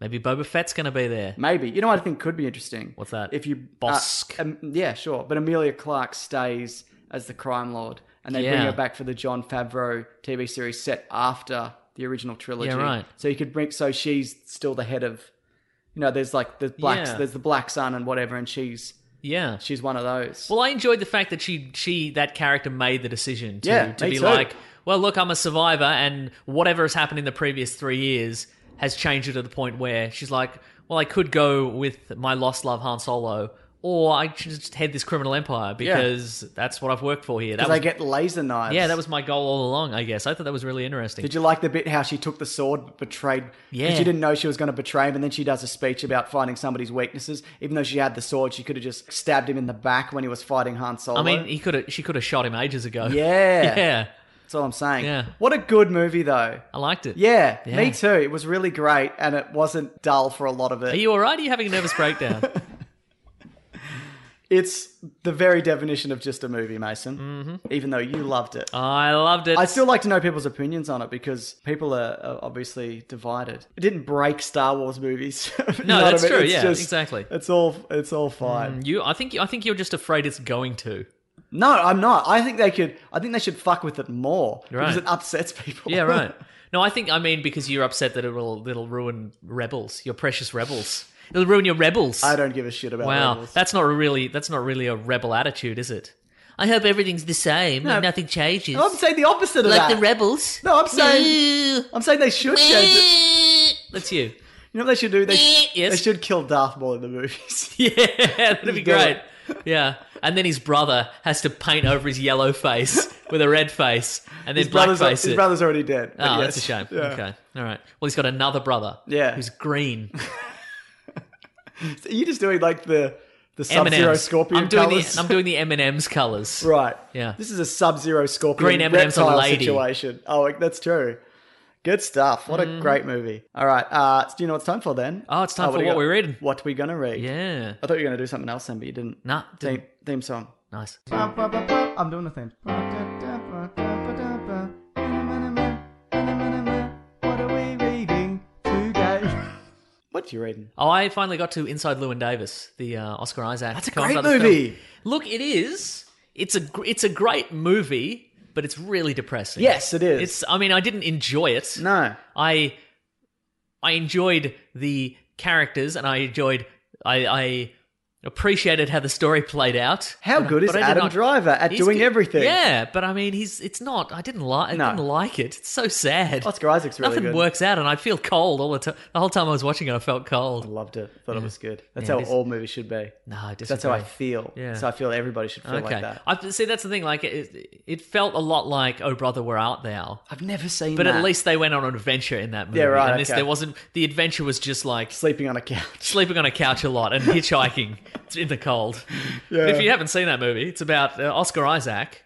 S2: Maybe Boba Fett's going to be there.
S1: Maybe. You know what I think could be interesting.
S2: What's that?
S1: If you
S2: Bosk.
S1: uh, um, yeah, sure. But Amelia Clark stays as the crime lord, and they bring
S2: Yeah.
S1: her back for the John Favreau TV series set after the original trilogy.
S2: Yeah, right.
S1: So you could bring. So she's still the head of. You know, there's like the black.
S2: Yeah.
S1: There's the Black Sun and whatever, and she's
S2: Yeah.
S1: she's one of those.
S2: Well, I enjoyed the fact that she she that character made the decision to
S1: Yeah,
S2: to
S1: me
S2: be
S1: too.
S2: like, well, look, I'm a survivor, and whatever has happened in the previous three years has changed her to the point where she's like, well, I could go with my lost love Han Solo, or I should just head this criminal empire because that's what I've worked for here. That
S1: Because
S2: was,
S1: they get laser knives.
S2: yeah, that was my goal all along. I guess I thought that was really interesting.
S1: Did you like the bit how she took the sword but betrayed?
S2: Yeah.
S1: Because you didn't know she was going to betray him, and then she does a speech about finding somebody's weaknesses. Even though she had the sword, she could have just stabbed him in the back when he was fighting Han Solo.
S2: I mean, he could have she could have shot him ages ago.
S1: Yeah.
S2: yeah,
S1: that's all I'm saying.
S2: Yeah.
S1: What a good movie, though.
S2: I liked it.
S1: Yeah,
S2: Yeah.
S1: me too. It was really great, and it wasn't dull for a lot of it.
S2: Are you all right? Are you having a nervous breakdown?
S1: it's the very definition of just a movie, Mason. Mm-hmm. Even though you loved it.
S2: I loved it.
S1: I'd still like to know people's opinions on it because people are, are obviously divided. It didn't break Star Wars movies. You know what
S2: that's true,
S1: It's
S2: yeah, exactly. Mm.
S1: It's all it's all fine.
S2: you, I think, I think you're just afraid it's going to.
S1: No, I'm not. I think they could. I think they should fuck with it more because
S2: Right.
S1: it upsets people.
S2: Yeah, right. No, I think I mean because you're upset that it'll it'll ruin rebels, your precious rebels. It'll ruin your rebels.
S1: I don't give a shit about.
S2: wow,
S1: Rebels.
S2: that's not really that's not really a rebel attitude, is it? I hope everything's the same and nothing changes.
S1: I'm saying the opposite of
S2: like
S1: that.
S2: the rebels.
S1: No, I'm saying- I'm saying they should change it.
S2: That's you.
S1: You know what they should do? They, sh-
S2: Yes.
S1: they should kill Darth Maul in the movies.
S2: Yeah, that'd be
S1: Do it.
S2: great. Yeah. And then his brother has to paint over his yellow face with a red face and then
S1: His brother's,
S2: blackface
S1: his
S2: it.
S1: brother's already dead. but
S2: oh,
S1: yes.
S2: that's a shame. Okay. All right. Well, he's got another brother.
S1: Yeah.
S2: Who's green.
S1: Are you just doing like the the Sub Zero
S2: M&M's.
S1: Scorpion
S2: I'm doing
S1: colours?
S2: the I'm doing the M&M's colors.
S1: right.
S2: Yeah.
S1: This is a Sub Zero Scorpion
S2: Green M&M's on
S1: reptile
S2: lady.
S1: situation. Oh, like, that's true. Good stuff. What a great movie. All right. Uh, do you know what it's time for then?
S2: Mm-hmm. Oh, it's time for
S1: do you
S2: what
S1: got-
S2: we're reading.
S1: What we gonna read?
S2: Yeah.
S1: I thought you were gonna do something else then, but you didn't.
S2: Nah,
S1: Theme,
S2: didn't.
S1: theme song.
S2: Nice.
S1: I'm doing the theme. What are we reading today? What are you reading?
S2: Oh, I finally got to Inside Llewyn Davis, the uh, Oscar Isaac.
S1: That's a
S2: Coen
S1: great
S2: Brothers
S1: movie.
S2: film. Look, it is. It's a gr- it's a great movie, but it's really depressing.
S1: Yes, it is.
S2: It's. I mean, I didn't enjoy it.
S1: No.
S2: I I enjoyed the characters, and I enjoyed. I, I appreciated how the story played out.
S1: How
S2: But-
S1: good is
S2: but I did
S1: Adam
S2: not-
S1: Driver at
S2: He's
S1: doing
S2: good-
S1: everything?
S2: Yeah, but I mean, he's. It's not. I didn't like. I
S1: No.
S2: didn't like it. It's so sad.
S1: Oscar Isaac's really
S2: Nothing
S1: good.
S2: works out, and I feel cold all the time. The whole time I was watching it, I felt cold.
S1: I loved it. Thought it was good. That's
S2: Yeah,
S1: how
S2: it is.
S1: all movies should be.
S2: No, I disagree.
S1: That's how I feel.
S2: Yeah.
S1: So I feel everybody should feel like that.
S2: I see. That's the thing. Like it, it felt a lot like "Oh Brother, We're Out Thou,"
S1: I've never seen
S2: but
S1: that.
S2: at least they went on an adventure in that movie.
S1: Yeah, right,
S2: And this,
S1: okay.
S2: there wasn't the adventure was just like
S1: sleeping on a couch.
S2: sleeping on a couch a lot and hitchhiking in the cold. But if you haven't seen that movie, it's about uh, Oscar Isaac,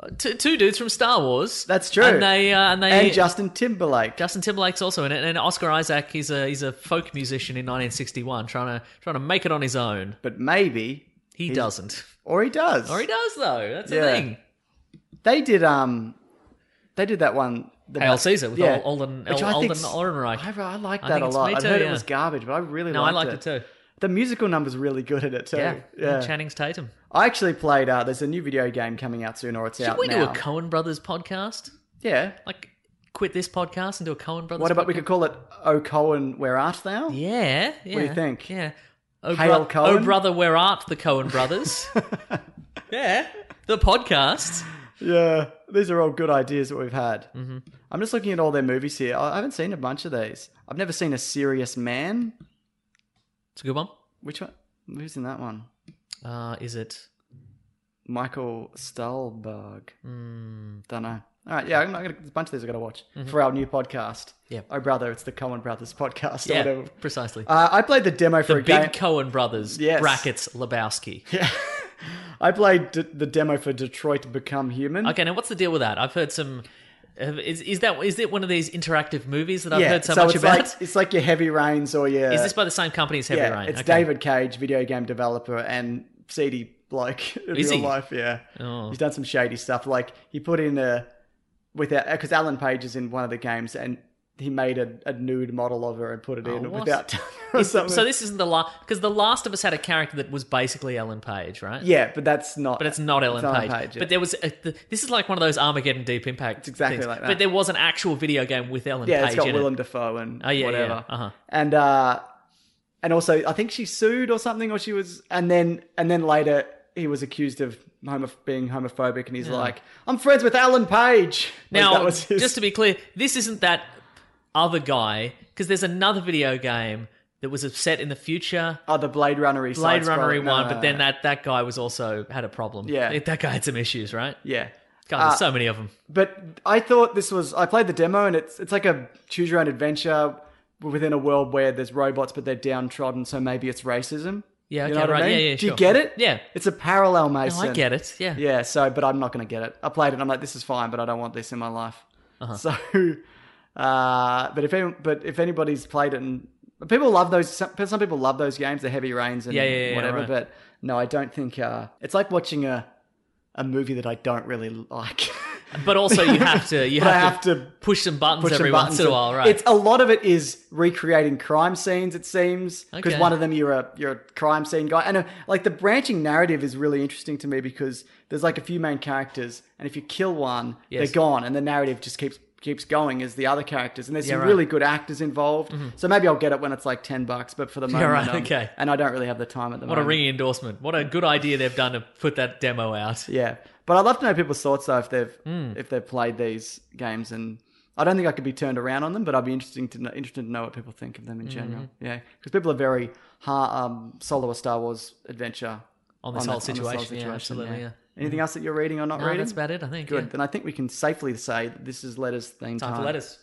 S2: uh, two, two dudes from Star Wars.
S1: That's true.
S2: And they uh, and they
S1: And Justin Timberlake.
S2: Justin Timberlake's also in it, and Oscar Isaac. He's a he's a folk musician in 1961, trying to trying to make it on his own.
S1: But maybe,
S2: He doesn't,
S1: or he does.
S2: or he does though. That's the
S1: Yeah.
S2: thing.
S1: They did. Um, they did that one. The
S2: Hail Caesar with Al- Alden-
S1: Which
S2: Al-
S1: I think's-
S2: Alden Ehrenreich.
S1: I, I like
S2: I
S1: that
S2: think
S1: a
S2: it's
S1: lot.
S2: me
S1: I
S2: too,
S1: heard it
S2: yeah.
S1: was garbage, but I really
S2: No, I
S1: liked,
S2: liked it too.
S1: The musical number's really good at it too.
S2: Yeah,
S1: yeah.
S2: Channing's Tatum.
S1: I actually played. Uh, there's a new video game coming out soon, or it's
S2: Should
S1: out
S2: we do
S1: now.
S2: a Cohen Brothers podcast?
S1: yeah.
S2: Like, quit this podcast and do a Cohen Brothers.
S1: What about
S2: podcast?
S1: we could call it "O Cohen, Where Art Thou"?
S2: Yeah, yeah.
S1: do you think?
S2: Yeah. Oh,
S1: Hail Cohen?
S2: oh brother, where art the Cohen brothers? yeah, the podcast.
S1: Yeah, these are all good ideas that we've had. Mm-hmm. I'm just looking at all their movies here. I I haven't seen a bunch of these. I've never seen a serious man.
S2: It's a good one.
S1: Which one? Who's in that one?
S2: Uh, is it?
S1: Michael Stahlberg.
S2: Hmm.
S1: Don't know. All right, yeah, I'm not gonna. There's a bunch of these I gotta watch
S2: Mm-hmm.
S1: for our new podcast.
S2: Yeah.
S1: Oh brother, it's the Cohen Brothers podcast.
S2: Yeah,
S1: Or whatever.
S2: precisely.
S1: Uh, I played the demo for
S2: the
S1: a
S2: big
S1: game.
S2: Cohen brothers.
S1: Yes.
S2: Brackets Lebowski.
S1: I played d- the demo for Detroit Become Human.
S2: Okay, now what's the deal with that? I've heard some. have- Is is that is it one of these interactive movies that I've
S1: yeah,
S2: heard so, much
S1: it's
S2: about?
S1: Like, it's like your Heavy Rains or your.
S2: is this by the same company as Heavy
S1: yeah,
S2: Rain?
S1: It's
S2: Okay.
S1: David Cage, video game developer and seedy bloke in
S2: Is
S1: real
S2: he?
S1: life. Yeah,
S2: Oh.
S1: he's done some shady stuff. Like he put in a without because Alan Page is in one of the games and he made a, a nude model of her and put it in
S2: Oh, what?
S1: without telling her or something.
S2: So this isn't the last because the Last of Us had a character that was basically Ellen Page, right?
S1: yeah, but that's not.
S2: But it's not Ellen Page.
S1: yeah.
S2: But there was a, the, this is like one of those Armageddon Deep Impact. It's
S1: exactly like that.
S2: But there was an actual video game with Ellen
S1: yeah,
S2: Page
S1: it's got
S2: in
S1: Willem
S2: it.
S1: Dafoe and
S2: Oh, yeah, yeah,
S1: whatever.
S2: uh-huh.
S1: And uh, and also, I think she sued or something, or she was, and then and then later he was accused of homo- being homophobic, and he's like, "I'm friends with Alan Page." Like,
S2: Now,
S1: that was his-
S2: just to be clear, this isn't that other guy because there's another video game that was set in the future.
S1: oh, the Blade Runner
S2: Blade Runner one, but then that, that guy was also had a problem.
S1: Yeah. Uh,
S2: that guy had some issues, right?
S1: yeah.
S2: God, there's so many of them.
S1: But I thought this was I played the demo, and it's it's like a choose your own adventure within a world where there's robots, but they're downtrodden, so maybe it's racism.
S2: Yeah,
S1: you
S2: okay,
S1: know what
S2: right,
S1: I mean?
S2: yeah, yeah,
S1: Do you
S2: sure.
S1: get it?
S2: Yeah.
S1: it's a parallel, Mason.
S2: No, I get it. Yeah.
S1: Yeah, so but I'm not going to get it. I played it. and I'm like, this is fine, but I don't want this in my life.
S2: Uh-huh.
S1: So, uh, but if any, but if anybody's played it, and but people love those. Some, some people love those games, the heavy rains and
S2: Yeah, yeah, yeah,
S1: whatever.
S2: right.
S1: But no, I don't think uh, it's like watching a a movie that I don't really like.
S2: But also, you have to you
S1: But
S2: have,
S1: I
S2: to,
S1: have to
S2: push some buttons
S1: Push some
S2: every
S1: buttons
S2: once in a
S1: and-
S2: while, right?
S1: It's a lot of it is recreating crime scenes. It seems because
S2: Okay.
S1: one of them you're a you're a crime scene guy, and uh, like the branching narrative is really interesting to me because there's like a few main characters, and if you kill one,
S2: Yes.
S1: they're gone, and the narrative just keeps keeps going as the other characters, and there's some
S2: right. Mm-hmm.
S1: really good actors involved. So maybe I'll get it when it's like ten bucks, but for the moment,
S2: right,
S1: um,
S2: okay.
S1: And I don't really have the time at the
S2: What a
S1: moment.
S2: ringing endorsement! What a good idea they've done to put that demo out.
S1: Yeah, but I'd love to know people's thoughts though if they've
S2: Hmm.
S1: if they've played these games, and I don't think I could be turned around on them, but I'd be interesting to know, interested to know what people
S2: Mm-hmm.
S1: think of them in general. Yeah, because people are very ha um, solo a Star Wars adventure
S2: on this
S1: on that-
S2: whole
S1: on this
S2: situation.
S1: whole
S2: yeah,
S1: situation,
S2: absolutely. Yeah. Mm-hmm.
S1: Anything else that you're reading or not
S2: No,
S1: reading?
S2: Oh, that's about it. I think.
S1: Good.
S2: yeah.
S1: Then I think we can safely say that this is letters theme time.
S2: Time for letters.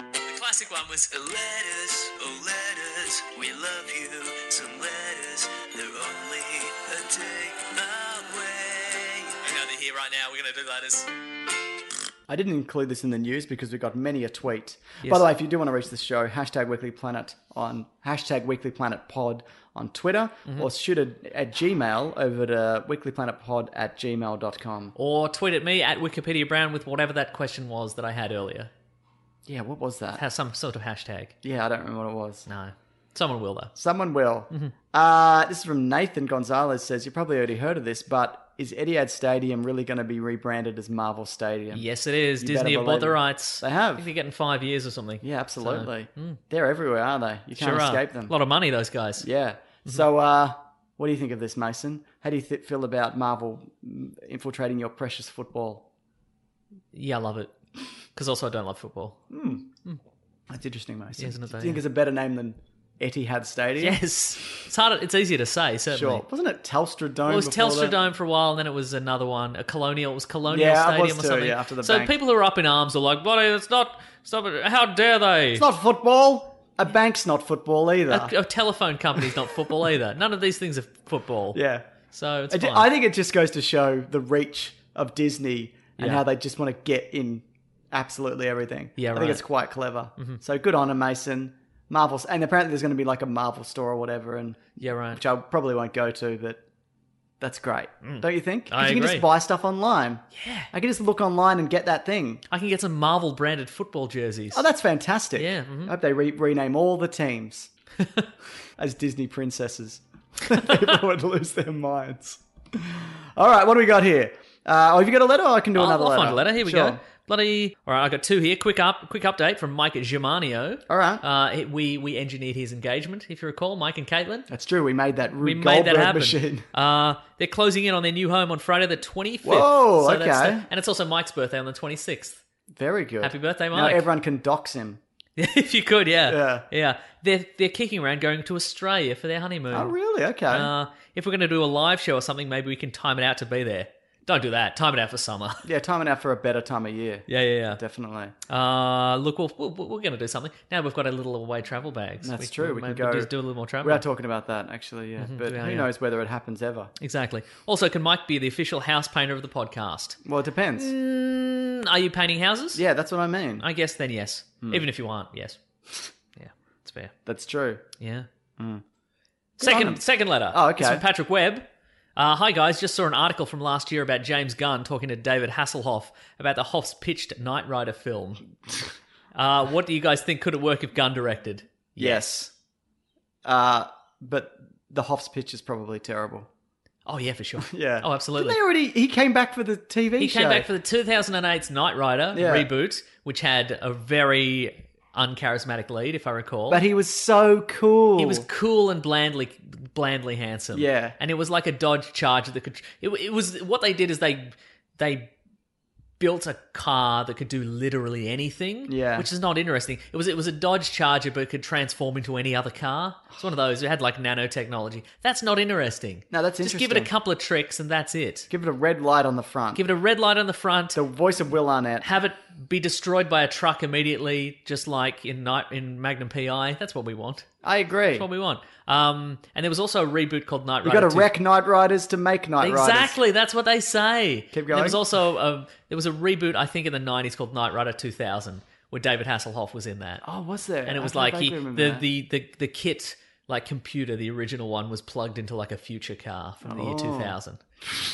S3: The classic one was uh, letters, oh letters, we love you. Some letters, they're only a day away. Hang on, they're here right now. We're gonna do letters.
S1: I didn't include this in the news because we got many a tweet. By
S2: Yes.
S1: the way, if you do want to reach the show, hashtag Weekly Planet on hashtag Weekly Planet Pod on Twitter
S2: Mm-hmm.
S1: or shoot it at Gmail over to weeklyplanetpod at gmail.com.
S2: Or tweet at me at Wikipedia Brown with whatever that question was that I had earlier.
S1: Yeah, what was that?
S2: Has some sort of hashtag.
S1: Yeah, I don't remember what it was.
S2: No. Someone will though.
S1: Someone will.
S2: Mm-hmm.
S1: Uh, this is from Nathan Gonzalez says, You probably already heard of this, but is Etihad Stadium really going to be rebranded as Marvel Stadium?
S2: Yes, it is.
S1: You better
S2: Disney have bought
S1: believe
S2: the
S1: it.
S2: rights.
S1: They have.
S2: I think they're getting five years or something.
S1: Yeah, absolutely. They're everywhere, aren't they? You can't
S2: hmm. Sure are.
S1: escape them.
S2: A lot of money, those guys.
S1: Yeah.
S2: Mm-hmm.
S1: So, uh, what do you think of this, Mason? How do you th- feel about Marvel mm, infiltrating your precious football?
S2: Yeah, I love it. Because also I don't love football.
S1: That's interesting, Mason.
S2: Isn't it
S1: do
S2: though,
S1: you think
S2: yeah.
S1: it's a better name than Etihad Stadium?
S2: Yes, it's harder. It's easier to say.
S1: Sure.
S2: Certainly.
S1: Wasn't it Telstra Dome?
S2: Well, it was
S1: before
S2: Telstra
S1: that?
S2: Dome for a while, and then it was another one, a Colonial. It was Colonial
S1: Yeah, it was
S2: Stadium
S1: too,
S2: or something.
S1: yeah, after the
S2: so
S1: bank.
S2: people who are up in arms are like, "Buddy, that's not. Stop it! How dare they?
S1: It's not football. A bank's not football either.
S2: a, a telephone company's not football either. None of these things are football.
S1: yeah.
S2: So it's
S1: I, ju-
S2: fine.
S1: I think it just goes to show the reach of Disney and
S2: Yeah.
S1: how they just want to get in absolutely everything.
S2: Yeah,
S1: I
S2: right. Mm-hmm.
S1: think it's quite clever. So good on 'em, Mason. Marvels, and apparently there's going to be like a Marvel store or whatever, and
S2: yeah, right.
S1: which I probably won't go to, but that's great, don't you think? 'Cause
S2: Mm. I
S1: you can
S2: agree.
S1: just buy stuff online. Yeah, I can just look online and get that thing.
S2: I can get some Marvel branded football jerseys.
S1: Oh, that's fantastic.
S2: Yeah, mhm.
S1: I hope they re- rename all the teams as Disney princesses. People would lose their minds. All right, what do we got here? Uh, oh, have you got a letter? Or I can do
S2: I'll,
S1: another
S2: I'll
S1: letter.
S2: find a letter. Here we
S1: Sure.
S2: go. Bloody. All right, I got two here. Quick up. Quick update from Mike at Germanio.
S1: All right.
S2: Uh, it- we we engineered his engagement, if you recall, Mike and Caitlin.
S1: That's true. We made that Rube
S2: We made that
S1: Goldberg
S2: happen.
S1: machine.
S2: Uh, they're closing in on their new home on Friday the 25th.
S1: Whoa,
S2: So that's
S1: okay.
S2: the- and it's also Mike's birthday on the 26th.
S1: Very good.
S2: Happy birthday,
S1: Now
S2: Mike.
S1: everyone can dox him.
S2: if you could, yeah.
S1: Yeah.
S2: They're, they're kicking around going to Australia for their honeymoon.
S1: Oh, really? Okay.
S2: Uh, if we're going to do a live show or something, maybe we can time it out to be there. Don't do that. Time it out for summer.
S1: yeah, time and out for a better time of year.
S2: yeah, yeah, yeah.
S1: Definitely.
S2: Uh, look, we'll, we'll, we're going to do something. Now we've got a little away travel bags.
S1: That's true. We can
S2: maybe
S1: go.
S2: just do a little more travel.
S1: We are talking about that actually, yeah. But
S2: Mm-hmm. Yeah,
S1: who
S2: yeah.
S1: knows whether it happens ever?
S2: exactly. Also, can Mike be the official house painter of the podcast?
S1: Well, it depends.
S2: Mm, are you painting houses?
S1: Yeah, Hmm. that's what I mean.
S2: I guess then yes. Even if you aren't, yes. Yeah, it's fair.
S1: That's true.
S2: Yeah.
S1: on him.
S2: Second, second letter.
S1: Hmm. Oh,
S2: It's
S1: okay.
S2: from Patrick Webb. Uh, hi guys, just saw an article from last year about James Gunn talking to David Hasselhoff about the Hoff's pitched Knight Rider film. uh, what do you guys think? Could it work if Gunn directed?
S1: Yes. Uh, but the Hoff's pitch is probably terrible.
S2: Oh yeah, for sure.
S1: Yeah.
S2: Oh, absolutely.
S1: Didn't they already? He came back for the TV
S2: He
S1: show.
S2: came back for the 2008's Knight Rider
S1: Yeah.
S2: reboot, which had a very uncharismatic lead, if I recall.
S1: but he was so cool.
S2: He was cool and blandly, blandly handsome.
S1: Yeah.
S2: and it was like a Dodge Charger that could. It, it was what they did is they they built a car that could do literally anything.
S1: Yeah.
S2: which is not interesting. It was it was a Dodge Charger, but it could transform into any other car. It's one of those. It had like nanotechnology. That's not interesting.
S1: No, that's
S2: just give it a
S1: interesting.
S2: couple of tricks and that's it.
S1: Give it a red light on the front.
S2: Give it a red light on the front.
S1: the voice of Will Arnett.
S2: have it be destroyed by a truck immediately, just like in Night in Magnum PI. That's what we want.
S1: I agree.
S2: That's what we want. Um, and there was also a reboot called Night
S1: You
S2: Rider.
S1: got to
S2: 2.
S1: wreck Night Riders to make Night Riders.
S2: Exactly, that's what they say. And
S1: going.
S2: There was also a, there was a reboot I think in the nineties called Night Rider Two Thousand, where David Hasselhoff was in that,
S1: Oh, was there?
S2: and
S1: I
S2: it was
S1: can
S2: like he
S1: vaguely remember
S2: the,
S1: that.
S2: the the the kit like computer, the original one was plugged into like a future car from the year two thousand.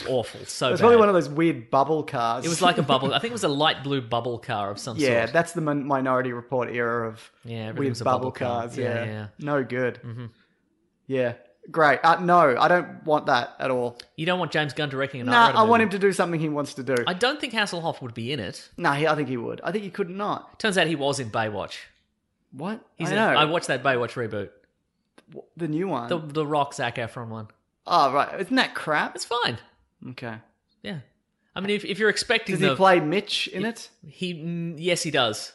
S2: Awful, so
S1: It was
S2: bad.
S1: Oh. probably one of those weird bubble cars.
S2: it was like a bubble. I think it was a light blue bubble car of some
S1: yeah,
S2: sort.
S1: that's the min- Minority Report era of
S2: Yeah, everything
S1: weird
S2: was a
S1: bubble
S2: bubble car.
S1: cars.
S2: Yeah,
S1: Yeah,
S2: yeah. Mm-hmm.
S1: no good. Yeah, great. Uh, no, I don't want that at all.
S2: you don't want James Gunn directing an
S1: No,
S2: Knight Rider
S1: I want
S2: movie.
S1: him to do something he wants to do.
S2: I don't think Hasselhoff would be in it.
S1: No, he, I think he would. I think he could not.
S2: Turns out he was in Baywatch.
S1: What?
S2: He's
S1: I
S2: in,
S1: know.
S2: I watched that Baywatch reboot.
S1: the new one.
S2: The the Rock Zac Efron one.
S1: Oh, right. Isn't that crap?
S2: It's fine.
S1: Okay.
S2: Yeah. I mean, if, if you're expecting
S1: Does
S2: the
S1: he play Mitch in it?
S2: he mm, yes he does,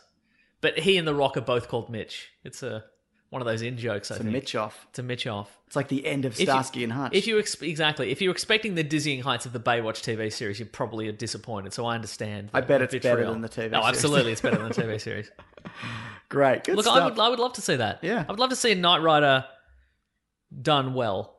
S2: but he and the Rock are both called Mitch. It's a one of those in jokes. I
S1: It's a
S2: think
S1: Mitch off.
S2: It's a Mitch off.
S1: It's like the end of
S2: If you-
S1: Starsky and Hutch.
S2: If you ex- exactly, if you're expecting the dizzying heights of the Baywatch TV series, you probably are disappointed. So I understand.
S1: I
S2: the-
S1: bet
S2: the
S1: it's better
S2: vitriol.
S1: than the TV
S2: No,
S1: series.
S2: absolutely, it's better than the TV series.
S1: Great. Good
S2: Look,
S1: stuff.
S2: I would, I would love to see that.
S1: Yeah.
S2: I would love to see a Knight Rider done well.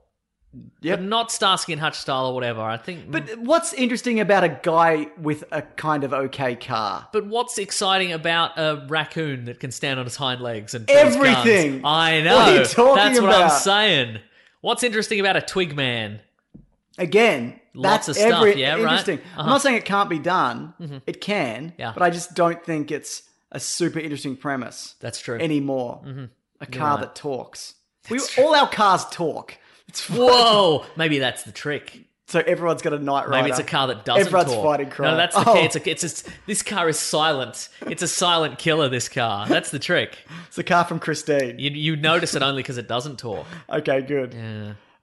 S1: Yep.
S2: But not Starsky and Hutch style or whatever. I think.
S1: But what's interesting about a guy with a kind of okay car?
S2: But what's exciting about a raccoon that can stand on its hind legs and twist
S1: Everything.
S2: guns? I know.
S1: What are you talking
S2: That's what I'm
S1: about?
S2: saying. What's interesting about a twig man?
S1: Again,
S2: Lots
S1: that's
S2: of stuff,
S1: every-
S2: yeah, right?
S1: interesting. I'm
S2: Uh-huh. Mm-hmm.
S1: not saying it can't be done. It can,
S2: Yeah.
S1: but I just don't think it's a super interesting premise
S2: That's true. Mm-hmm.
S1: anymore. A car
S2: right.
S1: that talks. We all our cars talk. It's
S2: Whoa! Maybe that's the trick.
S1: so everyone's got a night rider.
S2: Maybe it's a car that doesn't
S1: Everyone's
S2: talk.
S1: fighting crime.
S2: No, that's the
S1: Oh.
S2: key. It's, a, it's just- this car is silent. It's a silent killer. This car. That's the trick.
S1: It's a car from Christine.
S2: You you notice it only because it doesn't talk.
S1: Okay, good.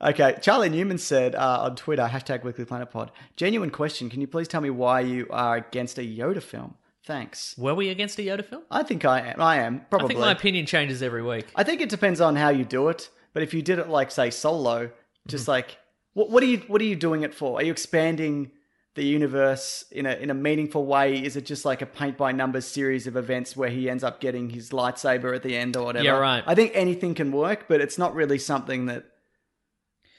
S1: Okay, Charlie Newman said uh, on Twitter, hashtag Weekly Planet Pod, genuine question. Can you please tell me why you are against a Yoda film? Thanks.
S2: Were we against a Yoda film?
S1: I think I am. I am
S2: I
S1: probably.
S2: think my opinion changes every week.
S1: I think it depends on how you do it. But if you did it like say solo,
S2: Mm-hmm.
S1: just like what, what are you what are you doing it for? Are you expanding the universe in a in a meaningful way? Is it just like a paint by numbers series of events where he ends up getting his lightsaber at the end or whatever?
S2: Yeah, right.
S1: I think anything can work, but it's not really something that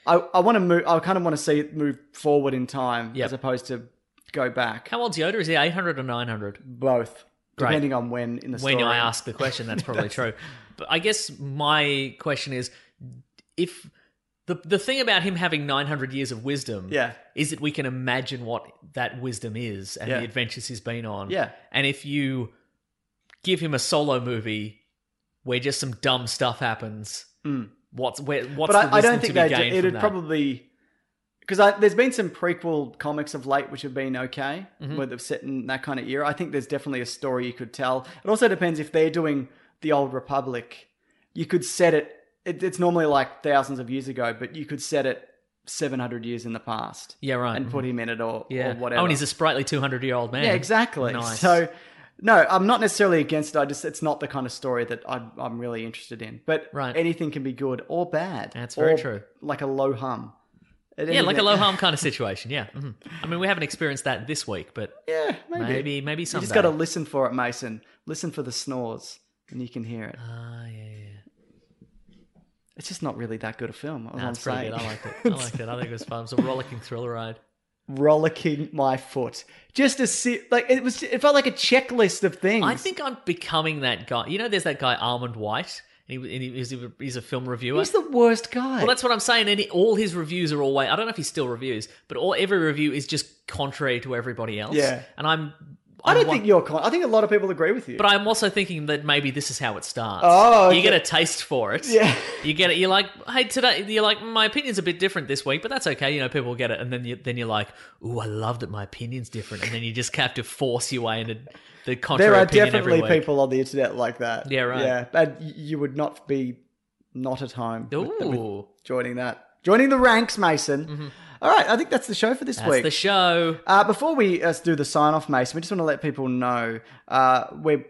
S1: I I want to move. I kind of want to see it move forward in time
S2: Yep.
S1: as opposed to go back.
S2: How old's Yoda? Is he eight hundred or nine hundred?
S1: Both.
S2: Great.
S1: Depending on when in the
S2: when
S1: story.
S2: I ask the question, that's probably true. But I guess my question is if the the thing about him having 900 years of wisdom
S1: Yeah.
S2: is that we can imagine what that wisdom is and
S1: Yeah.
S2: the adventures he's been on.
S1: Yeah.
S2: And if you give him a solo movie where just some dumb stuff happens, what's where what's
S1: Hmm. but
S2: the
S1: I, I
S2: wisdom
S1: don't think
S2: to be
S1: they
S2: gained
S1: it
S2: from
S1: would
S2: that?
S1: probably because there's been some prequel comics of late which have been okay
S2: Mm-hmm.
S1: where they've set in that kind of era. I think there's definitely a story you could tell. It also depends if they're doing the old Republic. You could set it. it it's normally like thousands of years ago, but you could set it 700 years in the past.
S2: Yeah, right. mm-hmm.
S1: And put him in it or,
S2: yeah.
S1: or whatever.
S2: Oh, and he's a sprightly 200 year old man.
S1: Yeah, exactly.
S2: Nice.
S1: So, no, I'm not necessarily against it. I just it's not the kind of story that I'm, I'm really interested in. But
S2: Right.
S1: anything can be good or bad.
S2: That's very
S1: or
S2: true.
S1: Like a low hum. At
S2: yeah,
S1: anything-
S2: like a low harm kind of situation. Yeah. Mhm. I mean, we haven't experienced that this week, but
S1: Yeah, maybe.
S2: maybe maybe
S1: you
S2: someday.
S1: just got to listen for it, Mason. Listen for the snores, and you can hear it.
S2: Ah, yeah, yeah.
S1: It's just not really that good a film. all
S2: Nah,
S1: I'm
S2: it's pretty
S1: saying.
S2: good. I liked it. I liked it. I think it was fun. It was a rollicking thriller ride.
S1: Rollicking my foot, just to see, like it was. It felt like a checklist of things.
S2: I think I'm becoming that guy. You know, there's that guy Armand White, and he, and he he's, a- he's a film reviewer.
S1: he's the worst guy.
S2: well, that's what I'm saying. And he- all his reviews are always. I don't know if he still reviews, but all every review is just contrary to everybody else.
S1: Yeah.
S2: And I'm.
S1: I don't
S2: I'm
S1: think you're. Con- I think a lot of people agree with you.
S2: But I'm also thinking that maybe this is how it starts.
S1: Oh, okay.
S2: you get a taste for it.
S1: Yeah.
S2: you get it. You're like, hey, today. You're like, my opinion's a bit different this week, but that's okay. You know, people will get it, and then you then you're like, ooh, I love that my opinion's different, and then you just have to force your way into the contrary
S1: there are
S2: opinion
S1: definitely
S2: every week.
S1: people on the internet like that.
S2: Yeah, right.
S1: Yeah, and y- you would not be not at home with- with
S2: Ooh, Mm-hmm.
S1: joining that, joining the ranks, Mason. All right, I think that's the show for this
S2: that's
S1: week.
S2: the show.
S1: Uh, before we uh, do the sign off, Mason, we just want to let people know uh, we're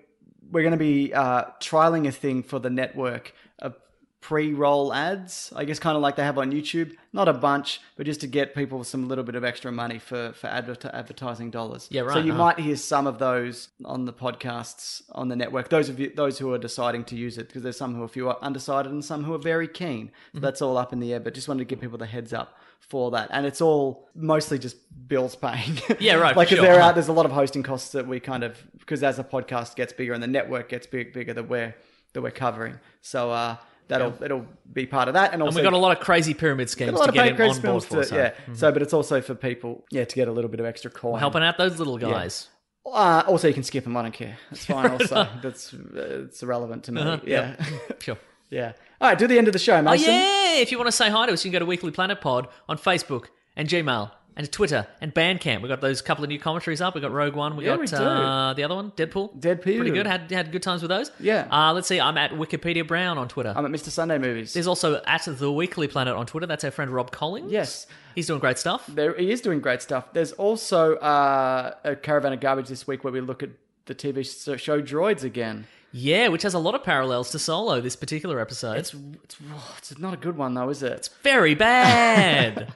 S1: we're going to be uh, trialing a thing for the network of pre roll ads. I guess kind of like they have on YouTube, not a bunch, but just to get people some little bit of extra money for for adver- advertising dollars.
S2: Yeah, right,
S1: So you
S2: huh.
S1: might hear some of those on the podcasts on the network. Those of you those who are deciding to use it, because there's some who are few are undecided and some who are very keen.
S2: Mm-hmm.
S1: So that's all up in the air. But just wanted to give people the heads up for that, and it's all mostly just bills paying.
S2: Yeah, right,
S1: like
S2: for
S1: if
S2: sure,
S1: they're
S2: huh.
S1: out, there's a lot of hosting costs that we kind of because as the podcast gets bigger and the network gets big, bigger that we're that we're covering. So uh, that'll it'll be part of that, and also
S2: And we got a lot of crazy pyramid schemes
S1: a lot
S2: to
S1: of
S2: get
S1: paid
S2: him
S1: Christmas
S2: on board for.
S1: films
S2: so. Mm-hmm.
S1: to- yeah. So, but it's also for people, yeah, to get a little bit of extra coin.
S2: helping out those little guys.
S1: Uh, also, you can skip them. I don't care. It's fine. Also, that's uh, it's irrelevant to me. Yeah,
S2: Sure.
S1: yeah. All right, do the end of the show, Mason.
S2: Uh-huh, Oh yeah! If you want to say hi to us, you can go to Weekly Planet Pod on Facebook and Gmail and Twitter and Bandcamp. We got those couple of new commentaries up. We got Rogue One. We
S1: Yeah,
S2: got
S1: we do.
S2: Uh, the other one, Deadpool.
S1: Deadpool.
S2: pretty good. Had had good times with those.
S1: Yeah.
S2: Uh, let's see. I'm at Wikipedia Brown on Twitter.
S1: I'm at Mr. Sunday Movies.
S2: There's also at the Weekly Planet on Twitter. That's our friend Rob Collins.
S1: Yes.
S2: he's doing great stuff.
S1: there he is doing great stuff. There's also uh, a caravan of garbage this week where we look at the TV s- show Droids again.
S2: Yeah, which has a lot of parallels to Solo, this particular episode.
S1: It's, it's it's not a good one though, is it?
S2: very bad.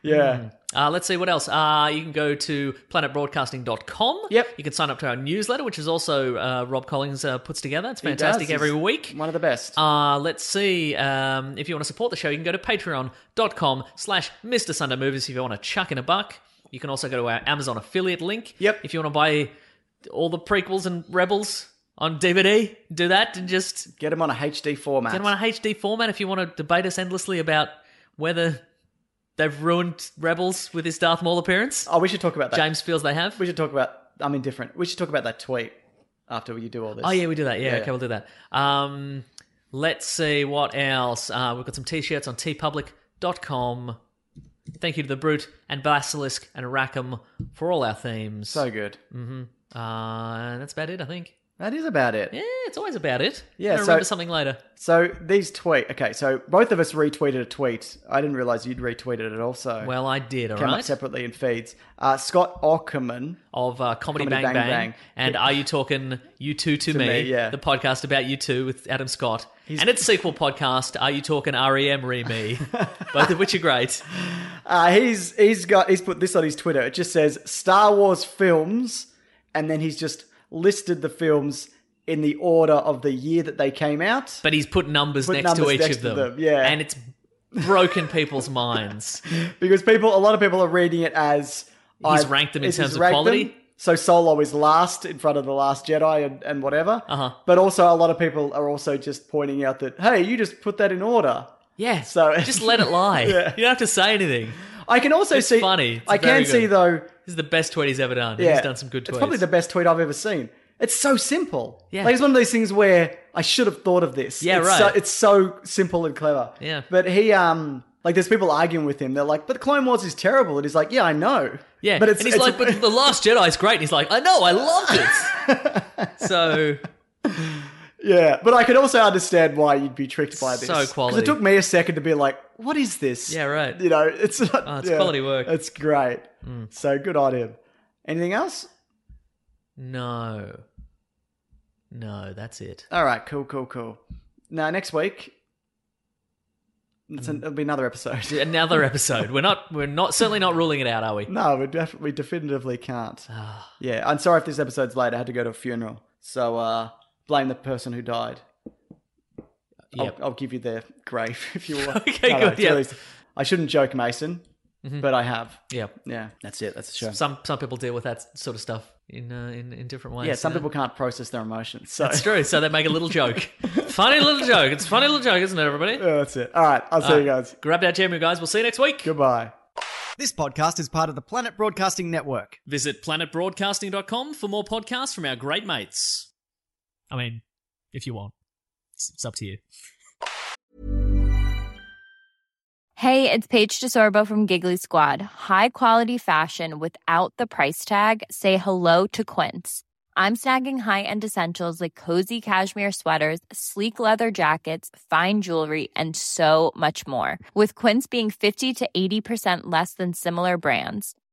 S1: Yeah.
S2: Uh, let's see what else. Uh, you can go to planetbroadcasting.com.
S1: Yep.
S2: You can sign up to our newsletter, which is also uh, Rob Collins uh, puts together. It's fantastic
S1: does.
S2: every
S1: He's
S2: week.
S1: One of the best.
S2: Uh, let's see. Um, if you want to support the show, you can go to patreon.com slash Mr. Sunday Movies if you want to chuck in a buck. You can also go to our Amazon affiliate link.
S1: Yep.
S2: If you want to buy all the prequels and Rebels on DVD, do that and just
S1: Get them on a HD format.
S2: Get them on a HD format if you want to debate us endlessly about whether they've ruined Rebels with his Darth Maul appearance.
S1: oh, we should talk about that.
S2: James feels they have.
S1: We should talk about. I'm indifferent. We should talk about that tweet after you do all this.
S2: Oh yeah, we do that. Yeah,
S1: Yeah,
S2: okay,
S1: yeah.
S2: we'll do that. Um, let's see what else. Uh, we've got some t-shirts on tpublic.com. Thank you to the Brute and Basilisk and Rackham for all our themes. Mm-hmm.
S1: so good.
S2: Mm. uh, that's about it, I think.
S1: That is about it.
S2: Yeah, it's always about it.
S1: Yeah,
S2: I
S1: so-
S2: remember something later.
S1: So these tweet. Okay, so both of us retweeted a tweet. I didn't realize you'd retweeted it also.
S2: Well, I did. All right.
S1: came up separately in feeds. Uh, Scott Ockerman.
S2: of uh, Comedy,
S1: Comedy
S2: Bang,
S1: Bang
S2: Bang
S1: Bang.
S2: and Are You Talking You Two to, Me?
S1: Me, yeah.
S2: The podcast about You Two with Adam Scott. And its sequel podcast, Are You Talking REM Re Me? Both of which are great.
S1: Uh, he's he's got he's put this on his Twitter. It just says Star Wars films, and then he's just listed the films in the order of the year that they came out.
S2: But he's put numbers
S1: Put
S2: next to
S1: numbers
S2: each
S1: next
S2: of
S1: to
S2: them.
S1: them, yeah.
S2: And it's broken people's minds.
S1: because people, a lot of people are reading it as
S2: He's
S1: I've-
S2: ranked them in
S1: as he's
S2: terms of
S1: ranked
S2: quality?
S1: So Solo is last in front of the Last Jedi and, and whatever.
S2: Uh-huh.
S1: But also, a lot of people are also just pointing out that hey, you just put that in order.
S2: Yeah.
S1: So-
S2: just let it lie. You don't have to say anything.
S1: I can also
S2: It's
S1: see
S2: funny. It's
S1: I
S2: very
S1: can see
S2: good.
S1: though.
S2: This is the best tweet he's ever done.
S1: Yeah,
S2: He's done some good tweets.
S1: It's probably the best tweet I've ever seen. It's so simple.
S2: Yeah.
S1: like it's one of those things where I should have thought of this.
S2: Yeah,
S1: it's
S2: right.
S1: So, it's so simple and clever.
S2: Yeah.
S1: but he um. Like there's people arguing with him. They're like, "But Clone Wars is terrible." And he's like, "Yeah, I know."
S2: Yeah,
S1: but it's,
S2: and he's
S1: it's-
S2: like, but the Last Jedi is great. And he's like, I know, I loved it. so
S1: Yeah, but I could also understand why you'd be tricked by this.
S2: So
S1: 'Cause
S2: quality.
S1: It took me a second to be like, "What is this?"
S2: Yeah, right.
S1: You know, it's not,
S2: Oh, it's
S1: yeah,
S2: quality work. Hmm.
S1: It's great. So good on him. Anything else?
S2: No. No, that's it.
S1: All right, cool, cool, cool. Now next week, it's an, it'll be another episode.
S2: Another episode. We're not we're not certainly not ruling it out, are we? Ah,
S1: No, we, def- we definitively can't. yeah, I'm sorry if this episode's late. I had to go to a funeral, so uh, blame the person who died.
S2: Yep.
S1: I'll, I'll give you their grave if you want.
S2: Okay, good,
S1: it's
S2: yeah.
S1: really- I shouldn't joke, Mason, but I have.
S2: Yep.
S1: Yeah, Mm-hmm. that's it. That's a show.
S2: Some some people deal with that sort of stuff in uh, in, in different ways.
S1: yeah, some
S2: you know?
S1: people can't process their emotions. So
S2: It's true, so they make a little joke. funny little joke. It's a funny little joke, isn't it, everybody?
S1: Yeah, that's it. All right, I'll see you guys.
S2: Grab that jam, you guys. We'll see you next week.
S1: Goodbye.
S4: This podcast is part of the Planet Broadcasting Network.
S2: Visit planetbroadcasting.com for more podcasts from our great mates. I mean, if you want. It's, it's up to you.
S5: Hey, it's Paige DeSorbo from Giggly Squad. High quality fashion without the price tag. Say hello to Quince. I'm snagging high-end essentials like cozy cashmere sweaters, sleek leather jackets, fine jewelry, and so much more. With Quince being 50 to 80% less than similar brands.